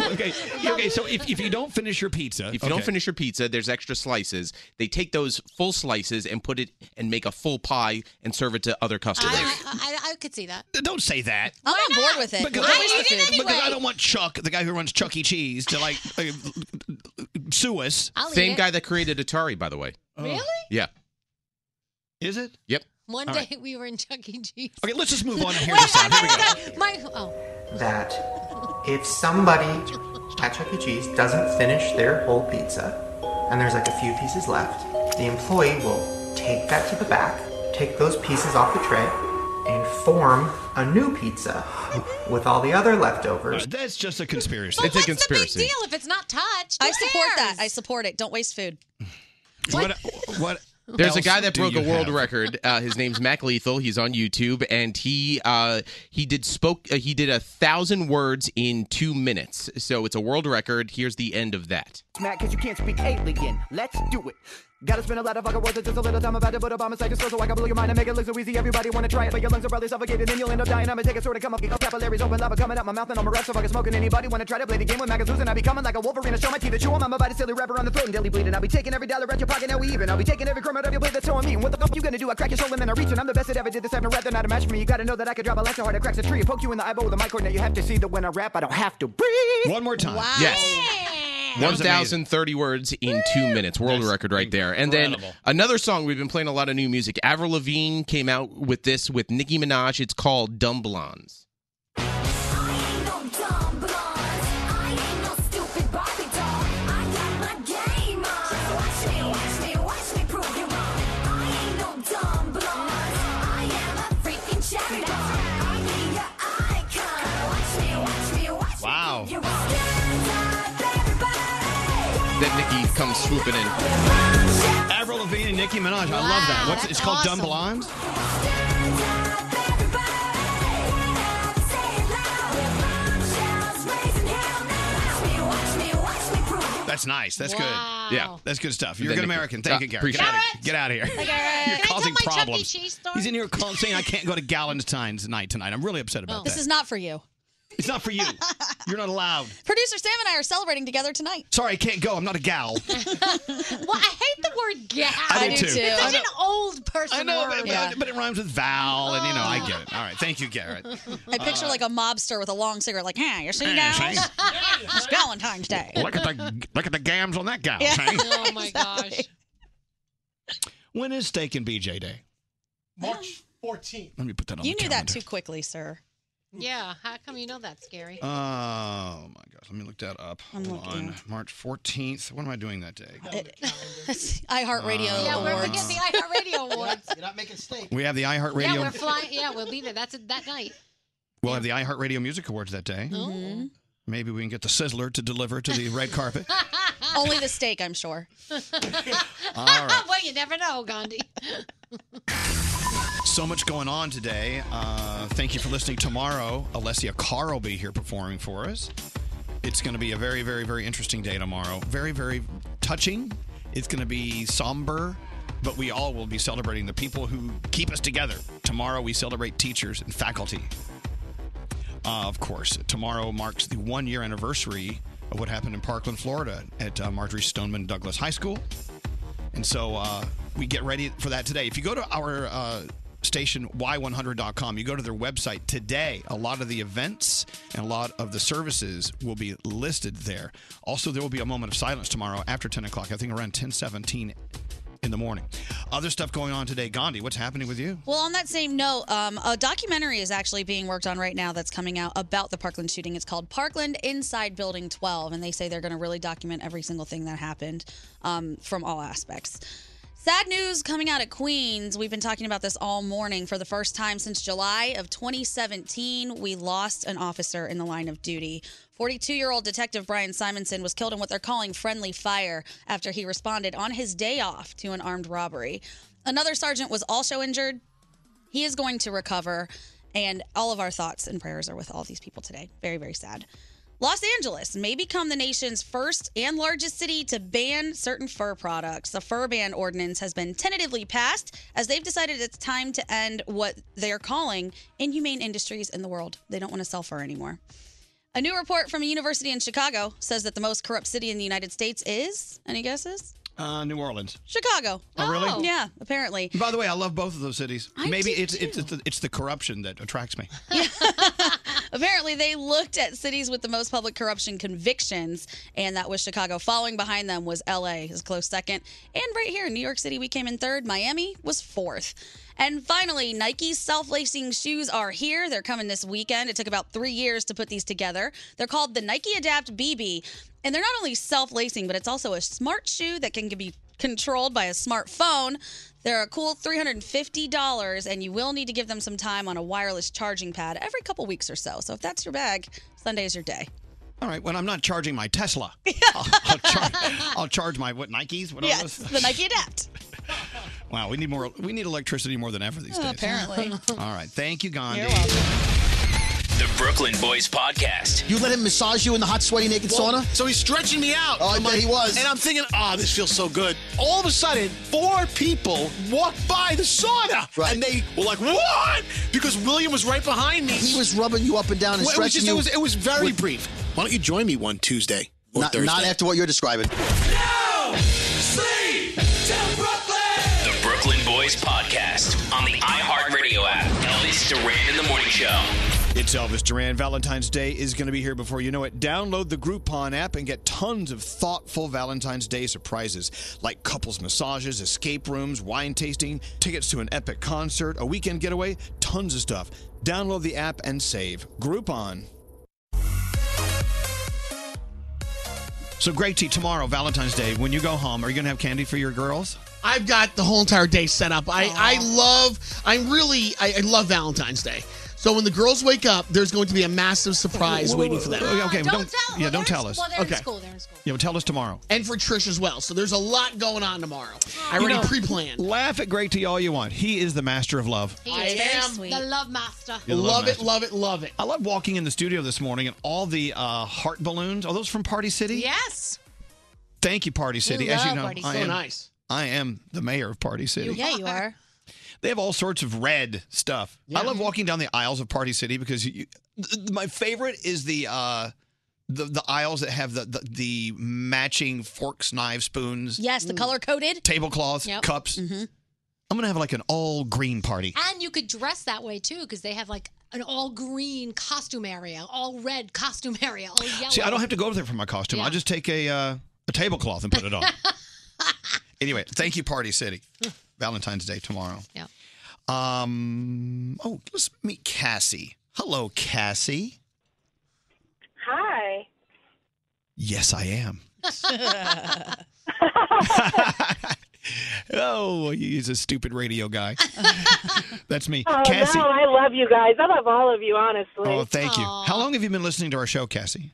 S7: Okay, okay. So if, if you don't finish your pizza,
S14: If you don't
S7: okay.
S14: finish your pizza, there's extra slices. They take those full slices and put it and make a full pie and serve it to other customers.
S9: I, I could see that.
S7: Don't say that.
S11: I'm on board with it.
S7: Because,
S11: I
S7: I,
S11: eat it anyway.
S7: because I don't want Chuck, the guy who runs Chuck E. Cheese, to like uh, sue us.
S9: I'll eat
S14: Same
S9: it.
S14: guy that created Atari, by the way.
S9: Really?
S14: Yeah.
S7: Oh. Is it?
S14: Yep.
S9: One
S14: All
S9: day
S14: right.
S9: we were in Chuck E. Cheese.
S7: Okay, let's just move on and
S9: Wait,
S7: hear this out. Here we go.
S9: I got my oh.
S20: that if somebody at Chuck E. Cheese doesn't finish their whole pizza and there's like a few pieces left, the employee will take that to the back, take those pieces off the tray, and form a new pizza with all the other leftovers.
S7: that's just a conspiracy.
S9: But what's the big deal if it's not touched?
S11: I support that. I support it. Don't waste food.
S7: What? What?
S14: There's a
S7: else
S14: guy that
S7: do
S14: broke a
S7: you
S14: world
S7: have?
S14: record. Uh, his name's Mac Lethal. He's on YouTube, and he uh, he did spoke. Uh, he did a thousand words in two minutes. So it's a world record. Here's the end of that.
S28: Matt, cause you can't speak alien. Let's do it.
S29: Gotta spend a lot of fucking words, it's just a little time about it, but Obama's like a slow, so I can blow your mind and make it look so easy. Everybody wanna try it, but your lungs are probably suffocated, and you'll end up dying. I'ma take a sword and come up, up capillaries open, lava coming out my mouth, and I'm a rough, so I can smoking. Anybody wanna try to play the game with maggots losing? I be coming like a wolverine, I show my teeth to chew 'em. I'm a body silly rapper on the throat and daily bleeding. I'll be taking every dollar out your pocket, now we even. I'll be taking every crumb out of your plate that's showing me. And what the fuck you gonna do? I crack your soul and then I reach, and I'm the best that ever did this. I've rather not a match for me. You gotta know that I could drop a lasso hard that cracks a tree, poke you in the eyeball with a mic cord. Now you have to see that when I rap, I don't have to breathe.
S7: One more time.
S14: One thousand thirty words in two minutes, world record right there. And then another song we've been playing a lot of new music. Avril Lavigne came out with this with Nicki Minaj. It's called Dumb Blondes.
S7: Wow.
S14: That Nicki comes swooping in.
S7: Avril Lavigne and Nicki Minaj. I love that. What's it's called? Dumb Blonde. That's nice. That's good. Yeah, that's good stuff. You're a
S14: Then
S7: good
S14: Nicki-
S7: American. Thank
S14: Ah,
S7: you, Garrett.
S14: appreciate
S7: get, Out of, get out of here.
S11: uh, Can
S7: You're
S11: I tell
S7: causing
S11: my Chuck E.
S7: problems.
S11: Cheese story?
S7: He's in here call, saying I can't go to Galentine's night tonight. I'm really upset about
S11: Oh. This
S7: that.
S11: is not for you.
S7: it's not for you. You're not allowed.
S11: Producer Sam and I are celebrating together tonight.
S7: Sorry, I can't go. I'm not a gal.
S9: Well, I hate the word gal.
S7: I do too.
S9: It's
S7: I
S9: such
S7: know.
S9: an old person
S7: I know,
S9: word.
S7: but, but, but it rhymes with Val, and you know, I get it. All right, thank you, Garrett.
S11: I picture
S7: Uh,
S11: like a mobster with a long cigarette, like, "Hey, you see,
S7: Hey,
S11: guys?
S7: see?
S11: it's Valentine's Day."
S7: look at the look at the gams on that gal.
S11: Yeah.
S7: see?
S11: Oh, my Exactly. gosh.
S7: When is Steak and BJ Day?
S16: March 14th.
S7: Let me put that on.
S11: You
S7: the
S11: knew that
S7: calendar.
S11: too quickly, sir.
S9: Yeah, how come you know that's scary?
S7: Oh my gosh, let me look that up.
S11: I'm
S7: Hold
S11: looking. Uh,
S7: on, March fourteenth. What am I doing that day?
S11: iHeartRadio
S7: Uh,
S9: Yeah, we're
S11: Awards.
S9: forgetting the iHeartRadio Awards. You're not making steak.
S7: We have the iHeartRadio.
S9: Yeah, we're flying. Yeah, we'll be there. That's it that night. Oh.
S7: we'll have the iHeartRadio Music Awards that day.
S11: Oh.
S7: Maybe we can get the Sizzler to deliver to the red carpet.
S11: Only the steak, I'm sure.
S7: right.
S9: well, you never know, Gandhi.
S7: So much going on today. Uh, thank you for listening. Tomorrow, Alessia Carr will be here performing for us. It's going to be a very, very, very interesting day tomorrow. Very, very touching. It's going to be somber, but we all will be celebrating the people who keep us together. Tomorrow, we celebrate teachers and faculty. Uh, of course, tomorrow marks the one year anniversary of what happened in Parkland, Florida at uh, Marjorie Stoneman Douglas High School. And so uh, we get ready for that today. If you go to our uh, station, y100.com, you go to their website today, a lot of the events and a lot of the services will be listed there. Also, there will be a moment of silence tomorrow after 10 o'clock, I think around 1017 in the morning. Other stuff going on today. Gandhi, what's happening with you?
S11: Well, on that same note, um, a documentary is actually being worked on right now that's coming out about the Parkland shooting. It's called Parkland Inside Building 12, and they say they're going to really document every single thing that happened um, from all aspects. Sad news coming out of Queens. We've been talking about this all morning. For the first time since July of 2017, we lost an officer in the line of duty. 42 year old Detective Brian Simonson was killed in what they're calling friendly fire after he responded on his day off to an armed robbery. Another sergeant was also injured. He is going to recover, and all of our thoughts and prayers are with all these people today. Very, very sad. Los Angeles may become the nation's first and largest city to ban certain fur products. The fur ban ordinance has been tentatively passed as they've decided it's time to end what they're calling inhumane industries in the world. They don't want to sell fur anymore. A new report from a university in Chicago says that the most corrupt city in the United States is, any guesses?
S7: Uh, New Orleans.
S11: Chicago.
S7: Oh, really? Oh.
S11: Yeah, apparently.
S7: By the way, I love both of those cities.
S11: I
S7: Maybe
S11: do
S7: it's, it's it's the- it's the corruption that attracts me.
S11: Apparently, they looked at cities with the most public corruption convictions, and that was Chicago. Following behind them was LA, is a close second. And right here in New York City, we came in third. Miami was fourth. And finally, Nike's self lacing shoes are here. They're coming this weekend. It took about three years to put these together. They're called the Nike Adapt BB. And they're not only self lacing, but it's also a smart shoe that can be controlled by a smartphone. They're a cool $350, and you will need to give them some time on a wireless charging pad every couple weeks or so. So if that's your bag, Sunday's your day.
S7: All right, when I'm not charging my Tesla, I'll, I'll, charge, I'll charge my what Nikes? What are
S11: yes,
S7: those?
S11: the Nike Adapt.
S7: Wow, we need more. We need electricity more than ever these
S11: Oh,
S7: days.
S11: apparently.
S7: All right, thank you, Gandhi.
S6: The Brooklyn Boys Podcast.
S30: You let him massage you in the hot, sweaty, naked sauna?
S12: So he's stretching me out.
S30: Oh, I
S12: I'm
S30: bet
S12: like-
S30: he was.
S12: And I'm thinking, ah, this feels so good. All of a sudden, four people walked by the sauna, and they were like, "What?" Because William was right behind me.
S30: He was rubbing you up and down and
S12: Well, it was
S30: stretching
S12: just,
S30: you.
S12: It was, it was very brief. Why don't you join me one Tuesday or
S30: not,
S12: Thursday?
S30: not after what you're describing.
S6: Sleep till Brooklyn. The Brooklyn Boys Podcast on the iHeartRadio app. Elvis Duran in the Morning Show.
S7: It's Elvis Duran. Valentine's Day is going to be here before you know it. Download the Groupon app and get tons of thoughtful Valentine's Day surprises like couples massages, escape rooms, wine tasting, tickets to an epic concert, a weekend getaway, tons of stuff. Download the app and save. Groupon. So, Greg T, tomorrow, Valentine's Day, when you go home, are you going to have candy for your girls?
S16: I've got the whole entire day set up. I, I love, I'm really, I, I love Valentine's Day. So when the girls wake up, there's going to be a massive surprise
S7: Whoa, whoa,
S16: waiting
S7: whoa,
S16: for them.
S7: whoa, okay, Oh, Don't don't- tell. yeah, Well, don't they're in tell us. school. They're in
S16: okay.
S7: school. Yeah, well, tell us tomorrow.
S16: And for Trish as well. So there's a lot going on tomorrow. I
S7: You
S16: already
S7: know,
S16: pre-planned.
S7: Laugh at Greg T all you want. He is the master of love.
S9: He is
S16: I
S9: very
S16: am
S9: sweet. the love master.
S7: You're the love
S16: Love it,
S7: master.
S16: love it, love it.
S7: I love walking in the studio this morning and all the uh, heart balloons. Are those from Party City?
S9: Yes.
S7: Thank you, Party City. As you
S9: love
S7: know,
S9: Party
S7: I
S9: City.
S7: am,
S9: So nice.
S7: I am the mayor of Party City.
S9: yeah, you are.
S7: They have all sorts of red stuff. I love walking down the aisles of Party City because you, th- th- my favorite is the uh, the the aisles that have the, the the matching forks, knives, spoons.
S11: Yes, the color coded. Mm-hmm.
S7: Tablecloths,
S9: Yep.
S7: cups. I'm gonna have like an all green party.
S9: And you could dress that way too, because they have like an all green costume area, all red costume area, all yellow.
S7: See, I don't have to go there for my costume. I just take a uh, a tablecloth and put it on. anyway, thank you, Party City. Valentine's Day tomorrow.
S9: Yeah.
S7: Um. Oh, let's meet Cassie. Hello, Cassie.
S15: Hi.
S7: Yes, I am. Oh, he's a stupid radio guy. That's me,
S15: Oh,
S7: Cassie.
S15: no, I love you guys. I love all of you, honestly.
S7: Oh, thank you. How long have you been listening to our show, Cassie?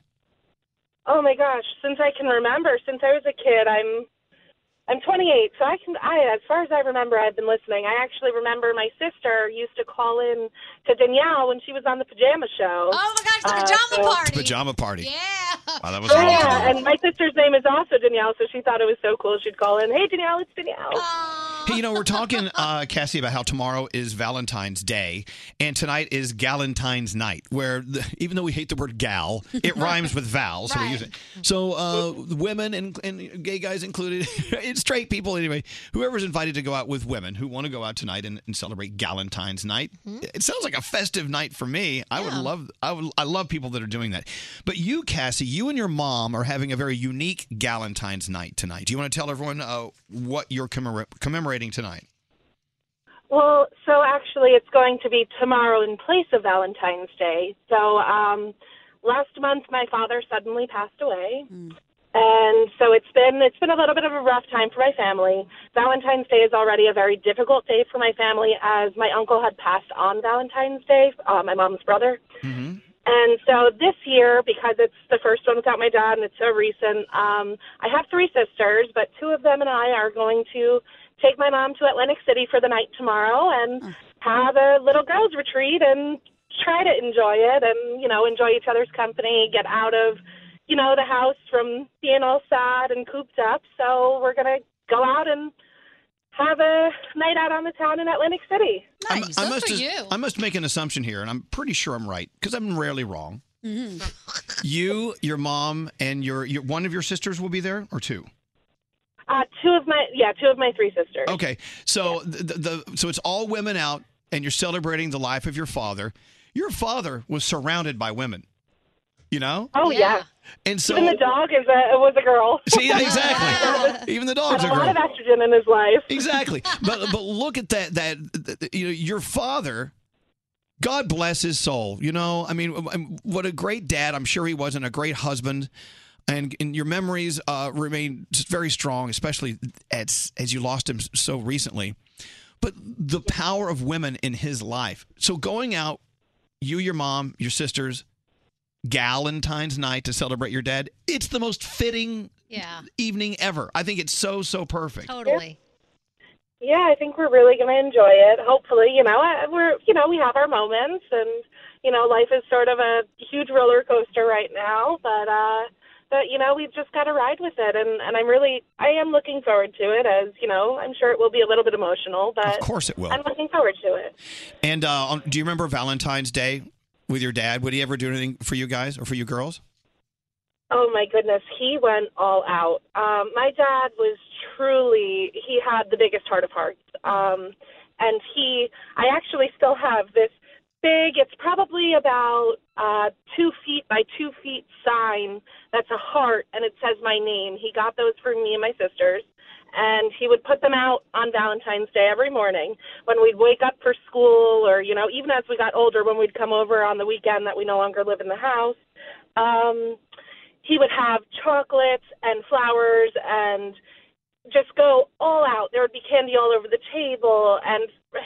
S15: Oh my gosh, since I can remember, since I was a kid, I'm I'm 28, so I can I as far as I remember, I've been listening. I actually remember my sister used to call in to Danielle when she was on the pajama show. Oh my gosh, the pajama
S7: It's a pajama party.
S15: Yeah.
S7: Wow, that was a long time
S15: yeah,
S7: ago.
S15: and my sister's name is also Danielle, so she thought it was so cool she'd call in. Hey, Danielle, it's Danielle.
S7: Hey, you know, we're talking, uh, Cassie, about how tomorrow is Valentine's Day and tonight is Galentine's night, where the, even though we hate the word gal, it rhymes with Val, so we use it. So, uh, women and, and gay guys included, and straight people anyway, whoever's invited to go out with women who want to go out tonight and, and celebrate Galentine's night. It sounds like a festive night for me. I would love, I would, I love people that are doing that. But you, Cassie, you and your mom are having a very unique Galentine's night tonight. Do you want to tell everyone uh, what you're commemor- commemorating tonight?
S15: Well, so actually, it's going to be tomorrow in place of Valentine's Day. So um, last month, my father suddenly passed away, and so it's been it's been a little bit of a rough time for my family. Valentine's Day is already a very difficult day for my family, as my uncle had passed on Valentine's Day, uh, my mom's brother.
S7: Mm-hmm.
S15: And so this year, because it's the first one without my dad and it's so recent, um, I have three sisters, but two of them and I are going to take my mom to Atlantic City for the night tomorrow and have a little girls retreat and try to enjoy it and, you know, enjoy each other's company, get out of, you know, the house from being all sad and cooped up. So we're going to go out and have a night out on the town in Atlantic City.
S7: I must as- I must make an assumption here, and I'm pretty sure I'm right because I'm rarely wrong. You, your mom, and your, your one of your sisters will be there, or two.
S15: Uh, two of my yeah, two of my three sisters.
S7: Okay, so the, the so it's all women out, and you're celebrating the life of your father. Your father was surrounded by women, you know.
S15: Oh yeah.
S7: And so
S15: even the dog is a was a girl.
S7: See, exactly. Even the dogs
S15: Had
S7: are
S15: a lot of
S7: girl.
S15: estrogen in his life.
S7: Exactly. But but look at that that that- you know your father. God bless his soul. You know, I mean, um, what a great dad. I'm sure he was, and a great husband. And, and your memories uh, remain just very strong, especially as as you lost him so recently. But the power of women in his life. So going out, you, your mom, your sisters, Galentine's night to celebrate your dad. It's the most fitting
S9: Yeah.
S7: evening ever. I think it's so so perfect.
S9: Totally.
S15: Yeah, I think we're really going to enjoy it. Hopefully, you know, I- we're you know we have our moments, and you know, life is sort of a huge roller coaster right now. But uh, but you know, we've just got to ride with it, and and I'm really I am looking forward to it. As you know, I'm sure it will be a little bit emotional, but
S7: Of course it will.
S15: I'm looking forward to it.
S7: And uh, on- do you remember Valentine's Day with your dad? Would he ever do anything for you guys or for you girls?
S15: Oh my goodness, he went all out. Um, my dad was truly, he had the biggest heart of hearts. Um, and he, I actually still have this big, it's probably about uh, two feet by two feet sign that's a heart and it says my name. He got those for me and my sisters. And he would put them out on Valentine's Day every morning when we'd wake up for school, or, you know, even as we got older, when we'd come over on the weekend that we no longer live in the house. Um, he would have chocolates and flowers and just go all out. There would be candy all over the table and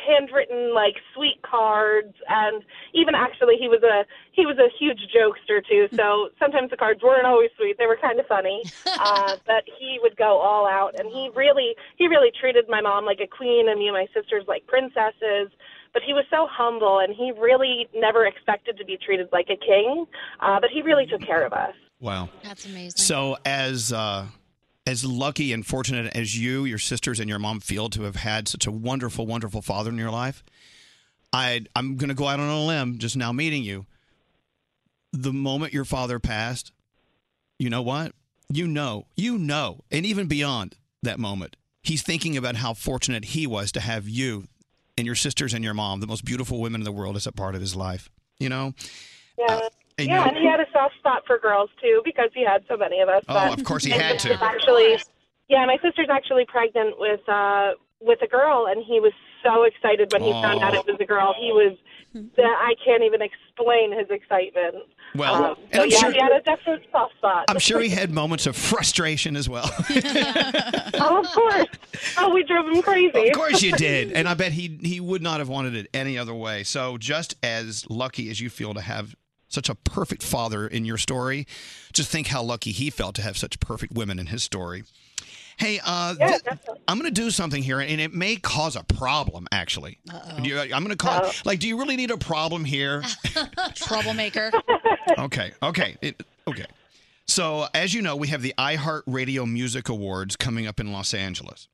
S15: handwritten like sweet cards and even actually he was a he was a huge jokester too. So sometimes the cards weren't always sweet. They were kind of funny. Uh but he would go all out and he really he really treated my mom like a queen and me and my sisters like princesses. But he was so humble and he really never expected to be treated like a king. Uh but he really took care of us.
S7: Wow.
S9: That's amazing.
S7: So as uh, as lucky and fortunate as you, your sisters, and your mom feel to have had such a wonderful, wonderful father in your life, I I'm going to go out on a limb just now meeting you. The moment your father passed, you know what? You know, you know, and even beyond that moment, he's thinking about how fortunate he was to have you and your sisters and your mom, the most beautiful women in the world, as a part of his life. You know.
S15: Yeah.
S7: Uh, and
S15: yeah,
S7: you-
S15: and he had a soft spot for girls too because he had so many of us.
S7: Oh,
S15: but
S7: of course he
S15: my
S7: had
S15: sister's
S7: to.
S15: Actually, yeah, my sister's actually pregnant with uh with a girl, and he was so excited when he found out
S7: Oh.
S15: it was a girl. He was, I can't even explain his excitement.
S7: Well,
S15: um,
S7: Oh. and
S15: so
S7: I'm
S15: yeah,
S7: sure-
S15: he had a definite soft spot.
S7: I'm sure he had moments of frustration as well.
S15: oh, of course. Oh, we drove him crazy.
S7: Of course you did. And I bet he he would not have wanted it any other way. So just as lucky as you feel to have such a perfect father in your story, just think how lucky he felt to have such perfect women in his story. Hey, uh, th- I'm going to do something here, and it may cause a problem. Actually, Do you- I'm going to call. Like, do you really need a problem here?
S11: Troublemaker.
S7: okay, okay, it, okay. So, as you know, we have the iHeartRadio Music Awards coming up in Los Angeles.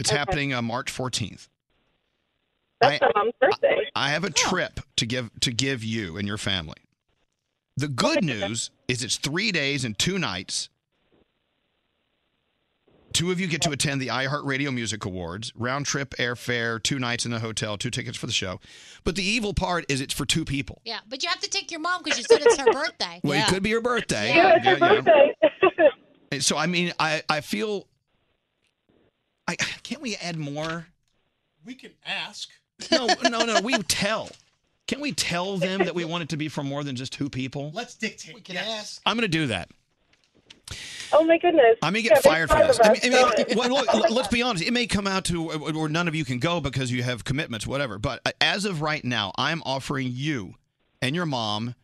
S7: It's
S15: Okay.
S7: happening uh, March 14th.
S15: That's my mom's birthday.
S7: I have a trip to give to give you and your family. The good news is it's three days and two nights. Two of you get to attend the iHeartRadio Music Awards, round trip airfare, two nights in the hotel, two tickets for the show. But the evil part is it's for two people.
S9: Yeah, but you have to take your mom because you said it's her birthday.
S7: Well, it could be your birthday.
S9: Yeah, it's your
S7: And So I mean, I I feel. I can't we add more?
S12: We can ask.
S7: No, no, no. We tell. Can we tell them that we want it to be for more than just two people?
S12: Let's dictate. We can ask.
S7: I'm going to do that.
S15: Oh my goodness.
S7: I'm gonna
S15: Yeah,
S7: get
S15: there's
S7: fired for
S15: five
S7: this.
S15: of
S7: I mean,
S15: us,
S7: I mean,
S15: so-
S7: well, look, l- let's be honest. It may come out to where where none of you can go because you have commitments, whatever. But uh, as of right now, I'm offering you and your mom,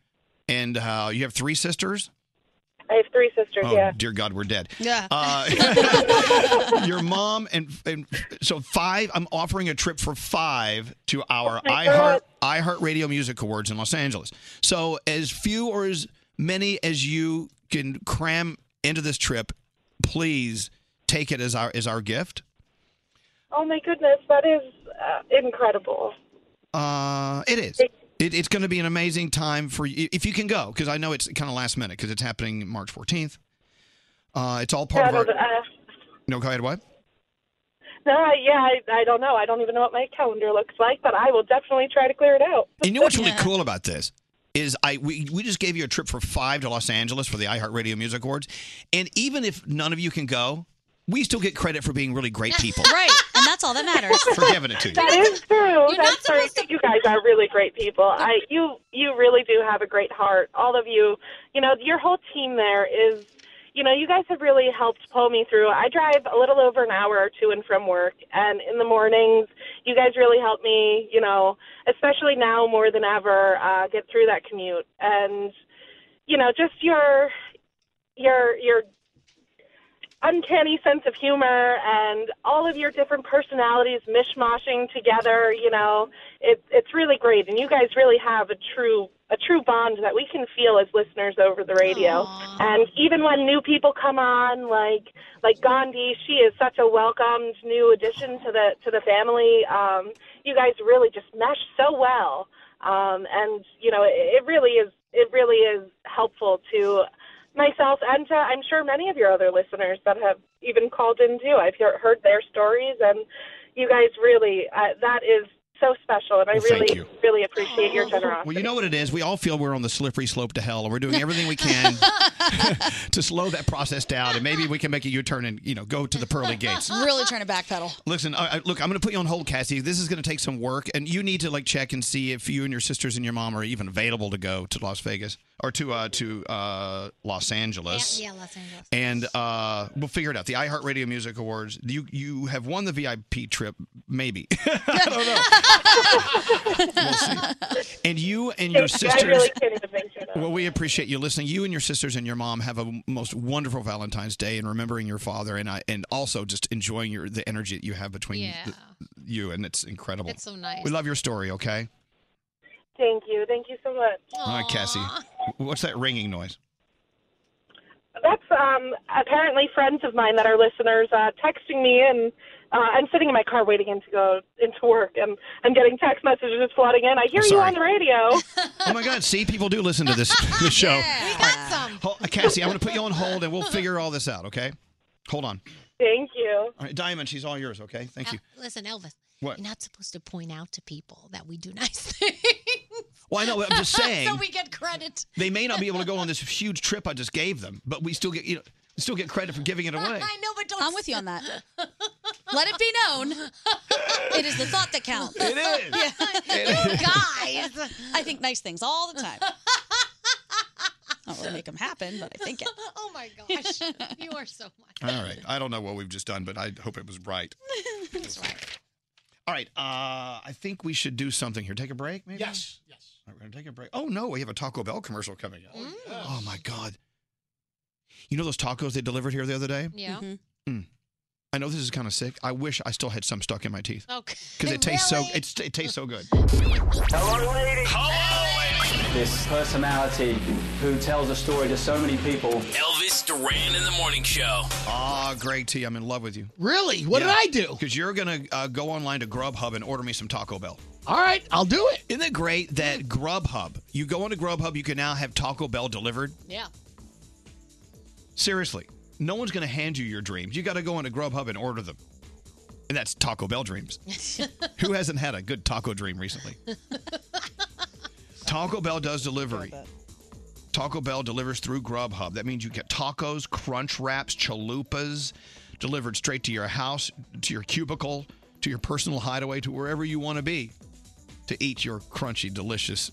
S7: and uh, you have three sisters.
S15: I have three sisters.
S7: Oh,
S15: yeah.
S7: dear God, we're dead.
S15: Yeah.
S7: Uh, your mom and and so five. I'm offering a trip for five to our
S15: Oh my
S7: iHeart iHeart Radio Music Awards in Los Angeles. So as few or as many as you can cram into this trip, please take it as our as our gift.
S15: Oh my goodness, that is uh, incredible.
S7: Uh, it is. It, it's going to be an amazing time for you if you can go because I know it's kind of last minute because it's happening March 14th. Uh, it's all part
S15: Yeah,
S7: of our.
S15: but, uh,
S7: No, go ahead. What?
S15: no, Uh, yeah, I, I don't know. I don't even know what my calendar looks like, but I will definitely try to clear it out.
S7: And you know what's really cool about this is I we, we just gave you a trip for five to Los Angeles for the iHeartRadio Music Awards, and even if none of you can go, we still get credit for being really great people.
S11: right, and that's all that matters.
S7: For giving it to you.
S15: That is true. That's true. You guys are really great people. I you you really do have a great heart. All of you, you know, your whole team there is you know, you guys have really helped pull me through. I drive a little over an hour or two in from work and in the mornings you guys really help me, you know, especially now more than ever, uh, get through that commute. And you know, just your your your uncanny sense of humor and all of your different personalities mishmashing together. You know, it, it's really great, and you guys really have a true a true bond that we can feel as listeners over the radio. And even when new people come on, like like Gandhi, she is such a welcomed new addition to the to the family. Um, you guys really just mesh so well, um, and you know, it, it really is it really is helpful to myself and to, I'm sure many of your other listeners that have even called in too. I've hear, heard their stories, and you guys really uh, that is so special, and I
S7: Well, thank
S15: really
S7: you.
S15: really appreciate your generosity.
S7: Well, you know what it is. We all feel we're on the slippery slope to hell, and we're doing everything we can to slow that process down. And maybe we can make a U-turn and you know go to the pearly gates.
S11: Really trying to backpedal.
S7: Listen, I, I- look, I'm going to put you on hold, Cassie. This is going to take some work, and you need to like check and see if you and your sisters and your mom are even available to go to Las Vegas or to uh, to uh, Los Angeles.
S9: Yeah, Los Angeles.
S7: And uh, we'll figure it out. The iHeartRadio Music Awards. You you have won the VIP trip, maybe. and you and your sisters.
S15: I really can't even make sure that.
S7: Well, we appreciate you listening. You and your sisters and your mom have a most wonderful Valentine's Day, and remembering your father, and I, and also just enjoying your the energy that you have between
S9: Yeah.
S7: the- you, and it's incredible.
S9: It's so nice.
S7: We love your story. Okay.
S15: Thank you, thank you so much.
S7: All right, Cassie. What's that ringing noise?
S15: That's um, apparently friends of mine that are listeners uh, texting me, and uh, I'm sitting in my car waiting in to go into work, and I'm getting text messages flooding in. I hear you
S7: Sorry.
S15: on the radio.
S7: Oh my God! See, people do listen to this, this show. We got some. Cassie, I'm going to put you on hold, and we'll figure all this out. Okay. Hold on.
S15: Thank you.
S7: All right, Diamond, she's all yours. Okay.
S9: Uh,
S7: Thank you.
S9: Listen, Elvis,
S7: What?
S9: you're not supposed to point out to people that we do nice things.
S7: Well, I know. but I'm just saying.
S9: so we get credit.
S7: they may not be able to go on this huge trip I just gave them, but we still get you know, still get credit for giving it away.
S11: I know, but don't. I'm with you on that. Let it be known. It is the thought that counts.
S7: It is.
S11: Guys, I think nice things all the time. Not really make them happen, but I think it.
S9: Oh my gosh, you are so much.
S7: All right. I don't know what we've just done, but I hope it was right.
S9: That's right.
S7: All right. Uh, I think we should do something here. Take a break, maybe? Yes. Yes. we're going to take a break. Oh, no. We have a Taco Bell commercial coming up. Oh, my God. You know those tacos they delivered here the other day?
S9: Yeah.
S7: Mm. I know this is kind of sick. I wish I still had some stuck in my teeth.
S9: Okay.
S7: Because it tastes so it's, it tastes so good.
S25: Hello, ladies. This personality who tells a story to so many people.
S6: Elvis Duran in the morning show.
S7: Ah, Greg T, I'm in love with you.
S16: Really? What did I do?
S7: Because you're gonna uh, go online to Grubhub and order me some Taco Bell.
S16: All right, I'll do it.
S7: Isn't it great that Grubhub? You go onto Grubhub, you can now have Taco Bell delivered.
S9: Yeah.
S7: Seriously, no one's gonna hand you your dreams. You got to go onto Grubhub and order them, and that's Taco Bell dreams. Who hasn't had a good taco dream recently? Taco Bell does delivery. Taco Bell delivers through Grubhub. That means you get tacos, crunch wraps, chalupas delivered straight to your house, to your cubicle, to your personal hideaway, to wherever you want to be to eat your crunchy, delicious,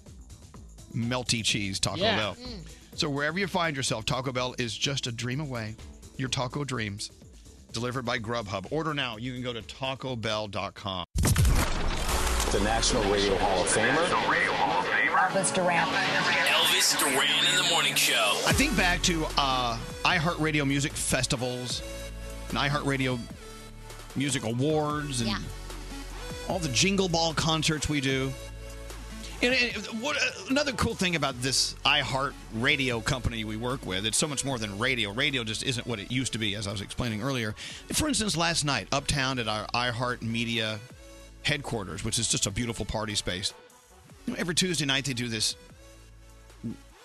S7: melty cheese Taco
S5: Yeah.
S7: Bell.
S5: Mm.
S7: So wherever you find yourself, Taco Bell is just a dream away. Your taco dreams delivered by Grubhub. Order now. You can go to tacobell.com.
S25: The National Radio Hall of Famer.
S6: Elvis Duran. Elvis Duran in the morning show.
S7: I think back to uh, iHeartRadio Music Festivals and iHeartRadio Music Awards and
S9: Yeah.
S7: all the Jingle Ball concerts we do. And, and what, another cool thing about this iHeart radio company we work with, it's so much more than radio. Radio just isn't what it used to be, as I was explaining earlier. For instance, last night, uptown at our iHeart Media headquarters, which is just a beautiful party space, you know, every Tuesday night they do this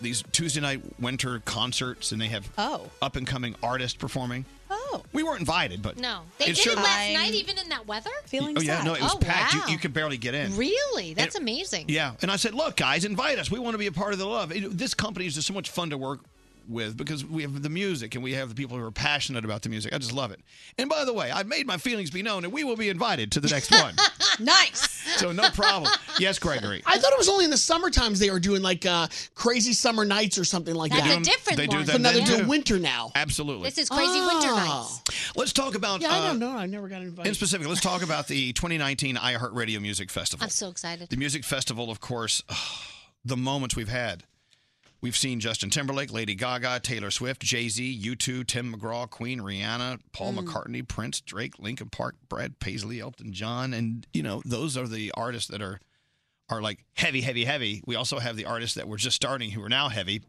S7: these Tuesday night winter concerts, and they have
S11: oh.
S7: up and coming artists performing.
S11: Oh,
S7: we weren't invited, but
S9: No, they
S7: It
S9: did
S7: should-
S9: it last
S7: I'm
S9: night, even in that weather.
S11: Feeling
S7: oh yeah, no, it was
S9: oh,
S7: packed.
S9: Wow.
S7: You, you could barely get in.
S9: Really? That's
S7: And-
S9: amazing.
S7: Yeah, and I said, look, guys, invite us. We want to be a part of the love. You know, This company is just so much fun to work with because we have the music and we have the people who are passionate about the music. I just love it. And by the way, I've made my feelings be known, and we will be invited to the next one.
S11: nice.
S7: So no problem. Yes, Gregory.
S16: I thought it was only in the summer times they were doing like uh, crazy summer nights or something like
S7: They
S16: that.
S7: do 'em- They do that.
S16: But now
S7: then,
S16: they're doing
S7: too.
S16: winter now.
S7: Absolutely.
S16: nights.
S7: Let's talk
S16: Ah.
S7: about.
S16: Yeah, I
S7: uh,
S16: don't know. I never got invited.
S7: In specific, let's talk about the 2019 iHeartRadio Music Festival.
S9: I'm so excited.
S7: The music festival, of course, the moments we've had. We've seen Justin Timberlake, Lady Gaga, Taylor Swift, Jay Z, U2, Tim McGraw, Queen, Rihanna, Paul McCartney, Prince, Drake, Linkin Park, Brad Paisley, Elton John, and you know those are the artists that are are like heavy, heavy, heavy. We also have the artists that were just starting who are now heavy.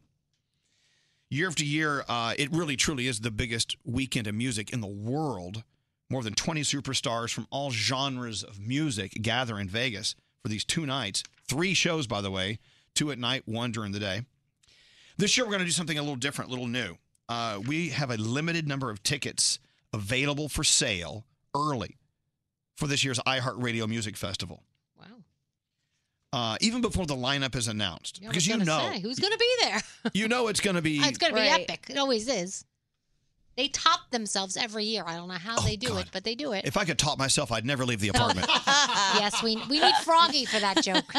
S7: Year after year, uh, it really truly is the biggest weekend of music in the world. More than 20 superstars from all genres of music gather in Vegas for these two nights. Three shows, by the way, two at night, one during the day. This year, we're going to do something a little different, a little new. Uh, we have a limited number of tickets available for sale early for this year's iHeartRadio Music Festival. Wow. Uh, even before the lineup is announced,
S9: I was
S7: because you
S9: gonna
S7: know,
S9: say, who's going to be there? Oh,
S7: you know it's going to be.
S9: it's going to be epic. It always is. They top themselves every year. I don't know how they do it, but they do it.
S7: Oh, If I could top myself, I'd never leave the apartment.
S9: yes, we we need Froggy for that joke.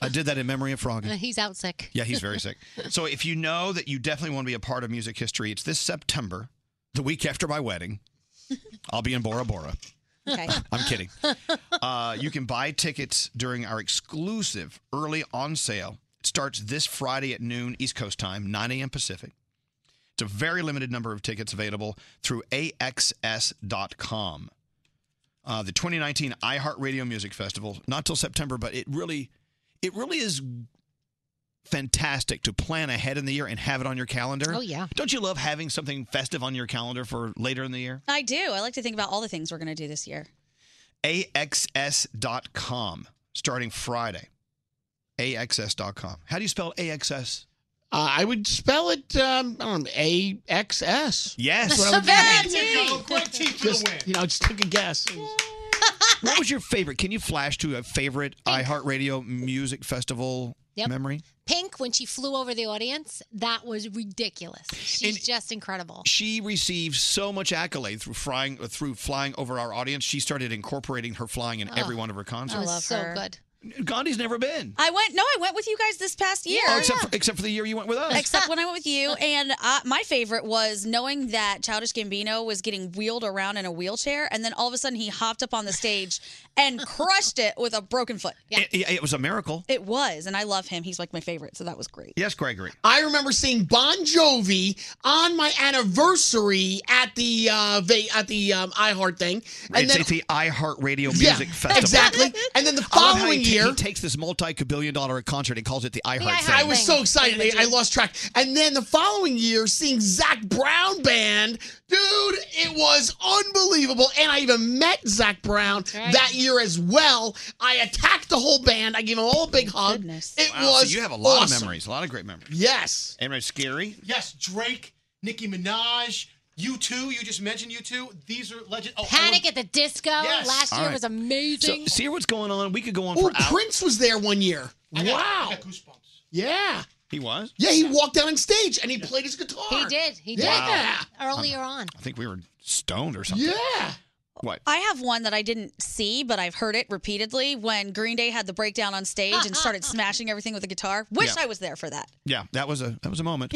S7: I did that in memory of Froggy.
S9: He's out sick.
S7: Yeah, he's very sick. So if you know that you definitely want to be a part of music history, it's this September, the week after my wedding. I'll be in Bora Bora.
S11: Okay.
S7: I'm kidding. Uh, you can buy tickets during our exclusive early on sale. It starts this Friday at noon East Coast time, 9 a.m. Pacific. It's a very limited number of tickets available through AXS.com. Uh, the 2019 iHeartRadio Music Festival, not till September, but it really, it really is fantastic to plan ahead in the year and have it on your calendar.
S11: Oh, yeah.
S7: Don't you love having something festive on your calendar for later in the year?
S11: I do. I like to think about all the things we're going to do this year.
S7: AXS.com starting Friday. AXS.com. How do you spell AXS?
S16: Uh, I would spell it um, I don't know, A X S.
S7: Yes.
S16: That's what I would
S7: Very
S16: do.
S7: neat. Quick
S12: T for the
S16: Just,
S7: win.
S16: You know, just took a guess.
S7: What was your favorite? Can you flash to a favorite iHeartRadio Music Festival
S9: Yep.
S7: memory?
S9: Pink, when she flew over the audience, that was ridiculous. She's just incredible.
S7: She received so much accolade through flying through flying over our audience. She started incorporating her flying in every
S11: Oh,
S7: one of her concerts.
S11: I love so her. good.
S7: Gandhi's never been.
S11: I went. No, I went with you guys this past year.
S7: Oh, except, For, except for the year you went with us.
S11: Except when I went with you, and uh, my favorite was knowing that Childish Gambino was getting wheeled around in a wheelchair, and then all of a sudden he hopped up on the stage and crushed it with a broken foot.
S7: It- it- it was a miracle.
S11: It was, and I love him. He's like my favorite, so that was great.
S7: Yes, Gregory.
S16: I remember seeing Bon Jovi on my anniversary at the uh, va- at the um, iHeart thing,
S7: it's, it's the iHeartRadio Music
S16: Yeah,
S7: Festival.
S16: exactly. And then the
S7: I love how
S16: following
S7: he, ta-
S16: year-
S7: he takes this multi-billion dollar concert and calls it the iHeart. thing.
S16: I was so excited. I, I lost track. And then the following year, seeing Zach Brown band, dude, it was unbelievable. And I even met Zach Brown
S9: right.
S16: that year as well. I attacked the whole band. I gave them all a big hug. It
S7: Wow, so
S16: was.
S7: you have a lot
S16: awesome.
S7: of memories, a lot of great memories.
S16: Yes.
S7: And it's scary.
S12: Yes, Drake, Nicki Minaj, you two. You just mentioned you two. These are legend. Oh,
S9: Panic at the Disco
S12: Yes.
S9: last
S7: All
S9: year
S7: right.
S9: was amazing.
S7: So, see what's going on. We could go on
S16: Oh,
S7: for hours.
S16: Prince was there one year.
S12: I got- I
S16: wow.
S12: got goosebumps.
S16: Yeah.
S7: He was.
S16: Yeah, he walked out on stage and he played his guitar.
S9: He did. He did.
S16: Yeah.
S9: Earlier on.
S7: I think we were stoned or something.
S16: Yeah.
S7: What?
S11: I have one that I didn't see, but I've heard it repeatedly when Green Day had the breakdown on stage and started smashing everything with a guitar. Wish
S7: Yeah.
S11: I was there for that.
S7: Yeah, that was a that was a moment.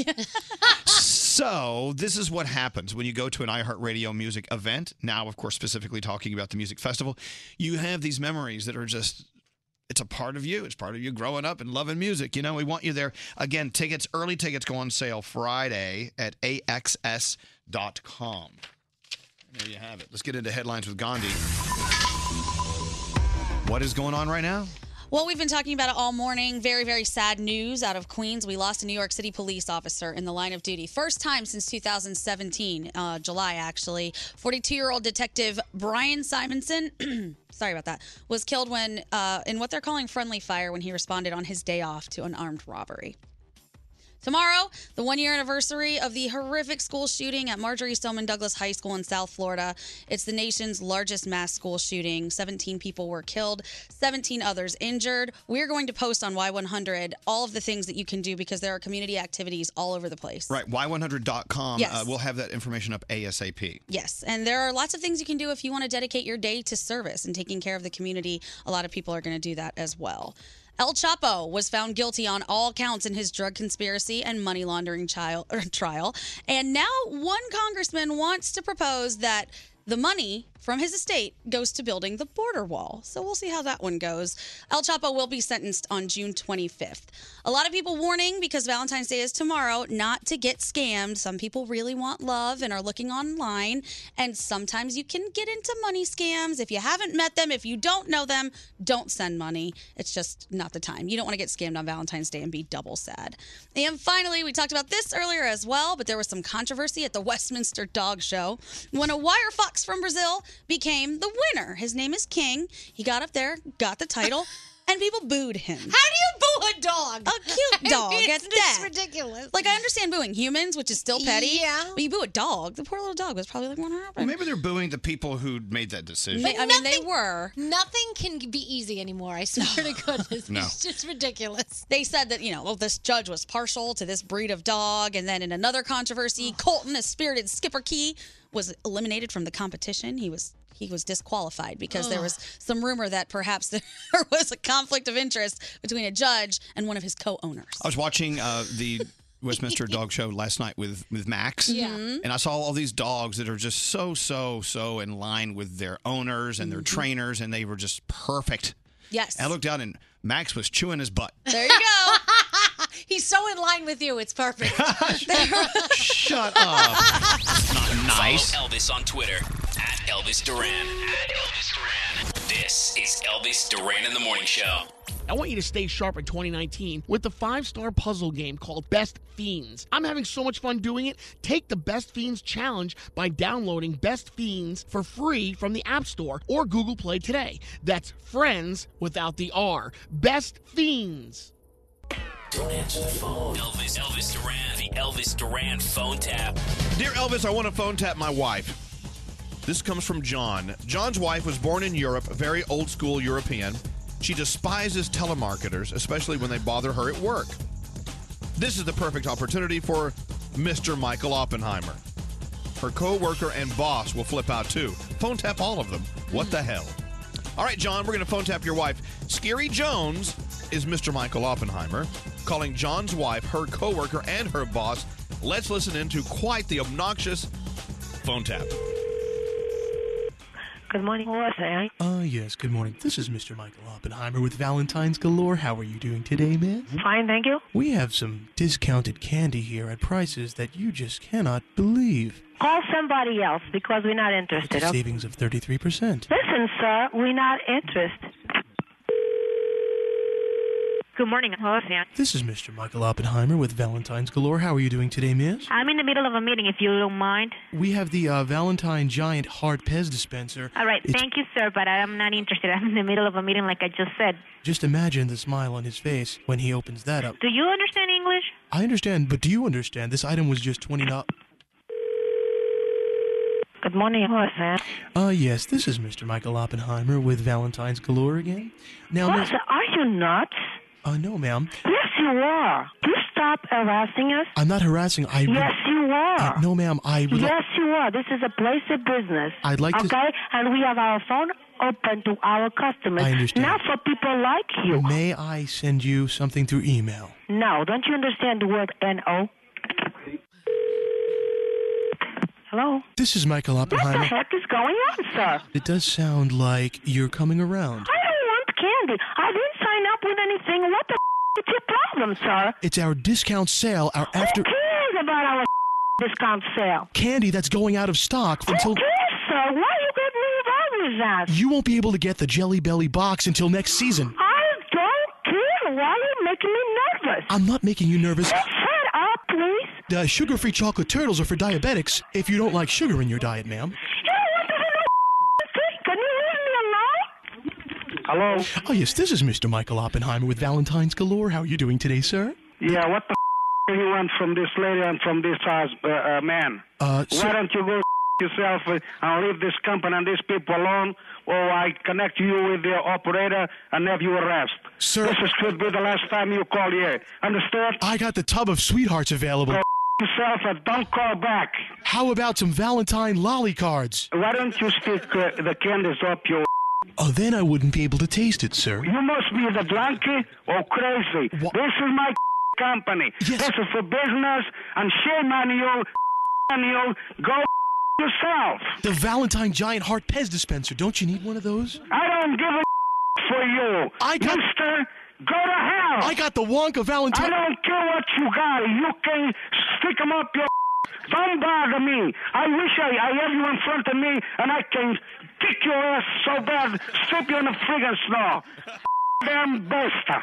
S7: so this is what happens when you go to an iHeartRadio music event. Now, of course, specifically talking about the music festival, you have these memories that are just. It's a part of you. It's part of you growing up and loving music. You know, we want you there. Again, tickets, early tickets go on sale Friday at axs.com. There you have it. Let's get into headlines with Gandhi. What is going on right now?
S11: Well, we've been talking about it all morning. Very, very sad news out of Queens. We lost a New York City police officer in the line of duty. First time since 2017, uh, July actually. 42 year old detective Brian Simonson, sorry about that, was killed when uh, in what they're calling friendly fire when he responded on his day off to an armed robbery. Tomorrow, the one year anniversary of the horrific school shooting at Marjorie Stoneman Douglas High School in South Florida. It's the nation's largest mass school shooting. 17 people were killed, 17 others injured. We're going to post on Y100 all of the things that you can do because there are community activities all over the place.
S7: Right, y100.com.
S11: Yes.
S7: Uh, we'll have that information up ASAP.
S11: Yes, and there are lots of things you can do if you want to dedicate your day to service and taking care of the community. A lot of people are going to do that as well. El Chapo was found guilty on all counts in his drug conspiracy and money laundering child, or trial. And now one congressman wants to propose that the money from his estate goes to building the border wall. So we'll see how that one goes. El Chapo will be sentenced on June 25th. A lot of people warning because Valentine's Day is tomorrow not to get scammed. Some people really want love and are looking online, and sometimes you can get into money scams. If you haven't met them, if you don't know them, don't send money. It's just not the time. You don't want to get scammed on Valentine's Day and be double sad. And finally, we talked about this earlier as well, but there was some controversy at the Westminster Dog Show when a wire fox from Brazil became the winner. His name is King. He got up there, got the title, and people booed him. How do you boo a dog? A cute dog.
S9: It's-
S11: That's
S9: it's
S11: that.
S9: ridiculous.
S11: Like I understand booing humans, which is still petty.
S9: Yeah.
S11: But you boo a dog. The poor little dog was probably like, "What
S3: Well,
S11: happened?"
S3: maybe they're booing the people who made that decision.
S11: I mean, they were.
S9: Nothing can be easy anymore. I swear to goodness.
S3: No.
S11: It's just ridiculous. They said that, you know, well, this judge was partial to this breed of dog. And then in another controversy, Colton, a spirited skipper key, was eliminated from the competition. He was he was disqualified because there
S9: Ugh.
S11: was some rumor that perhaps there was a conflict of interest between a judge and one of his co-owners.
S3: I was watching uh, the Westminster Dog Show last night with with Max,
S11: Yeah. Mhm.
S3: and I saw all these dogs that are just so so so in line with their owners and their
S11: Mhm.
S3: trainers, and they were just perfect.
S11: Yes.
S3: I looked down and Max was chewing his butt.
S11: There you go.
S9: He's so in line with you. It's perfect.
S3: Shut up. Not nice.
S6: Follow Elvis on Twitter at Elvis Duran. At Elvis Duran. This is Elvis Duran in the Morning Show.
S16: I want you to stay sharp in 2019 with the five star puzzle game called Best Fiends. I'm having so much fun doing it. Take the Best Fiends challenge by downloading Best Fiends for free from the App Store or Google Play today. That's friends without the R. Best Fiends.
S6: Don't answer the phone. Elvis, Elvis Duran, the Elvis Duran phone tap.
S7: Dear Elvis, I want to phone tap my wife. This comes from John. John's wife was born in Europe, very old school European. She despises telemarketers, especially when they bother her at work. This is the perfect opportunity for Mr. Michael Oppenheimer. Her co worker and boss will flip out too. Phone tap all of them. What the hell? All right, John, we're going to phone tap your wife. Scary Jones is Mr. Michael Oppenheimer, calling John's wife, her co worker, and her boss. Let's listen into quite the obnoxious phone tap.
S20: Good morning, Rosanne.
S21: Uh, yes, good morning. This is Mr. Michael Oppenheimer with Valentine's Galore. How are you doing today, miss?
S20: Fine, thank you.
S21: We have some discounted candy here at prices that you just cannot believe.
S20: Call somebody else because we're not interested. okay?
S21: Savings of 33%.
S20: Listen, sir, we're not interested. Good morning, Rosanne.
S21: This is Mr. Michael Oppenheimer with Valentine's Galore. How are you doing today, miss?
S20: I'm in the middle of a meeting, if you don't mind.
S21: We have the uh, Valentine Giant Hard Pez dispenser.
S20: All right,
S21: It's-
S20: thank you, sir, but I'm not interested. I'm in the middle of a meeting, like I just said.
S21: Just imagine the smile on his face when he opens that up.
S20: Do you understand English?
S21: I understand, but do you understand? This item was just twenty dollars.
S20: Good morning, Rosanne.
S21: Uh, yes, this is Mr. Michael Oppenheimer with Valentine's Galore again. Now,
S20: Rosa, are you nuts?
S21: Uh, no, ma'am.
S20: Yes, you are. You stop harassing us.
S21: I'm not harassing. I.
S20: Yes, you are.
S21: Uh, no, ma'am. I. would-
S20: Yes, you are. This is a place of business.
S21: I'd like to-
S20: okay? and we have our phone open to our customers.
S21: I understand.
S20: Not for people like you.
S21: May I send you something through email?
S20: No, don't you understand the word N-O? Hello?
S21: This is Michael
S20: What the
S21: Oppenheimer.
S20: heck is going on, sir?
S21: It does sound like you're coming around.
S20: I don't want candy. I didn't sign up with anything. What the f- is your problem, sir?
S21: It's our discount sale, our after
S20: Who cares about our discount sale?
S21: candy that's going out of stock
S20: Who
S21: until
S20: cares, sir? Why you get me involved with that?
S21: you won't be able to get the Jelly Belly box until next season.
S20: I don't care. Why are you making me nervous?
S21: I'm not making you nervous.
S20: Shut up, please.
S21: The sugar-free chocolate turtles are for diabetics if you don't like sugar in your diet, ma'am.
S20: You don't want to have no thing. Can you leave me alone?
S21: Hello. Oh yes, this is Mr. Michael Oppenheimer with Valentine's Galore. How are you doing today, sir?
S31: Yeah, what the f- you want from this lady and from this hus- uh, uh, man?
S21: Uh,
S31: Why
S21: sir,
S31: don't you go f- yourself uh, and leave this company and these people alone, or I connect you with the operator and have you arrest.
S21: Sir-
S31: This is, could be the last time you call here. Understood?
S21: I got the tub of sweethearts available.
S31: Go f- yourself and don't call back.
S21: How about some Valentine lolly cards?
S31: Why don't you stick uh, the candies up your
S21: Oh, then I wouldn't be able to taste it, sir.
S31: You must be the donkey or crazy. This is my company. This is for business, and shame on you. On you. Go
S22: yourself.
S21: The Valentine Giant Heart Pez dispenser. Don't you need one of those?
S22: I don't give a for you.
S21: I got,
S22: Mister, go to hell.
S21: I got the Wonka
S22: I
S21: Valentine.
S22: don't care what you got. You can stick 'em up your. Don't bother me. I wish I, I have you in front of me and I can kick your ass so bad, strip you in the friggin' snow. Damn besta.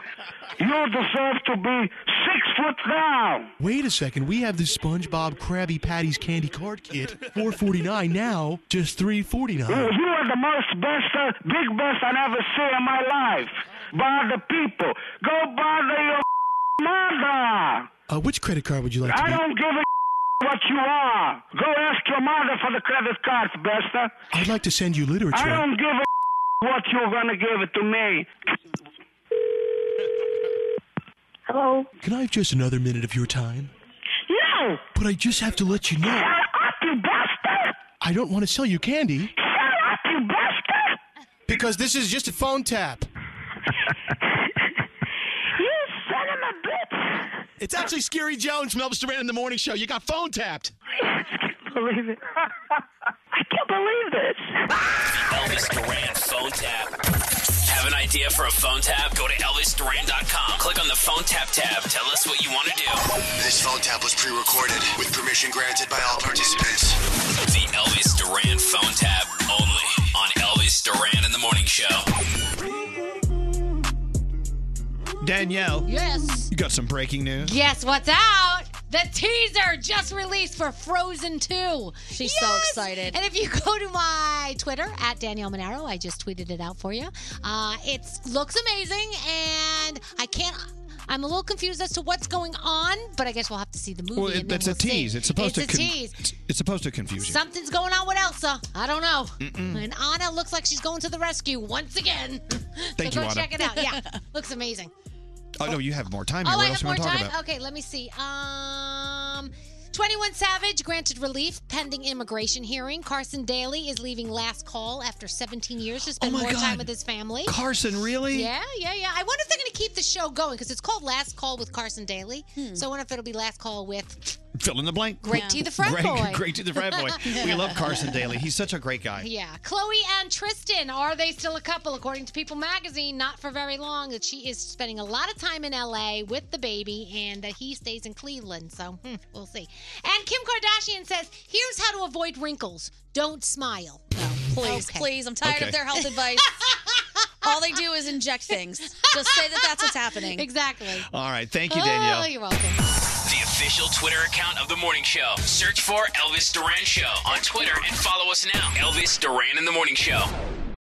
S22: You deserve to be six foot down.
S21: Wait a second. We have the SpongeBob Krabby Patty's candy card kit, four forty nine now, just three forty
S22: You,
S21: nine.
S22: you are the most best, uh, big best I ever see in my life. Bother people. Go bother your mother.
S21: Uh, which credit card would you like? to
S22: I don't give a what you are. Go ask your mother for the credit cards, Besta.
S21: I'd like to send you literature.
S22: I don't give a what you're gonna give it to me.
S21: Hello. Can I have just another minute of your time?
S22: No.
S21: But I just have to let you know. Shut
S22: up, you bastard!
S21: I don't want to sell you candy.
S22: Shut up, you bastard!
S21: Because this is just a phone tap.
S22: You son of a bitch!
S32: It's actually Scary Jones from Elvis Duran in the Morning Show. You got phone tapped.
S22: Believe it. I can't believe this.
S6: Elvis Duran phone tap. Have an idea for a phone tap? Go to ElvisDuran.com. Click on the phone tap tab. Tell us what you want to do.
S7: This phone tap was pre-recorded with permission granted by all participants.
S6: The Elvis Duran phone tap only on Elvis Duran in the Morning Show.
S32: Danielle.
S9: Yes.
S32: You got some breaking news.
S9: Guess what's out? The teaser just released for Frozen 2.
S11: She's so excited.
S9: And if you go to my Twitter at Danielle Monero, I just tweeted it out for you. Uh, it looks amazing, and I can't. I'm a little confused as to what's going on, but I guess we'll have to see the movie.
S33: Well,
S9: and
S33: it,
S9: then
S33: that's
S9: we'll
S33: a tease.
S9: see.
S33: It's supposed
S9: It's
S33: to
S9: a tease.
S33: It's supposed to confuse you.
S9: Something's going on with Elsa. I don't know.
S33: Mm-mm.
S9: And Anna looks like she's going to the rescue once again.
S33: Thank
S9: so
S33: you,
S9: go
S33: Anna.
S9: check it out. Yeah, looks amazing.
S33: oh no, you have more time. Here.
S9: Oh,
S33: what
S9: I
S33: else
S9: have
S33: you
S9: more
S33: want to talk
S9: time.
S33: about?
S9: Okay, let me see. Um, Twenty One Savage granted relief pending immigration hearing. Carson Daly is leaving last call after 17 years to spend
S33: Oh my
S9: more
S33: God.
S9: time with his family.
S33: Carson, really?
S9: Yeah, yeah, yeah. I wonder if they're going to keep the show going because it's called Last Call with Carson Daly.
S33: Hmm.
S9: So I wonder if it'll be Last Call with.
S32: Fill in the blank.
S9: Great Yeah. T the Frat
S32: great,
S9: Boy.
S32: Great to the frat boy. We love Carson Daly. He's such a great guy.
S9: Yeah, Chloe and Tristan are they still a couple? According to People Magazine, not for very long. That she is spending a lot of time in L.A. with the baby, and that he stays in Cleveland. So hmm, we'll see. And Kim Kardashian says, "Here's how to avoid wrinkles: don't smile."
S11: Please, please. I'm tired
S9: Okay.
S11: of their health advice. All they do is inject things. Just say that that's what's happening.
S9: Exactly.
S32: All right. Thank you, Danielle.
S9: Oh, you're welcome.
S6: The official Twitter account of the Morning Show. Search for Elvis Duran Show on Twitter and follow us now. Elvis Duran in the Morning Show.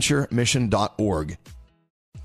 S7: stbonaventuremission.org.